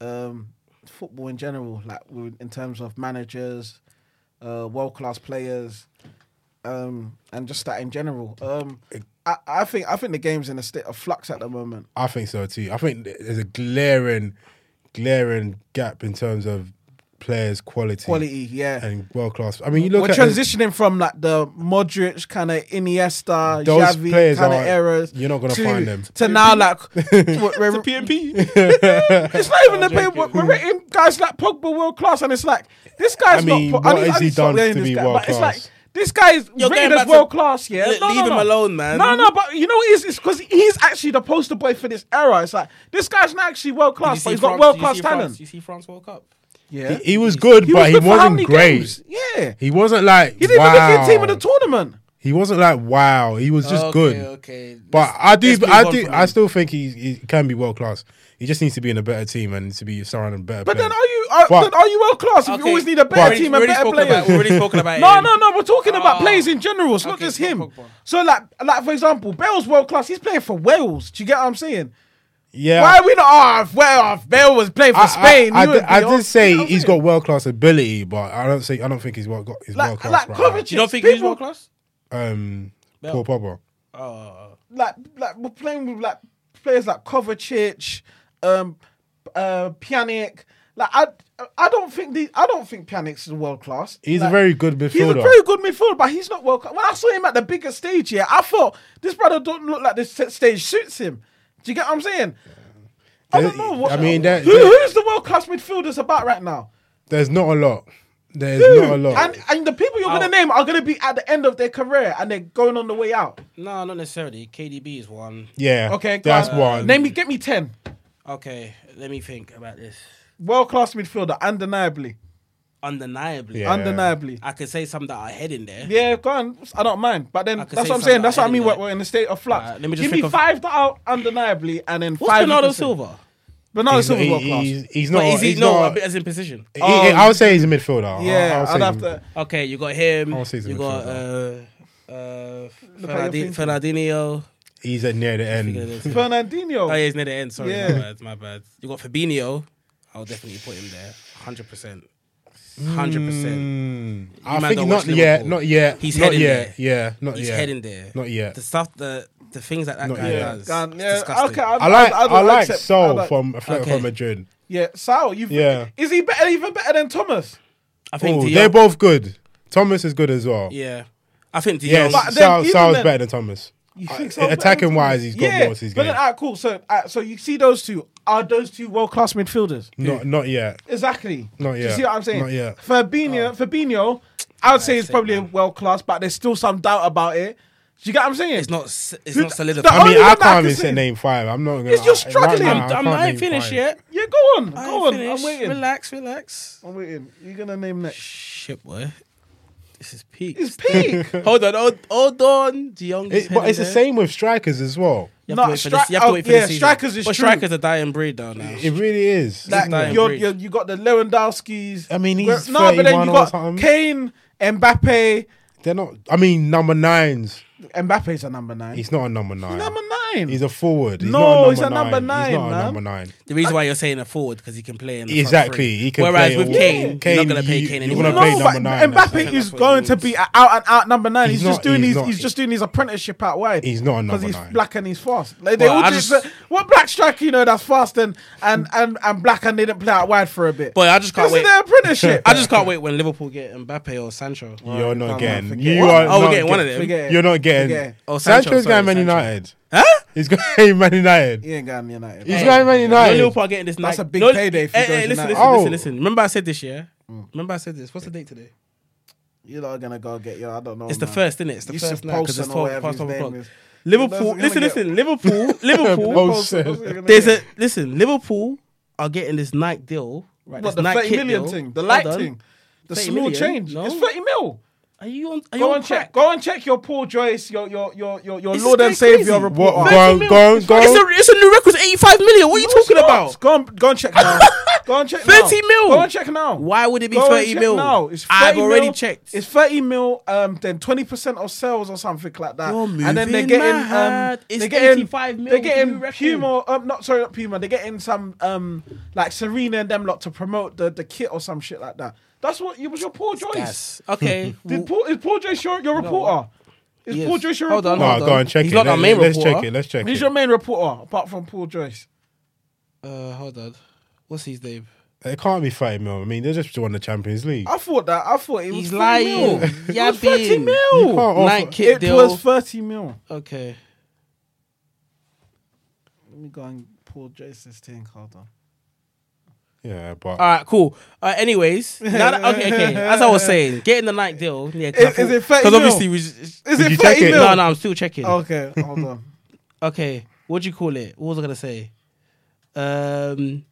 Speaker 1: um, football in general, like with- in terms of managers, uh, world class players, um, and just that in general. Um, I, I think I think the game's in a state of flux at the moment.
Speaker 2: I think so too. I think th- there's a glaring, glaring gap in terms of players' quality,
Speaker 1: Quality, yeah.
Speaker 2: and world class. I mean, you look
Speaker 1: We're
Speaker 2: at the-
Speaker 1: transitioning from like the Modric kind of Iniesta,
Speaker 2: Those
Speaker 1: Xavi
Speaker 2: players
Speaker 1: kind of
Speaker 2: are-
Speaker 1: eras.
Speaker 2: you're not gonna
Speaker 1: to-
Speaker 2: find them.
Speaker 1: to now like what- where-
Speaker 3: PMP.
Speaker 1: It's not even the pay. We're, we're rating guys like Pogba world class, and it's like this guy's
Speaker 2: I mean,
Speaker 1: not.
Speaker 2: what
Speaker 1: I need-
Speaker 2: has
Speaker 1: I
Speaker 2: he
Speaker 1: need stop
Speaker 2: done
Speaker 1: rating
Speaker 2: to
Speaker 1: this
Speaker 2: be
Speaker 1: guy,
Speaker 2: world
Speaker 1: but It's like
Speaker 2: class?
Speaker 1: this guy's
Speaker 3: You're
Speaker 1: rated
Speaker 3: going
Speaker 1: as
Speaker 3: back to-
Speaker 1: world class. Yeah,
Speaker 3: Le-
Speaker 1: No,
Speaker 3: leave
Speaker 1: no,
Speaker 3: him
Speaker 1: no.
Speaker 3: alone, man.
Speaker 1: No, no, but you know what it is? It's because he's actually the poster boy for this era. It's like this guy's not actually world class, but he's got world class talent.
Speaker 3: You see France World Cup.
Speaker 1: Yeah,
Speaker 2: he was good, but
Speaker 1: good
Speaker 2: he
Speaker 1: for how
Speaker 2: wasn't
Speaker 1: many
Speaker 2: great.
Speaker 1: games? Yeah,
Speaker 2: He wasn't like
Speaker 1: he didn't
Speaker 2: wow.
Speaker 1: even make the team of the tournament.
Speaker 2: he wasn't like wow. He was just
Speaker 3: okay,
Speaker 2: good.
Speaker 3: Okay.
Speaker 2: But I do,
Speaker 3: let's move
Speaker 2: I
Speaker 3: on
Speaker 2: do,
Speaker 3: from
Speaker 2: I
Speaker 3: him.
Speaker 2: still think he, he can be world class. He just needs to be in a better team and to be surrounded by better.
Speaker 1: But then
Speaker 2: players.
Speaker 1: are you are,
Speaker 2: But-
Speaker 1: then are you world class if you
Speaker 3: Okay,
Speaker 1: always need a
Speaker 3: we
Speaker 1: better
Speaker 3: already-
Speaker 1: team and
Speaker 3: we already
Speaker 1: better
Speaker 3: spoken about-
Speaker 1: players?
Speaker 3: we already spoken about
Speaker 1: No,
Speaker 3: him.
Speaker 1: no, no. We're talking about
Speaker 3: Oh.
Speaker 1: players in general. It's not
Speaker 3: Okay,
Speaker 1: just
Speaker 3: so
Speaker 1: him.
Speaker 3: Pogba.
Speaker 1: So, like, like for example, Bale's world class. He's playing for Wales. Do you get what I'm saying?
Speaker 2: Yeah.
Speaker 1: Why are we not? Oh, if, well, if Bale was playing for
Speaker 2: I,
Speaker 1: Spain,
Speaker 2: I, I,
Speaker 1: he would
Speaker 2: did,
Speaker 1: be
Speaker 2: I
Speaker 1: on-
Speaker 2: did say
Speaker 1: You know what I'm
Speaker 2: he's
Speaker 1: saying?
Speaker 2: got world class ability, but I don't say I don't think he's world got he's world
Speaker 1: like like
Speaker 2: class. right
Speaker 1: Kovacic.
Speaker 3: You don't think
Speaker 1: people,
Speaker 3: he's world class?
Speaker 2: now. um, Paul Pogba.
Speaker 3: Oh,
Speaker 1: Like like we're playing with like players like Kovacic, um, uh, Pjanic. Like I. I don't think the I don't think Pjanic's is world class.
Speaker 2: He's a
Speaker 1: Like,
Speaker 2: very good midfielder.
Speaker 1: He's a very good midfielder, but he's not well. When I saw him at the bigger stage here, I thought this brother don't look like this set- stage suits him. Do you get what I'm saying? I don't know. What,
Speaker 2: I mean, that-
Speaker 1: who,
Speaker 2: that-
Speaker 1: who's the world class midfielders about right now?
Speaker 2: There's not a lot. There's not a lot.
Speaker 1: And and the people you're gonna
Speaker 3: Out.
Speaker 1: name are gonna be at the end of their career and they're going on the way out.
Speaker 3: no, not necessarily. KDB is one.
Speaker 2: yeah.
Speaker 1: Okay, go
Speaker 2: That's
Speaker 1: on.
Speaker 2: one.
Speaker 1: Name me, get me ten
Speaker 3: Okay, let me think about this.
Speaker 1: world class midfielder, undeniably,
Speaker 3: Undeniably,
Speaker 2: Yeah.
Speaker 1: undeniably.
Speaker 3: I could say some that are heading there.
Speaker 1: Yeah, go on. I don't mind, but then
Speaker 3: I could
Speaker 1: that's
Speaker 3: say
Speaker 1: what I'm saying.
Speaker 3: something
Speaker 1: That's what I mean. We're,
Speaker 3: about
Speaker 1: we're in a state of flux.
Speaker 3: Alright, let me just
Speaker 1: Give me
Speaker 3: think of-
Speaker 1: five that are undeniably, and then
Speaker 3: What's
Speaker 1: five. you
Speaker 3: Bernardo
Speaker 1: can say.
Speaker 3: Silva?
Speaker 1: Bernardo
Speaker 2: He's,
Speaker 1: Silva
Speaker 2: he-
Speaker 1: world class.
Speaker 2: he's, he's not.
Speaker 3: But is he
Speaker 2: he's
Speaker 3: no
Speaker 2: not-
Speaker 3: but as in position?
Speaker 2: he- he- I would say he's a midfielder. I, I
Speaker 1: Yeah,
Speaker 2: would Oh, say
Speaker 1: I'd
Speaker 2: he's a
Speaker 1: have to.
Speaker 3: Okay, you got him.
Speaker 2: I'll say he's a
Speaker 3: You got uh, uh,
Speaker 1: at your
Speaker 3: Fernandi-
Speaker 1: thinking.
Speaker 3: Fernandinho.
Speaker 2: He's at near the end.
Speaker 1: Fernandinho.
Speaker 3: Oh, yeah, he's near the end. Sorry,
Speaker 1: Yeah.
Speaker 3: my bad. My bad. You got Fabinho. I'll definitely put him there. Hundred percent. Hundred percent.
Speaker 2: Mm,
Speaker 3: You
Speaker 2: I
Speaker 3: man
Speaker 2: think
Speaker 3: don't
Speaker 2: not
Speaker 3: watch
Speaker 2: yet.
Speaker 3: Liverpool.
Speaker 2: Not yet.
Speaker 3: He's
Speaker 2: not
Speaker 3: heading
Speaker 2: yet.
Speaker 3: there.
Speaker 2: Yeah, not
Speaker 3: He's
Speaker 2: yet.
Speaker 3: heading there.
Speaker 2: Not
Speaker 3: The
Speaker 2: yet.
Speaker 3: stuff, the the things that that
Speaker 2: Not
Speaker 3: guy
Speaker 2: yet.
Speaker 1: Yeah,
Speaker 3: does.
Speaker 1: gone.
Speaker 3: it's
Speaker 1: yeah.
Speaker 3: disgusting.
Speaker 1: Okay, I,
Speaker 2: I like.
Speaker 1: I,
Speaker 2: I,
Speaker 1: don't
Speaker 2: like
Speaker 1: accept- I
Speaker 2: Sol
Speaker 1: don't-
Speaker 2: from Atletico
Speaker 3: Okay.
Speaker 2: Madrid.
Speaker 1: Yeah, Sal. You.
Speaker 2: Yeah.
Speaker 1: Is he better? Even better than Thomas?
Speaker 3: I
Speaker 2: Ooh,
Speaker 3: think De
Speaker 2: they're
Speaker 3: Jong-
Speaker 2: both good. Thomas is good as well.
Speaker 3: Yeah, I think De
Speaker 2: Yes,
Speaker 3: Jong.
Speaker 1: But then
Speaker 2: Sal,
Speaker 1: even
Speaker 2: Sal's
Speaker 1: then-
Speaker 2: better than Thomas.
Speaker 1: You
Speaker 2: Uh,
Speaker 1: think Sal's better
Speaker 2: attacking
Speaker 1: than
Speaker 2: wise,
Speaker 1: Thomas?
Speaker 2: he's got
Speaker 1: yeah.
Speaker 2: more to his
Speaker 1: But
Speaker 2: game.
Speaker 1: then, alright, cool. So, alright, so you see those two? Are those two world class midfielders?
Speaker 2: Not, not yet.
Speaker 1: Exactly.
Speaker 2: Not
Speaker 1: Do You
Speaker 2: yet.
Speaker 1: see what I'm saying?
Speaker 2: Not yet. Oh.
Speaker 1: Fabinho, Fabinho, I would say is
Speaker 3: sick,
Speaker 1: probably
Speaker 3: man.
Speaker 1: world class, but there's still some doubt about it. Do you get what I'm saying?
Speaker 3: It's not. s- It's
Speaker 1: Who-
Speaker 3: not
Speaker 1: the-
Speaker 3: solidified.
Speaker 2: I
Speaker 1: Only
Speaker 2: mean, I
Speaker 1: one that I
Speaker 2: can't
Speaker 1: can
Speaker 2: even
Speaker 1: say-
Speaker 2: say name five. I'm not gonna.
Speaker 1: It's- you're
Speaker 2: I- right
Speaker 1: struggling.
Speaker 2: now,
Speaker 1: I'm-
Speaker 2: I can't
Speaker 3: I'm not
Speaker 2: name
Speaker 3: finished
Speaker 2: five.
Speaker 3: yet.
Speaker 1: Yeah, go on.
Speaker 3: I
Speaker 1: Go on.
Speaker 3: ain't
Speaker 1: I'm
Speaker 3: finished.
Speaker 1: waiting.
Speaker 3: Relax, relax.
Speaker 1: I'm waiting. You're gonna name next.
Speaker 3: Shit, boy. This is peak.
Speaker 1: It's peak.
Speaker 3: Hold on, hold, hold on. De Jong is
Speaker 2: It, but
Speaker 3: heading
Speaker 2: it's the
Speaker 3: there.
Speaker 2: same with strikers as well.
Speaker 3: You have
Speaker 1: No,
Speaker 3: to wait for
Speaker 1: stri-
Speaker 3: this. You have
Speaker 1: oh,
Speaker 3: to wait for
Speaker 1: yeah,
Speaker 3: this season.
Speaker 1: strikers is
Speaker 3: but
Speaker 1: true.
Speaker 3: strikers are dying breed though now.
Speaker 2: It really is.
Speaker 1: Like
Speaker 3: dying
Speaker 1: you're,
Speaker 3: breed.
Speaker 1: you're, you got the Lewandowski's.
Speaker 2: I mean, he's
Speaker 1: Well, no, but then
Speaker 2: 31
Speaker 1: you
Speaker 2: or
Speaker 1: got
Speaker 2: something.
Speaker 1: Kane, Mbappe.
Speaker 2: They're not. I mean, number nines.
Speaker 1: Mbappe's a number nine.
Speaker 2: He's not a number nine.
Speaker 1: number nine.
Speaker 2: He's a forward. He's
Speaker 1: No,
Speaker 2: not a number
Speaker 1: he's a number
Speaker 2: He's
Speaker 1: nine,
Speaker 2: not
Speaker 1: man.
Speaker 2: a number nine.
Speaker 3: The reason why you're saying a forward because he can play in the front
Speaker 2: Exactly.
Speaker 3: three.
Speaker 2: He can
Speaker 3: Whereas
Speaker 2: play
Speaker 3: with
Speaker 2: all-
Speaker 3: Kane,
Speaker 2: Kane,
Speaker 3: you're not gonna pay
Speaker 2: you-
Speaker 3: Kane
Speaker 2: you're
Speaker 3: anymore.
Speaker 2: gonna play
Speaker 1: no,
Speaker 2: number
Speaker 1: but
Speaker 2: nine, that's
Speaker 1: Mbappe
Speaker 3: it.
Speaker 1: is going to be an out and out number nine. He's,
Speaker 2: He's
Speaker 1: just
Speaker 2: not-
Speaker 1: doing
Speaker 2: he's
Speaker 1: his
Speaker 2: not.
Speaker 1: he's just doing his apprenticeship out wide.
Speaker 2: He's not a
Speaker 1: because
Speaker 2: number
Speaker 1: he's
Speaker 2: nine.
Speaker 1: black and he's fast. Like, they
Speaker 3: Well,
Speaker 1: all
Speaker 3: I
Speaker 1: just,
Speaker 3: just-
Speaker 1: what black striker you know that's fast and and and, and black and they didn't play out wide for a bit.
Speaker 3: But I just can't
Speaker 1: this is
Speaker 3: wait.
Speaker 1: their apprenticeship.
Speaker 3: I just can't wait when Liverpool get Mbappe or Sancho.
Speaker 2: You're not
Speaker 1: man,
Speaker 2: getting.
Speaker 1: forget
Speaker 2: You
Speaker 1: it.
Speaker 2: are.
Speaker 3: Oh, we're
Speaker 2: not
Speaker 3: getting one of
Speaker 2: get-
Speaker 3: them.
Speaker 1: Forget it.
Speaker 2: You're not
Speaker 1: Forget
Speaker 2: getting.
Speaker 1: it.
Speaker 3: Oh, Sancho,
Speaker 2: Sancho's
Speaker 3: sorry,
Speaker 2: going Man
Speaker 3: Sancho.
Speaker 2: United.
Speaker 3: Huh?
Speaker 2: He's going Man United.
Speaker 1: he ain't going United.
Speaker 2: He's
Speaker 1: man.
Speaker 2: going Man
Speaker 3: No,
Speaker 2: United.
Speaker 3: Liverpool are getting this.
Speaker 1: That's
Speaker 3: night-
Speaker 1: a big
Speaker 3: No,
Speaker 1: payday if he
Speaker 3: hey,
Speaker 1: goes
Speaker 3: hey,
Speaker 1: United.
Speaker 3: listen, listen,
Speaker 2: Oh.
Speaker 3: listen, listen. Remember I said this, yeah. Remember I said this. What's the date today?
Speaker 1: You're not gonna go get your. I don't know.
Speaker 3: It's the
Speaker 1: man.
Speaker 3: first, isn't it? It's the
Speaker 1: Yusuf
Speaker 3: first now because it's
Speaker 1: Poulsen or
Speaker 3: twelve
Speaker 1: whatever
Speaker 3: past
Speaker 1: his
Speaker 3: twelve
Speaker 1: name
Speaker 3: o'clock.
Speaker 1: is.
Speaker 3: Liverpool, listen,
Speaker 1: That's
Speaker 3: listen. Liverpool,
Speaker 2: Oh,
Speaker 3: Liverpool.
Speaker 2: Poulsen.
Speaker 1: You're gonna
Speaker 3: There's
Speaker 1: get-
Speaker 3: a listen. Liverpool are getting this night deal. Right,
Speaker 1: what
Speaker 3: this
Speaker 1: the
Speaker 3: Nike
Speaker 1: thirty
Speaker 3: kit
Speaker 1: million
Speaker 3: deal.
Speaker 1: thing, the
Speaker 3: Hold
Speaker 1: light
Speaker 3: on.
Speaker 1: thing, the
Speaker 3: 30
Speaker 1: small
Speaker 3: million?
Speaker 1: change.
Speaker 3: No.
Speaker 1: It's thirty mil.
Speaker 3: Are you on? Are you
Speaker 1: Go
Speaker 3: on
Speaker 1: and check.
Speaker 3: crack?
Speaker 1: Go and check your Paul Joyce, your your your your your
Speaker 3: Is this
Speaker 1: Lord and
Speaker 3: guy crazy?
Speaker 1: Savior report.
Speaker 2: What?
Speaker 1: on.
Speaker 2: Go, go,
Speaker 3: It's
Speaker 2: go.
Speaker 3: a, it's a new record. It's 85 million. What are you
Speaker 1: No,
Speaker 3: talking
Speaker 1: it's not.
Speaker 3: about?
Speaker 1: Go and go and check now. go and check.
Speaker 3: 30
Speaker 1: now.
Speaker 3: mil.
Speaker 1: Go and check now.
Speaker 3: Why would it be
Speaker 1: Go and
Speaker 3: 30
Speaker 1: check
Speaker 3: mil?
Speaker 1: Now. It's 30
Speaker 3: I've already
Speaker 1: mil.
Speaker 3: checked.
Speaker 1: It's thirty mil. Um, then twenty percent of sales or something like that.
Speaker 3: You're
Speaker 1: and then they're
Speaker 3: moving
Speaker 1: getting um,
Speaker 3: mad. It's
Speaker 1: they're getting
Speaker 3: 85 mil
Speaker 1: They're
Speaker 3: with the new
Speaker 1: getting
Speaker 3: record.
Speaker 1: Puma. Um, not sorry, not Puma. They're getting some um like Serena and them lot to promote the the kit or some shit like that. That's what it was your Paul Joyce.
Speaker 3: Yes. Okay.
Speaker 1: Did Paul, is Paul Joyce your, your reporter? Is
Speaker 3: Yes.
Speaker 1: Paul Joyce your
Speaker 3: Hold on,
Speaker 1: reporter?
Speaker 2: No,
Speaker 3: hold
Speaker 2: go and check
Speaker 3: He's
Speaker 2: it.
Speaker 3: not our
Speaker 2: Let-
Speaker 3: main
Speaker 2: Let's
Speaker 3: reporter.
Speaker 2: check it. Let's check
Speaker 1: Who's
Speaker 2: it.
Speaker 1: your main reporter apart from Paul Joyce?
Speaker 3: uh, hold on. What's his name?
Speaker 2: It can't be 30 mil. I mean, they just won the Champions League.
Speaker 3: Ah.
Speaker 1: I thought that. I thought it was
Speaker 3: He's
Speaker 1: 30
Speaker 3: lying.
Speaker 1: Mil. It was 30
Speaker 3: Yabbing.
Speaker 2: You
Speaker 1: mil.
Speaker 2: can't- Oh,
Speaker 3: Night
Speaker 2: for-
Speaker 3: kit
Speaker 1: It
Speaker 3: deal.
Speaker 1: was 30 mil.
Speaker 3: okay.
Speaker 1: Let me go and Paul Joyce's thing. Hold on.
Speaker 2: Yeah, but
Speaker 3: All right, cool. Uh, anyways, now that- okay, okay. As I was saying, getting the night deal. Yeah,
Speaker 1: Is- is it 30
Speaker 3: Because
Speaker 1: mil?
Speaker 3: obviously, we just,
Speaker 1: Is
Speaker 2: Did
Speaker 1: it 30
Speaker 2: you check it?
Speaker 1: mil?
Speaker 3: no, no, I'm still checking.
Speaker 1: Okay, hold on.
Speaker 3: Okay, what do you call it? What was I gonna say? Um,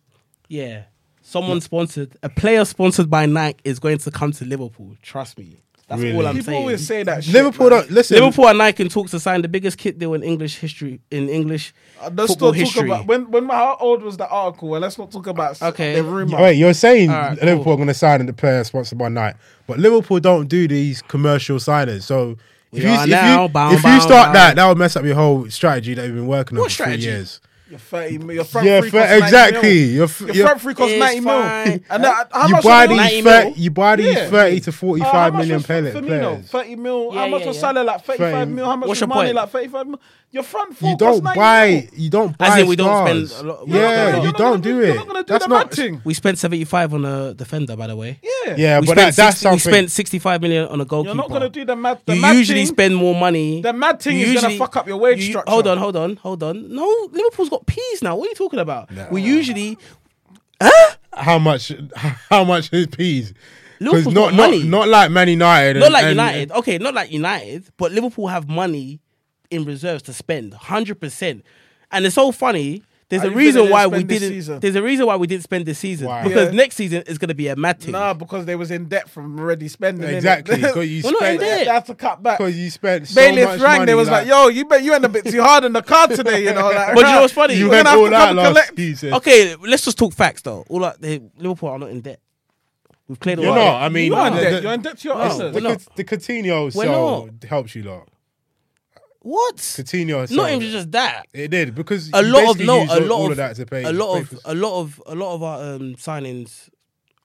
Speaker 3: yeah, someone sponsored, a player sponsored by Nike is going to come to Liverpool. Trust me, that's
Speaker 2: Really?
Speaker 3: all I'm
Speaker 1: People
Speaker 3: saying.
Speaker 1: always say that shit.
Speaker 2: Liverpool
Speaker 1: man.
Speaker 2: don't listen.
Speaker 3: Liverpool and Nike in talks to sign the biggest kit deal in English history. In English
Speaker 1: Uh, Let's
Speaker 3: football
Speaker 1: not talk
Speaker 3: history.
Speaker 1: about when when how old was the article? And let's not talk about s-
Speaker 3: Okay.
Speaker 1: the rumor.
Speaker 2: Wait, you're saying
Speaker 3: Alright, cool.
Speaker 2: Liverpool are going to sign the player sponsored by Nike, but Liverpool don't do these commercial signings. So if
Speaker 3: We
Speaker 2: you
Speaker 3: are
Speaker 2: if
Speaker 3: now,
Speaker 2: you
Speaker 3: bow,
Speaker 2: if
Speaker 3: bow,
Speaker 2: you start
Speaker 3: bow.
Speaker 2: that, that will mess up your whole strategy that you've been working on
Speaker 3: What
Speaker 2: for
Speaker 3: strategy?
Speaker 2: three years.
Speaker 1: Your thirty, mil- your front
Speaker 2: yeah,
Speaker 1: three
Speaker 2: fa-
Speaker 1: costs 90
Speaker 2: exactly.
Speaker 1: mil.
Speaker 2: Your, f-
Speaker 1: Your
Speaker 2: your-
Speaker 1: front three costs
Speaker 3: It's
Speaker 1: ninety mil,
Speaker 3: fine.
Speaker 1: and that, how
Speaker 2: you
Speaker 1: much
Speaker 2: buy
Speaker 1: was
Speaker 2: these,
Speaker 1: it?
Speaker 3: 90
Speaker 2: thir-
Speaker 3: mil?
Speaker 2: you buy these
Speaker 1: Yeah.
Speaker 2: thirty to
Speaker 1: Uh, how
Speaker 2: forty-five
Speaker 1: much
Speaker 2: million
Speaker 1: was F-
Speaker 2: pellet
Speaker 1: Firmino,
Speaker 2: players.
Speaker 1: thirty mil.
Speaker 3: Yeah,
Speaker 1: how much
Speaker 3: yeah,
Speaker 1: was
Speaker 3: yeah.
Speaker 1: Salah like thirty-five
Speaker 2: 30.
Speaker 1: mil? How much
Speaker 3: What's
Speaker 1: was
Speaker 3: your
Speaker 1: Mane
Speaker 3: point?
Speaker 1: like thirty-five mil? Your front four
Speaker 2: You don't
Speaker 1: costs 90
Speaker 2: buy.
Speaker 1: mil.
Speaker 2: You don't buy.
Speaker 3: As in we don't spend
Speaker 2: stars.
Speaker 3: a lot- we're not
Speaker 2: Yeah,
Speaker 3: gonna-
Speaker 2: you
Speaker 1: You're not
Speaker 2: don't
Speaker 1: gonna do-
Speaker 2: do
Speaker 1: you're
Speaker 2: it.
Speaker 1: not gonna do
Speaker 2: That's
Speaker 1: the
Speaker 2: not.
Speaker 1: mad thing.
Speaker 3: We spent 75 on a defender, by the way.
Speaker 1: Yeah,
Speaker 2: Yeah,
Speaker 3: we
Speaker 2: but
Speaker 3: spent
Speaker 2: that, that's
Speaker 3: 60
Speaker 2: something.
Speaker 3: We spent 65 million on a goalkeeper.
Speaker 1: You're not gonna do the mad. The
Speaker 3: You
Speaker 1: mad
Speaker 3: usually
Speaker 1: thing,
Speaker 3: spend more money.
Speaker 1: The mad thing
Speaker 3: You
Speaker 1: is gonna fuck up your wage
Speaker 3: you-
Speaker 1: structure.
Speaker 3: Hold on, hold on, hold on. No, Liverpool's got peas now. What are you talking about? We usually
Speaker 2: how much? How much is peas? Because
Speaker 3: Liverpool's
Speaker 2: not
Speaker 3: got
Speaker 2: not
Speaker 3: money.
Speaker 2: not like Man United.
Speaker 3: not
Speaker 2: and-
Speaker 3: like
Speaker 2: and-
Speaker 3: United. Okay, not like United, but Liverpool have money in reserves to spend, hundred percent. And it's so funny. There's
Speaker 1: How
Speaker 3: a
Speaker 1: you feeling
Speaker 3: reason
Speaker 1: they
Speaker 3: why
Speaker 1: didn't
Speaker 3: we
Speaker 1: spend this
Speaker 3: didn't.
Speaker 1: season?
Speaker 3: There's a reason why we didn't spend this season
Speaker 2: Why?
Speaker 3: because
Speaker 1: Yeah.
Speaker 3: next season is going to be a mad thing.
Speaker 1: Nah, because they was in debt from already spending. innit?
Speaker 2: Exactly. Because you
Speaker 3: We're not in
Speaker 2: spent.
Speaker 3: debt.
Speaker 1: They had to cut back.
Speaker 2: Because you spent. So
Speaker 1: Bailiff
Speaker 2: much
Speaker 1: rang.
Speaker 2: Money,
Speaker 1: They was like, "Yo, you bet you went a bit too hard on the car today, you know." Like,
Speaker 3: But you know what's funny?
Speaker 2: you
Speaker 1: You're
Speaker 2: went
Speaker 1: gonna have
Speaker 2: all
Speaker 1: to come
Speaker 2: out
Speaker 1: and
Speaker 2: last
Speaker 1: collect.
Speaker 2: season."
Speaker 3: Okay, let's just talk facts though. All like they, Liverpool are not in debt. We've played a
Speaker 2: You're
Speaker 3: lot.
Speaker 2: not. I mean,
Speaker 1: You are in
Speaker 2: the- the-
Speaker 1: debt. You're in debt to your
Speaker 3: No,
Speaker 1: owners.
Speaker 3: we're
Speaker 2: The,
Speaker 3: not.
Speaker 2: Cat- the Coutinho
Speaker 3: We're
Speaker 2: sell
Speaker 3: not.
Speaker 2: helps you lot.
Speaker 3: What?
Speaker 2: Coutinho sell.
Speaker 3: Not even just that.
Speaker 2: It did because
Speaker 3: A
Speaker 2: you
Speaker 3: lot of
Speaker 2: basically
Speaker 3: no,
Speaker 2: used
Speaker 3: a
Speaker 2: all- all
Speaker 3: lot of,
Speaker 2: that to pay.
Speaker 3: a lot
Speaker 2: pay
Speaker 3: of
Speaker 2: for-
Speaker 3: a lot of a lot of our um, signings,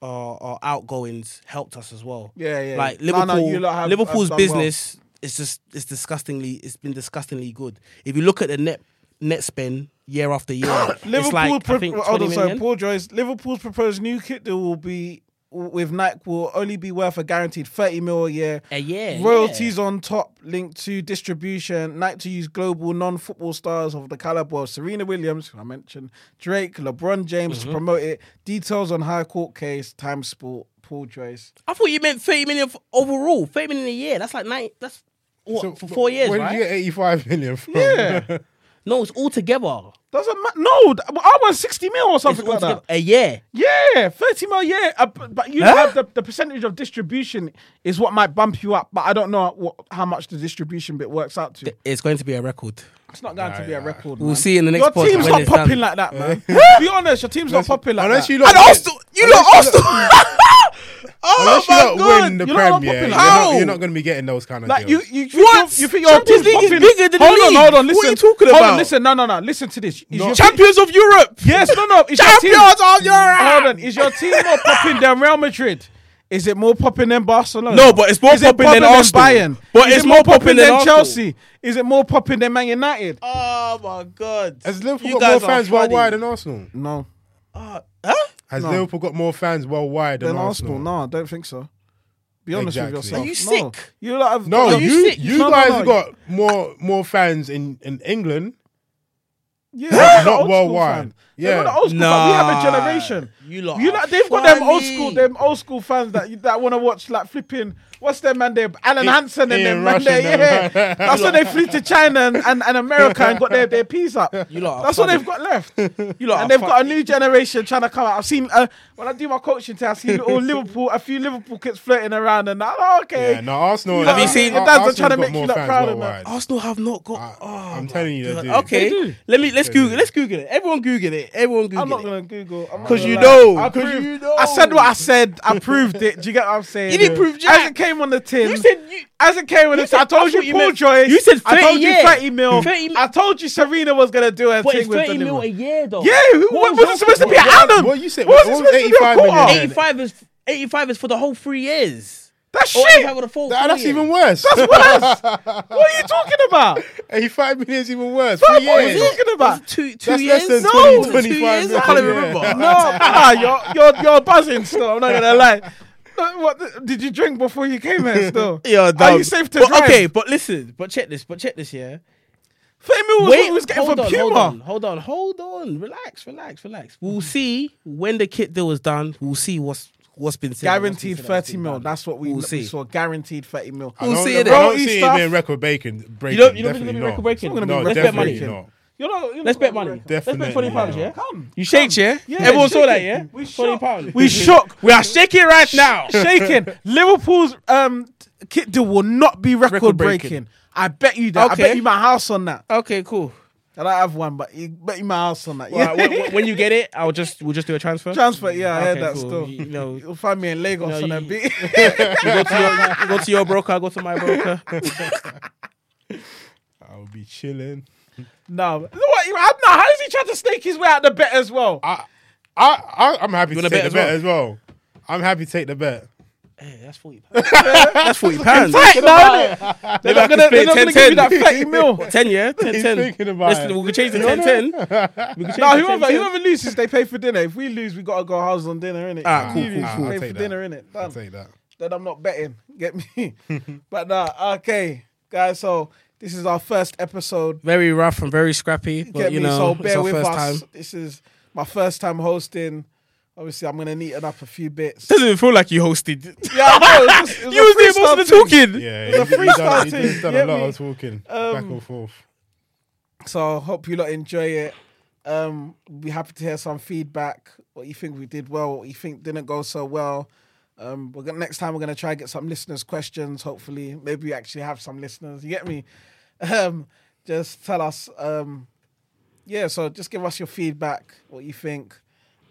Speaker 3: our, our outgoings helped us as well.
Speaker 1: Yeah, yeah.
Speaker 3: Like
Speaker 1: No,
Speaker 3: Liverpool,
Speaker 1: no, you lot have-
Speaker 3: Liverpool's
Speaker 1: have done well.
Speaker 3: business is just it's disgustingly it's been disgustingly good. If you look at the net net spend year after year, it's
Speaker 1: Liverpool,
Speaker 3: like
Speaker 1: pro-
Speaker 3: I think
Speaker 1: hold
Speaker 3: 20
Speaker 1: on, sorry,
Speaker 3: million.
Speaker 1: Paul Joyce. Liverpool's proposed new kit deal will be with Nike will only be worth a guaranteed thirty mil a year.
Speaker 3: A year,
Speaker 1: royalties on top, linked to distribution. Nike to use global non-football stars of the caliber of Serena Williams, who I mentioned, Drake, LeBron James
Speaker 3: Mm-hmm.
Speaker 1: to promote it. Details on High Court case, Time Sport, Paul Joyce.
Speaker 3: I thought you meant thirty million for overall, thirty million a year. That's like nine. That's what
Speaker 2: So,
Speaker 3: for four years,
Speaker 2: Where did you
Speaker 3: right?
Speaker 2: get eighty-five million from?
Speaker 1: Yeah.
Speaker 3: No, it's all together.
Speaker 1: Doesn't matter. No, th- I want sixty mil or
Speaker 3: It's
Speaker 1: something
Speaker 3: all
Speaker 1: like
Speaker 3: together.
Speaker 1: that.
Speaker 3: A year.
Speaker 1: Yeah, thirty mil. Yeah, uh, b- but you
Speaker 3: Huh?
Speaker 1: have the, the percentage of distribution is what might bump you up. But I don't know what, how much the distribution bit works out to.
Speaker 3: It's going to be a record.
Speaker 1: It's not going to be a record.
Speaker 3: We'll
Speaker 1: man.
Speaker 3: see in the next
Speaker 1: Your
Speaker 3: pod
Speaker 1: team's
Speaker 3: when
Speaker 1: not
Speaker 3: it's
Speaker 1: popping
Speaker 3: done.
Speaker 1: like that, man. be honest, your team's not popping like
Speaker 2: unless
Speaker 1: that.
Speaker 2: you lot
Speaker 3: And
Speaker 2: win-
Speaker 3: Arsenal, you lot, Arsenal. oh
Speaker 2: unless you
Speaker 3: my
Speaker 2: lot
Speaker 3: god!
Speaker 2: win the
Speaker 1: You lot are
Speaker 2: Premier,
Speaker 1: popping
Speaker 2: you're
Speaker 1: like
Speaker 2: not,
Speaker 3: that.
Speaker 2: you're not going to be getting those kind of
Speaker 1: Like you,
Speaker 2: deals.
Speaker 1: you, you,
Speaker 3: What?
Speaker 1: you think your
Speaker 3: Champions
Speaker 1: team's
Speaker 3: League is
Speaker 1: popping-
Speaker 3: bigger than the
Speaker 1: hold
Speaker 3: league.
Speaker 1: on, hold on.
Speaker 3: What
Speaker 1: Listen,
Speaker 3: are you talking
Speaker 1: hold
Speaker 3: about?
Speaker 1: On, listen, no, no, no. Listen to this. Is your team-
Speaker 4: Champions of Europe.
Speaker 1: yes, no, no. Is your team,
Speaker 4: Champions of Europe.
Speaker 1: Hold on. Is your team more popping than Real Madrid? Is it more popping than Barcelona?
Speaker 4: No, but it's more
Speaker 1: Is it
Speaker 4: popping than Arsenal.
Speaker 1: Bayern?
Speaker 4: But
Speaker 1: Is
Speaker 4: it's
Speaker 1: it
Speaker 4: more popping than Arsenal.
Speaker 1: Chelsea. Is it more popping than Man United?
Speaker 3: Oh my god!
Speaker 2: Has
Speaker 3: You
Speaker 2: Liverpool got more
Speaker 3: guys are
Speaker 2: fans
Speaker 3: funny.
Speaker 2: worldwide than Arsenal?
Speaker 1: No,
Speaker 3: Uh, huh?
Speaker 2: Has
Speaker 1: No.
Speaker 2: Liverpool got more fans worldwide than,
Speaker 1: than Arsenal. No, I don't think so. Be honest
Speaker 2: Exactly.
Speaker 1: with yourself.
Speaker 2: Are
Speaker 3: you
Speaker 1: No.
Speaker 3: sick?
Speaker 1: You lot have
Speaker 2: No,
Speaker 1: got-
Speaker 2: you
Speaker 3: you
Speaker 2: you,
Speaker 3: sick?
Speaker 1: No, no,
Speaker 2: guys
Speaker 1: no.
Speaker 2: have got more more fans in, in England.
Speaker 1: Yeah,
Speaker 2: Not
Speaker 1: they're old school
Speaker 2: worldwide.
Speaker 1: fans.
Speaker 2: Yeah.
Speaker 1: they're not old school fans. We have a
Speaker 3: Nah.
Speaker 1: generation.
Speaker 3: You lot
Speaker 1: you
Speaker 3: are
Speaker 1: lot, they've got them old
Speaker 3: funny.
Speaker 1: school, them old school fans that that want to watch like flipping. What's their man there? Alan
Speaker 2: I-
Speaker 1: Hansen and
Speaker 2: Ian
Speaker 1: them man
Speaker 2: Rush
Speaker 1: there.
Speaker 2: and them,
Speaker 1: Yeah,
Speaker 2: man.
Speaker 1: that's when they flew to China and, and, and America and got their their peas up.
Speaker 3: You lot are
Speaker 1: that's what
Speaker 3: funny.
Speaker 1: they've got left. You and
Speaker 3: lot are
Speaker 1: they've got a
Speaker 3: funny.
Speaker 1: new generation trying to come out. I've seen uh, when I do my coaching, today, I see little Liverpool, a few Liverpool kids flirting around and that. Oh, okay.
Speaker 2: Yeah, no, Arsenal.
Speaker 1: Have
Speaker 3: you
Speaker 2: Ar-
Speaker 3: seen-
Speaker 2: Ar-
Speaker 1: Your dads are
Speaker 2: Arsenal's
Speaker 1: trying to
Speaker 2: got
Speaker 1: make you
Speaker 2: more
Speaker 1: look
Speaker 2: fans
Speaker 1: proud of
Speaker 2: worldwide.
Speaker 3: Arsenal have not got.
Speaker 2: I-
Speaker 3: oh
Speaker 2: I'm
Speaker 3: my
Speaker 2: telling you Ah, they
Speaker 3: God.
Speaker 2: do.
Speaker 3: Okay,
Speaker 1: They do.
Speaker 3: let me let's
Speaker 2: They
Speaker 3: Google.
Speaker 2: do.
Speaker 3: Let's Google it. Everyone Google it. Everyone Google
Speaker 1: I'm not
Speaker 3: it.
Speaker 1: gonna Google. I'm not
Speaker 3: 'Cause
Speaker 1: gonna
Speaker 3: you
Speaker 1: lie.
Speaker 3: know,
Speaker 1: I
Speaker 3: 'cause
Speaker 1: proved-
Speaker 3: you know.
Speaker 1: I said what I said. I proved it. Do you get what I'm saying?
Speaker 3: You didn't prove
Speaker 1: As
Speaker 3: jack.
Speaker 1: it came on the tin.
Speaker 3: You said you-
Speaker 1: As it came on
Speaker 3: you
Speaker 1: the tin. I
Speaker 3: said-
Speaker 1: told
Speaker 3: that's
Speaker 1: you,
Speaker 3: what you
Speaker 1: Paul
Speaker 3: meant.
Speaker 1: Joyce.
Speaker 3: You said
Speaker 1: I told
Speaker 3: 30,
Speaker 1: you
Speaker 3: yeah.
Speaker 1: 30 mil.
Speaker 3: 30
Speaker 1: I told you Serena was gonna do her
Speaker 3: But
Speaker 1: thing
Speaker 3: it's
Speaker 1: with the
Speaker 3: thirty mil a
Speaker 1: Liverpool.
Speaker 3: year though.
Speaker 1: Yeah, who, what, was it supposed to be an
Speaker 2: what-
Speaker 1: annum?
Speaker 2: what you said
Speaker 1: What was it
Speaker 2: was
Speaker 1: supposed to be a
Speaker 2: 85 million
Speaker 1: quarter?
Speaker 2: then.
Speaker 3: Eighty-five is eighty-five is for the whole three years.
Speaker 1: That's
Speaker 3: Or
Speaker 1: shit.
Speaker 3: 85 for the full
Speaker 2: That-
Speaker 3: three
Speaker 2: that's
Speaker 3: years.
Speaker 2: even worse.
Speaker 1: That's worse. What are you talking about?
Speaker 2: 85 million is even worse.
Speaker 1: Bro,
Speaker 2: Three
Speaker 1: what are
Speaker 2: years.
Speaker 1: you talking
Speaker 3: Was
Speaker 1: about?
Speaker 3: it Two two
Speaker 2: That's
Speaker 3: years.
Speaker 2: less than
Speaker 3: No,
Speaker 2: 20,
Speaker 3: was it two
Speaker 2: 25
Speaker 3: years. I can't even
Speaker 2: million, yeah.
Speaker 3: remember.
Speaker 1: No, nah, you're, you're, you're buzzing still. I'm not gonna lie. No, What the- did you drink before you came here? Still,
Speaker 3: Yeah,
Speaker 1: are
Speaker 3: dumb.
Speaker 1: you safe to
Speaker 3: but,
Speaker 1: drive?
Speaker 3: Okay, but listen, but check this, but check this, yeah.
Speaker 1: Fame was what he was getting
Speaker 3: hold
Speaker 1: from
Speaker 3: on,
Speaker 1: Puma.
Speaker 3: hold on, hold on, hold on. Relax, relax, relax. We'll see when the kit deal is done. We'll see what's what's been said. and what's been
Speaker 1: Guaranteed
Speaker 3: said and what's
Speaker 1: 30
Speaker 3: been
Speaker 1: mil.
Speaker 3: done.
Speaker 1: That's what we,
Speaker 3: We'll
Speaker 1: we
Speaker 3: see. Uh,
Speaker 1: saw. Guaranteed 30 mil.
Speaker 2: I don't,
Speaker 3: see
Speaker 2: I
Speaker 3: it.
Speaker 2: don't
Speaker 1: Bro,
Speaker 2: see
Speaker 1: stuff.
Speaker 2: it being record breaking. breaking
Speaker 3: don't- you don't
Speaker 2: definitely
Speaker 3: think it'll be
Speaker 2: not.
Speaker 3: record breaking?
Speaker 2: No,
Speaker 3: It's not gonna be record
Speaker 2: definitely
Speaker 3: breaking.
Speaker 2: not.
Speaker 1: You're not, you're
Speaker 3: Let's
Speaker 1: not
Speaker 3: bet
Speaker 1: gonna
Speaker 3: money.
Speaker 1: break it.
Speaker 2: Definitely
Speaker 3: Let's bet twenty pounds,
Speaker 2: not.
Speaker 3: yeah.
Speaker 1: Come.
Speaker 3: You shaked, yeah.
Speaker 1: Yeah,
Speaker 3: Everyone saw
Speaker 1: shaking.
Speaker 3: that, yeah.
Speaker 1: We
Speaker 3: twenty
Speaker 1: shook.
Speaker 3: pounds.
Speaker 1: We shook.
Speaker 3: We are shaking right now.
Speaker 1: Shaking. Liverpool's um, kit deal will not be record,
Speaker 3: breaking.
Speaker 1: breaking. I bet you that. I
Speaker 3: Okay.
Speaker 1: bet you my house on that.
Speaker 3: Okay, cool.
Speaker 1: I don't have one, but you bet you my house on that.
Speaker 3: All right,
Speaker 1: yeah.
Speaker 3: when, when- when you get it, I'll just we'll just do a transfer.
Speaker 1: Transfer, yeah, I heard
Speaker 3: Okay,
Speaker 1: that
Speaker 3: cool.
Speaker 1: still.
Speaker 3: You know-
Speaker 1: You'll find me in Lagos
Speaker 3: No,
Speaker 1: on
Speaker 3: you-
Speaker 1: that beat.
Speaker 3: You go to your, you go to your broker. I go to my broker.
Speaker 2: I'll be chilling.
Speaker 1: no, what? you- How, no, how is he he tried to snake his way out the bet as well.
Speaker 3: Ah,
Speaker 2: I, I, I I'm happy to
Speaker 3: wanna
Speaker 2: take
Speaker 3: bet
Speaker 2: the bet
Speaker 3: as
Speaker 2: as well. I'm happy to take the bet.
Speaker 3: Hey, that's forty pounds. that's forty pounds.
Speaker 1: Fact, no, innit? They're not
Speaker 3: can
Speaker 1: gonna,
Speaker 3: split
Speaker 1: they're not gonna give
Speaker 3: 10,
Speaker 1: you
Speaker 3: 10.
Speaker 1: that fatty meal.
Speaker 3: What, ten, yeah, ten,
Speaker 2: He's
Speaker 3: ten.
Speaker 2: thinking about
Speaker 3: Let's-
Speaker 2: it.
Speaker 3: We could change the ten, ten. We could change
Speaker 1: No,
Speaker 3: the
Speaker 1: whoever
Speaker 3: 10.
Speaker 1: whoever loses, they pay for dinner. If we lose, we gotta go house on dinner, innit?
Speaker 3: Ah, cool,
Speaker 1: We
Speaker 3: cool,
Speaker 1: lose,
Speaker 2: cool.
Speaker 1: Pay
Speaker 2: I'll
Speaker 1: for
Speaker 2: take that.
Speaker 1: dinner, innit?
Speaker 2: I'll
Speaker 1: Done.
Speaker 2: take that.
Speaker 1: Then I'm not betting. Get me? but nah, okay, guys. So this is our first episode.
Speaker 3: Very rough and very scrappy, but
Speaker 1: Get
Speaker 3: you
Speaker 1: me?
Speaker 3: know,
Speaker 1: so
Speaker 3: it's
Speaker 1: bear
Speaker 3: our
Speaker 1: with
Speaker 3: first
Speaker 1: us.
Speaker 3: time.
Speaker 1: This is my first time hosting. Obviously, I'm gonna neaten up a few bits.
Speaker 4: Doesn't even feel like you hosted.
Speaker 1: yeah, I know. It was just, it was
Speaker 4: You
Speaker 1: a
Speaker 4: was doing most
Speaker 1: freestyle
Speaker 4: of the
Speaker 1: thing.
Speaker 4: talking.
Speaker 2: Yeah,
Speaker 1: It's a
Speaker 2: he's
Speaker 1: freestyle
Speaker 2: done, he's
Speaker 1: team,
Speaker 2: done
Speaker 1: get
Speaker 2: a lot
Speaker 1: me? Um,
Speaker 2: of talking back and forth.
Speaker 1: So hope you lot enjoy it. Um, be happy to hear some feedback. What you think we did well, what you think didn't go so well. Um, we're gonna, next time we're gonna try and get some listeners' questions. Hopefully, maybe we actually have some listeners. You get me? Um, just tell us. Um, yeah, so just give us your feedback, what you think.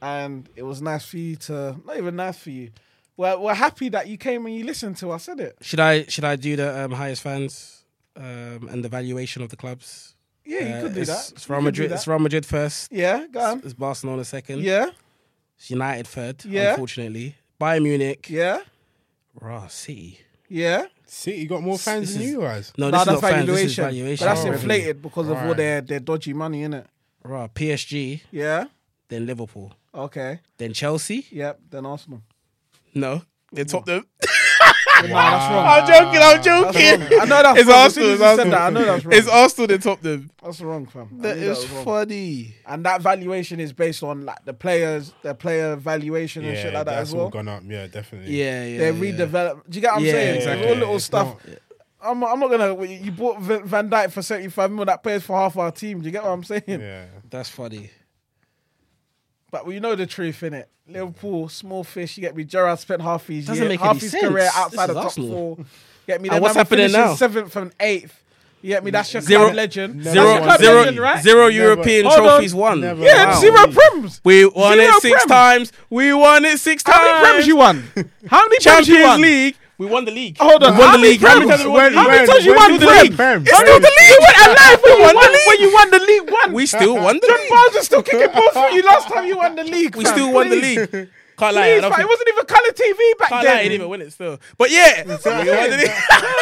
Speaker 1: And it was nice for you to not even nice for you. We're we're happy that you came and you listened to us, said it.
Speaker 3: Should I should I do the um, highest fans um, and the valuation of the clubs?
Speaker 1: Yeah, you
Speaker 3: Uh,
Speaker 1: could do
Speaker 3: it's,
Speaker 1: that.
Speaker 3: It's
Speaker 1: You could
Speaker 3: Real
Speaker 1: do
Speaker 3: Madrid.
Speaker 1: that.
Speaker 3: It's Real Madrid first.
Speaker 1: Yeah, go on.
Speaker 3: It's Barcelona second.
Speaker 1: Yeah,
Speaker 3: It's United third.
Speaker 1: Yeah.
Speaker 3: Unfortunately, Bayern Munich.
Speaker 1: yeah,
Speaker 3: Raw City.
Speaker 1: yeah.
Speaker 2: City got more
Speaker 3: this
Speaker 2: fans than
Speaker 3: is-
Speaker 2: you guys.
Speaker 3: No,
Speaker 1: No,
Speaker 3: this
Speaker 1: that's
Speaker 3: is not fans.
Speaker 1: valuation.
Speaker 3: This is valuation.
Speaker 1: But that's
Speaker 2: Oh,
Speaker 1: inflated because of all
Speaker 2: Right.
Speaker 1: their, their dodgy money, innit?
Speaker 3: Raw PSG,
Speaker 1: Yeah.
Speaker 3: then Liverpool,
Speaker 1: Okay.
Speaker 3: then Chelsea.
Speaker 1: Yep. Then Arsenal.
Speaker 3: No,
Speaker 4: They topped them.
Speaker 1: But Nah,
Speaker 3: Ah.
Speaker 1: that's wrong.
Speaker 4: I'm joking. I'm joking.
Speaker 1: That's wrong. I know that's
Speaker 4: It's Arsenal,
Speaker 1: wrong. As
Speaker 4: it's
Speaker 1: soon as you said
Speaker 4: Arsenal.
Speaker 1: that, I know that's wrong.
Speaker 4: It's Arsenal. They topped them.
Speaker 1: that's wrong, fam. I
Speaker 4: That
Speaker 1: knew
Speaker 4: is
Speaker 1: was wrong.
Speaker 4: funny.
Speaker 1: And that valuation is based on like the players, their player valuation and shit like that
Speaker 2: that's
Speaker 1: as
Speaker 2: all
Speaker 1: well.
Speaker 2: gone up. Yeah, definitely.
Speaker 3: Yeah, yeah.
Speaker 1: They're
Speaker 3: yeah.
Speaker 1: redevelop. Do you get what I'm
Speaker 3: Yeah,
Speaker 1: saying?
Speaker 3: exactly.
Speaker 1: All little
Speaker 2: It's
Speaker 1: stuff. I'm, I'm not gonna. You bought Van Van Dyke for 75 mil. That plays for half our team. Do you get what I'm saying?
Speaker 2: Yeah.
Speaker 3: That's funny.
Speaker 1: But we know the truth, innit? Liverpool, small fish. You get me. Gerard spent half his
Speaker 3: Doesn't
Speaker 1: year,
Speaker 3: make
Speaker 1: half
Speaker 3: any
Speaker 1: his
Speaker 3: sense.
Speaker 1: career
Speaker 3: This is
Speaker 1: outside the top
Speaker 3: Arsenal.
Speaker 1: four. Get me.
Speaker 3: And
Speaker 1: Then
Speaker 3: what's
Speaker 1: now we're
Speaker 3: happening
Speaker 1: finishing
Speaker 3: now?
Speaker 1: Seventh from eighth. You get me. That's your
Speaker 3: Zero-
Speaker 1: club legend.
Speaker 2: zero-
Speaker 1: That's your
Speaker 3: Zero,
Speaker 1: club
Speaker 3: zero,
Speaker 1: legend, right?
Speaker 3: zero
Speaker 2: Never.
Speaker 3: European
Speaker 1: Hold on.
Speaker 3: trophies won.
Speaker 2: Never.
Speaker 1: Yeah,
Speaker 2: Wow.
Speaker 1: zero prims.
Speaker 3: We won
Speaker 1: Zero
Speaker 3: it six
Speaker 1: Prem.
Speaker 3: times. We won it six
Speaker 1: How
Speaker 3: times.
Speaker 1: many prims you won? How many prims you
Speaker 3: Champions
Speaker 1: won?
Speaker 3: League. We won the league.
Speaker 1: Hold on.
Speaker 3: We won
Speaker 1: How
Speaker 3: the
Speaker 1: many
Speaker 3: league. How many
Speaker 1: Prem?
Speaker 3: times we won the
Speaker 1: How
Speaker 3: league?
Speaker 1: many times you won
Speaker 3: the
Speaker 1: prem?
Speaker 3: league?
Speaker 1: It's still the league. You went alive when you won. When you won the league, one.
Speaker 3: We still won the
Speaker 1: John
Speaker 3: league.
Speaker 1: Barnes is still kicking balls for you. Last time you won the league,
Speaker 3: We
Speaker 1: fam.
Speaker 3: still won the
Speaker 1: Please.
Speaker 3: league. Can't lie. I
Speaker 1: Please,
Speaker 3: don't
Speaker 1: fam.
Speaker 3: think-
Speaker 1: It wasn't even color TV back
Speaker 3: can't lie. I
Speaker 1: then.
Speaker 3: didn't even win it still. But yeah, we won the league.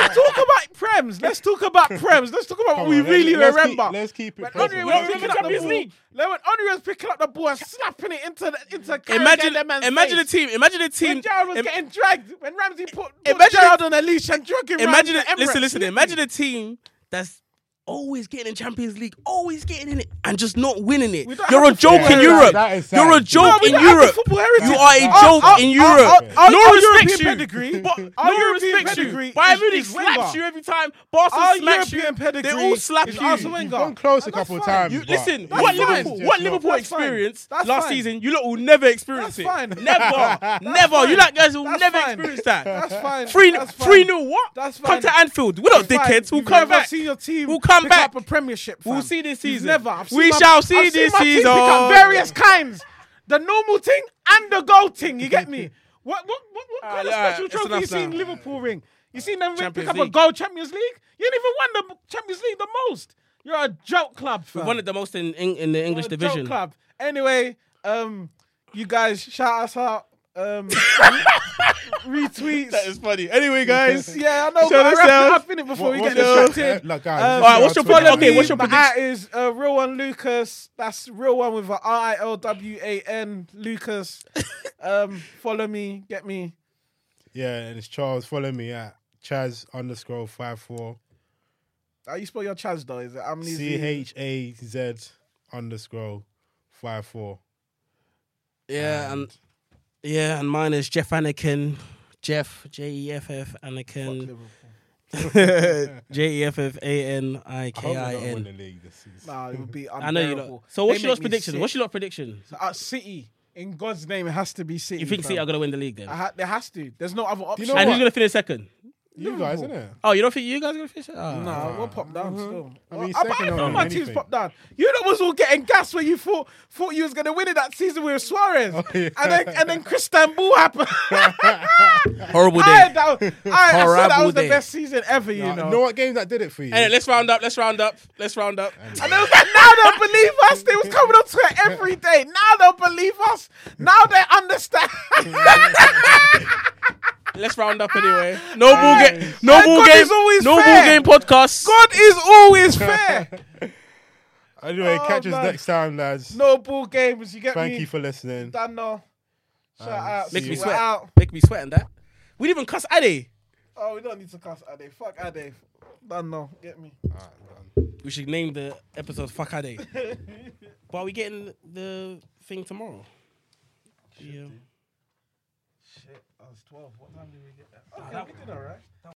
Speaker 1: Let's talk about prems. Let's talk about prems. Let's talk about what we
Speaker 2: on, let's-
Speaker 1: really
Speaker 2: let's keep-
Speaker 1: remember.
Speaker 2: let's keep it
Speaker 1: When
Speaker 2: present.
Speaker 1: Henry
Speaker 2: We
Speaker 1: was
Speaker 3: don't
Speaker 1: picking
Speaker 3: remember
Speaker 1: up the
Speaker 3: Champions
Speaker 1: ball.
Speaker 3: League.
Speaker 1: Like, When Henry was picking up the ball and slapping it into the into Carragher
Speaker 3: Imagine,
Speaker 1: and that man's
Speaker 3: imagine a
Speaker 1: face.
Speaker 3: team. Imagine a team.
Speaker 1: When Gerald was
Speaker 3: im-
Speaker 1: getting dragged. When Ramsey put, put
Speaker 3: Imagine-
Speaker 1: Gerald on a leash and drug him.
Speaker 3: imagine.
Speaker 1: round the
Speaker 3: A, listen,
Speaker 1: Emirates.
Speaker 3: listen. Imagine a team that's always getting in Champions League, always getting in it, and just not winning it.
Speaker 1: We don't
Speaker 3: You're a
Speaker 1: have to
Speaker 3: joke
Speaker 1: football
Speaker 3: in
Speaker 1: heritage.
Speaker 3: Europe.
Speaker 2: That is sad.
Speaker 3: You're a
Speaker 1: No,
Speaker 3: joke
Speaker 1: we don't
Speaker 3: in
Speaker 1: have the
Speaker 3: Europe.
Speaker 1: football heritage.
Speaker 3: You are a
Speaker 1: Our-
Speaker 3: joke
Speaker 1: our-
Speaker 3: in
Speaker 1: our-
Speaker 3: Europe.
Speaker 1: our-
Speaker 3: No
Speaker 1: our
Speaker 3: one
Speaker 1: European
Speaker 3: respects you.
Speaker 1: pedigree-
Speaker 3: But
Speaker 1: our
Speaker 3: no one
Speaker 1: European
Speaker 3: respects you.
Speaker 1: pedigree
Speaker 3: Bayern
Speaker 1: is-
Speaker 3: Munich
Speaker 1: is
Speaker 3: slaps
Speaker 1: Wenger.
Speaker 3: you every time. Barca
Speaker 1: Our
Speaker 3: smacks you.
Speaker 1: European
Speaker 3: They
Speaker 1: pedigree
Speaker 3: all slap
Speaker 1: is
Speaker 3: you.
Speaker 1: Arsene Wenger.
Speaker 2: You've gone close a
Speaker 1: And
Speaker 2: couple of
Speaker 1: that's fine.
Speaker 2: times.
Speaker 3: You
Speaker 2: but
Speaker 3: listen.
Speaker 2: that's
Speaker 3: What
Speaker 1: fine.
Speaker 3: Liverpool?
Speaker 2: Just
Speaker 3: What
Speaker 2: not-
Speaker 3: Liverpool
Speaker 1: That's fine.
Speaker 3: experienced
Speaker 1: That's
Speaker 3: last
Speaker 1: fine.
Speaker 3: season? You lot will never experience
Speaker 1: That's
Speaker 3: it.
Speaker 1: fine.
Speaker 3: Never, never. You
Speaker 1: fine.
Speaker 3: lot guys will
Speaker 1: That's
Speaker 3: never
Speaker 1: fine.
Speaker 3: experience that.
Speaker 1: That's fine.
Speaker 3: Three,
Speaker 1: That's fine.
Speaker 3: three new what?
Speaker 1: That's fine.
Speaker 3: Come to Anfield. We're not
Speaker 1: Fine,
Speaker 3: dickheads. We'll
Speaker 1: you've
Speaker 3: come
Speaker 1: never
Speaker 3: back.
Speaker 1: Seen your team
Speaker 3: We'll come
Speaker 1: pick
Speaker 3: back.
Speaker 1: Up a premiership.
Speaker 3: We'll
Speaker 1: fam.
Speaker 3: see this
Speaker 1: You've
Speaker 3: season.
Speaker 1: Never. I've
Speaker 3: We
Speaker 1: seen my,
Speaker 3: shall see
Speaker 1: I've
Speaker 3: this
Speaker 1: seen my Team pick up
Speaker 3: season.
Speaker 1: various kinds. The normal thing and the goal thing. You get me? What what what, what kind
Speaker 3: Alright,
Speaker 1: of special
Speaker 3: alright, Ah, it's
Speaker 1: trophy you
Speaker 3: enough
Speaker 1: seen
Speaker 3: now.
Speaker 1: Liverpool ring? You seen them ring- pick
Speaker 3: Champions
Speaker 1: up a
Speaker 3: League.
Speaker 1: goal Champions League? You ain't even won the Champions League the most. You're a joke club. Fam.
Speaker 3: We won it the most in in, in the English
Speaker 1: You're a
Speaker 3: division.
Speaker 1: Joke club. Anyway, um, you guys shout us out. Um, retweets.
Speaker 4: That is funny. Anyway, guys.
Speaker 1: Yeah, I know.
Speaker 4: Show
Speaker 1: But I wrap it
Speaker 4: yourself.
Speaker 1: up in it before we
Speaker 2: What-
Speaker 1: get
Speaker 2: what's your-
Speaker 1: distracted.
Speaker 2: uh, look,
Speaker 1: Um,
Speaker 2: guys, this is
Speaker 1: alright,
Speaker 2: our
Speaker 3: what's your
Speaker 2: Twitter.
Speaker 3: problem?
Speaker 1: Follow
Speaker 3: Okay,
Speaker 1: me.
Speaker 3: what's your
Speaker 1: My
Speaker 3: prediction?
Speaker 1: at is uh, real one Lucas. That's real one with a R I L W A N Lucas. um, follow me. Get me.
Speaker 2: Yeah, and it's Charles. Follow me at Chaz underscore five four
Speaker 1: How you spell your Chaz though? Is it Amnesia?
Speaker 2: C H A Z underscore five four.
Speaker 3: Yeah, and yeah, and mine is Jeff Anakin. Jeff J E F F Anakin J E F F A N I
Speaker 2: I hope
Speaker 3: K
Speaker 2: we
Speaker 3: I
Speaker 2: don't win
Speaker 3: N.
Speaker 2: the league this season.
Speaker 1: Nah, it would be unbearable.
Speaker 3: I know you lot. So what's
Speaker 1: They
Speaker 3: your
Speaker 1: make me
Speaker 3: prediction?
Speaker 1: sick.
Speaker 3: What's your prediction?
Speaker 1: uh, City? In God's name, it has to be City.
Speaker 3: You think City
Speaker 1: fam.
Speaker 3: are gonna win the league then?
Speaker 1: I ha- there has to. There's no other option.
Speaker 2: you know
Speaker 3: and
Speaker 2: what?
Speaker 3: who's gonna finish second?
Speaker 2: You guys, innit?
Speaker 3: Oh, you don't think you guys are gonna finish it? Oh.
Speaker 1: Nah, we'll pop down still.
Speaker 2: Mm-hmm. I mean,
Speaker 1: I
Speaker 2: second
Speaker 1: might have
Speaker 2: don't
Speaker 1: thought
Speaker 2: mean
Speaker 1: my team's
Speaker 2: anything.
Speaker 1: popped down. You know, was all getting gas when you thought thought you was gonna win it that season with Suarez,
Speaker 2: Oh, yeah.
Speaker 1: and then and then Christian Bull happened.
Speaker 3: Horrible day.
Speaker 1: I, that, was- I, I said that
Speaker 3: Horrible
Speaker 1: was the
Speaker 3: day.
Speaker 1: best season ever. You
Speaker 2: You
Speaker 1: know,
Speaker 2: know what game that did it for you?
Speaker 3: Hey, let's round up. Let's round up. Let's round up.
Speaker 1: And they was like, now they'll believe us. They was coming up to it every day. Now they'll believe us. Now they understand.
Speaker 3: Let's round up anyway. No ball game. No
Speaker 1: My
Speaker 3: ball
Speaker 1: God
Speaker 3: game.
Speaker 1: is always
Speaker 3: No
Speaker 1: fair.
Speaker 3: ball game podcast.
Speaker 1: God is always fair.
Speaker 2: Anyway,
Speaker 1: Oh,
Speaker 2: catch us
Speaker 1: man.
Speaker 2: next time, lads.
Speaker 1: No ball games. You get
Speaker 2: Thank
Speaker 1: me?
Speaker 2: you Um, for listening.
Speaker 1: Done no. Shout out.
Speaker 2: Makes
Speaker 3: Make me
Speaker 1: We're
Speaker 3: sweat.
Speaker 1: Out.
Speaker 3: Make me sweat and that. We didn't even cuss Ade.
Speaker 1: Oh, we don't need to cuss Ade. Fuck Ade. Done no. Get me?
Speaker 3: We should name the episode "Fuck Ade." but are we getting the thing tomorrow? Yeah.
Speaker 1: Shit, I was 12. What time did we get there? Okay, we did all right.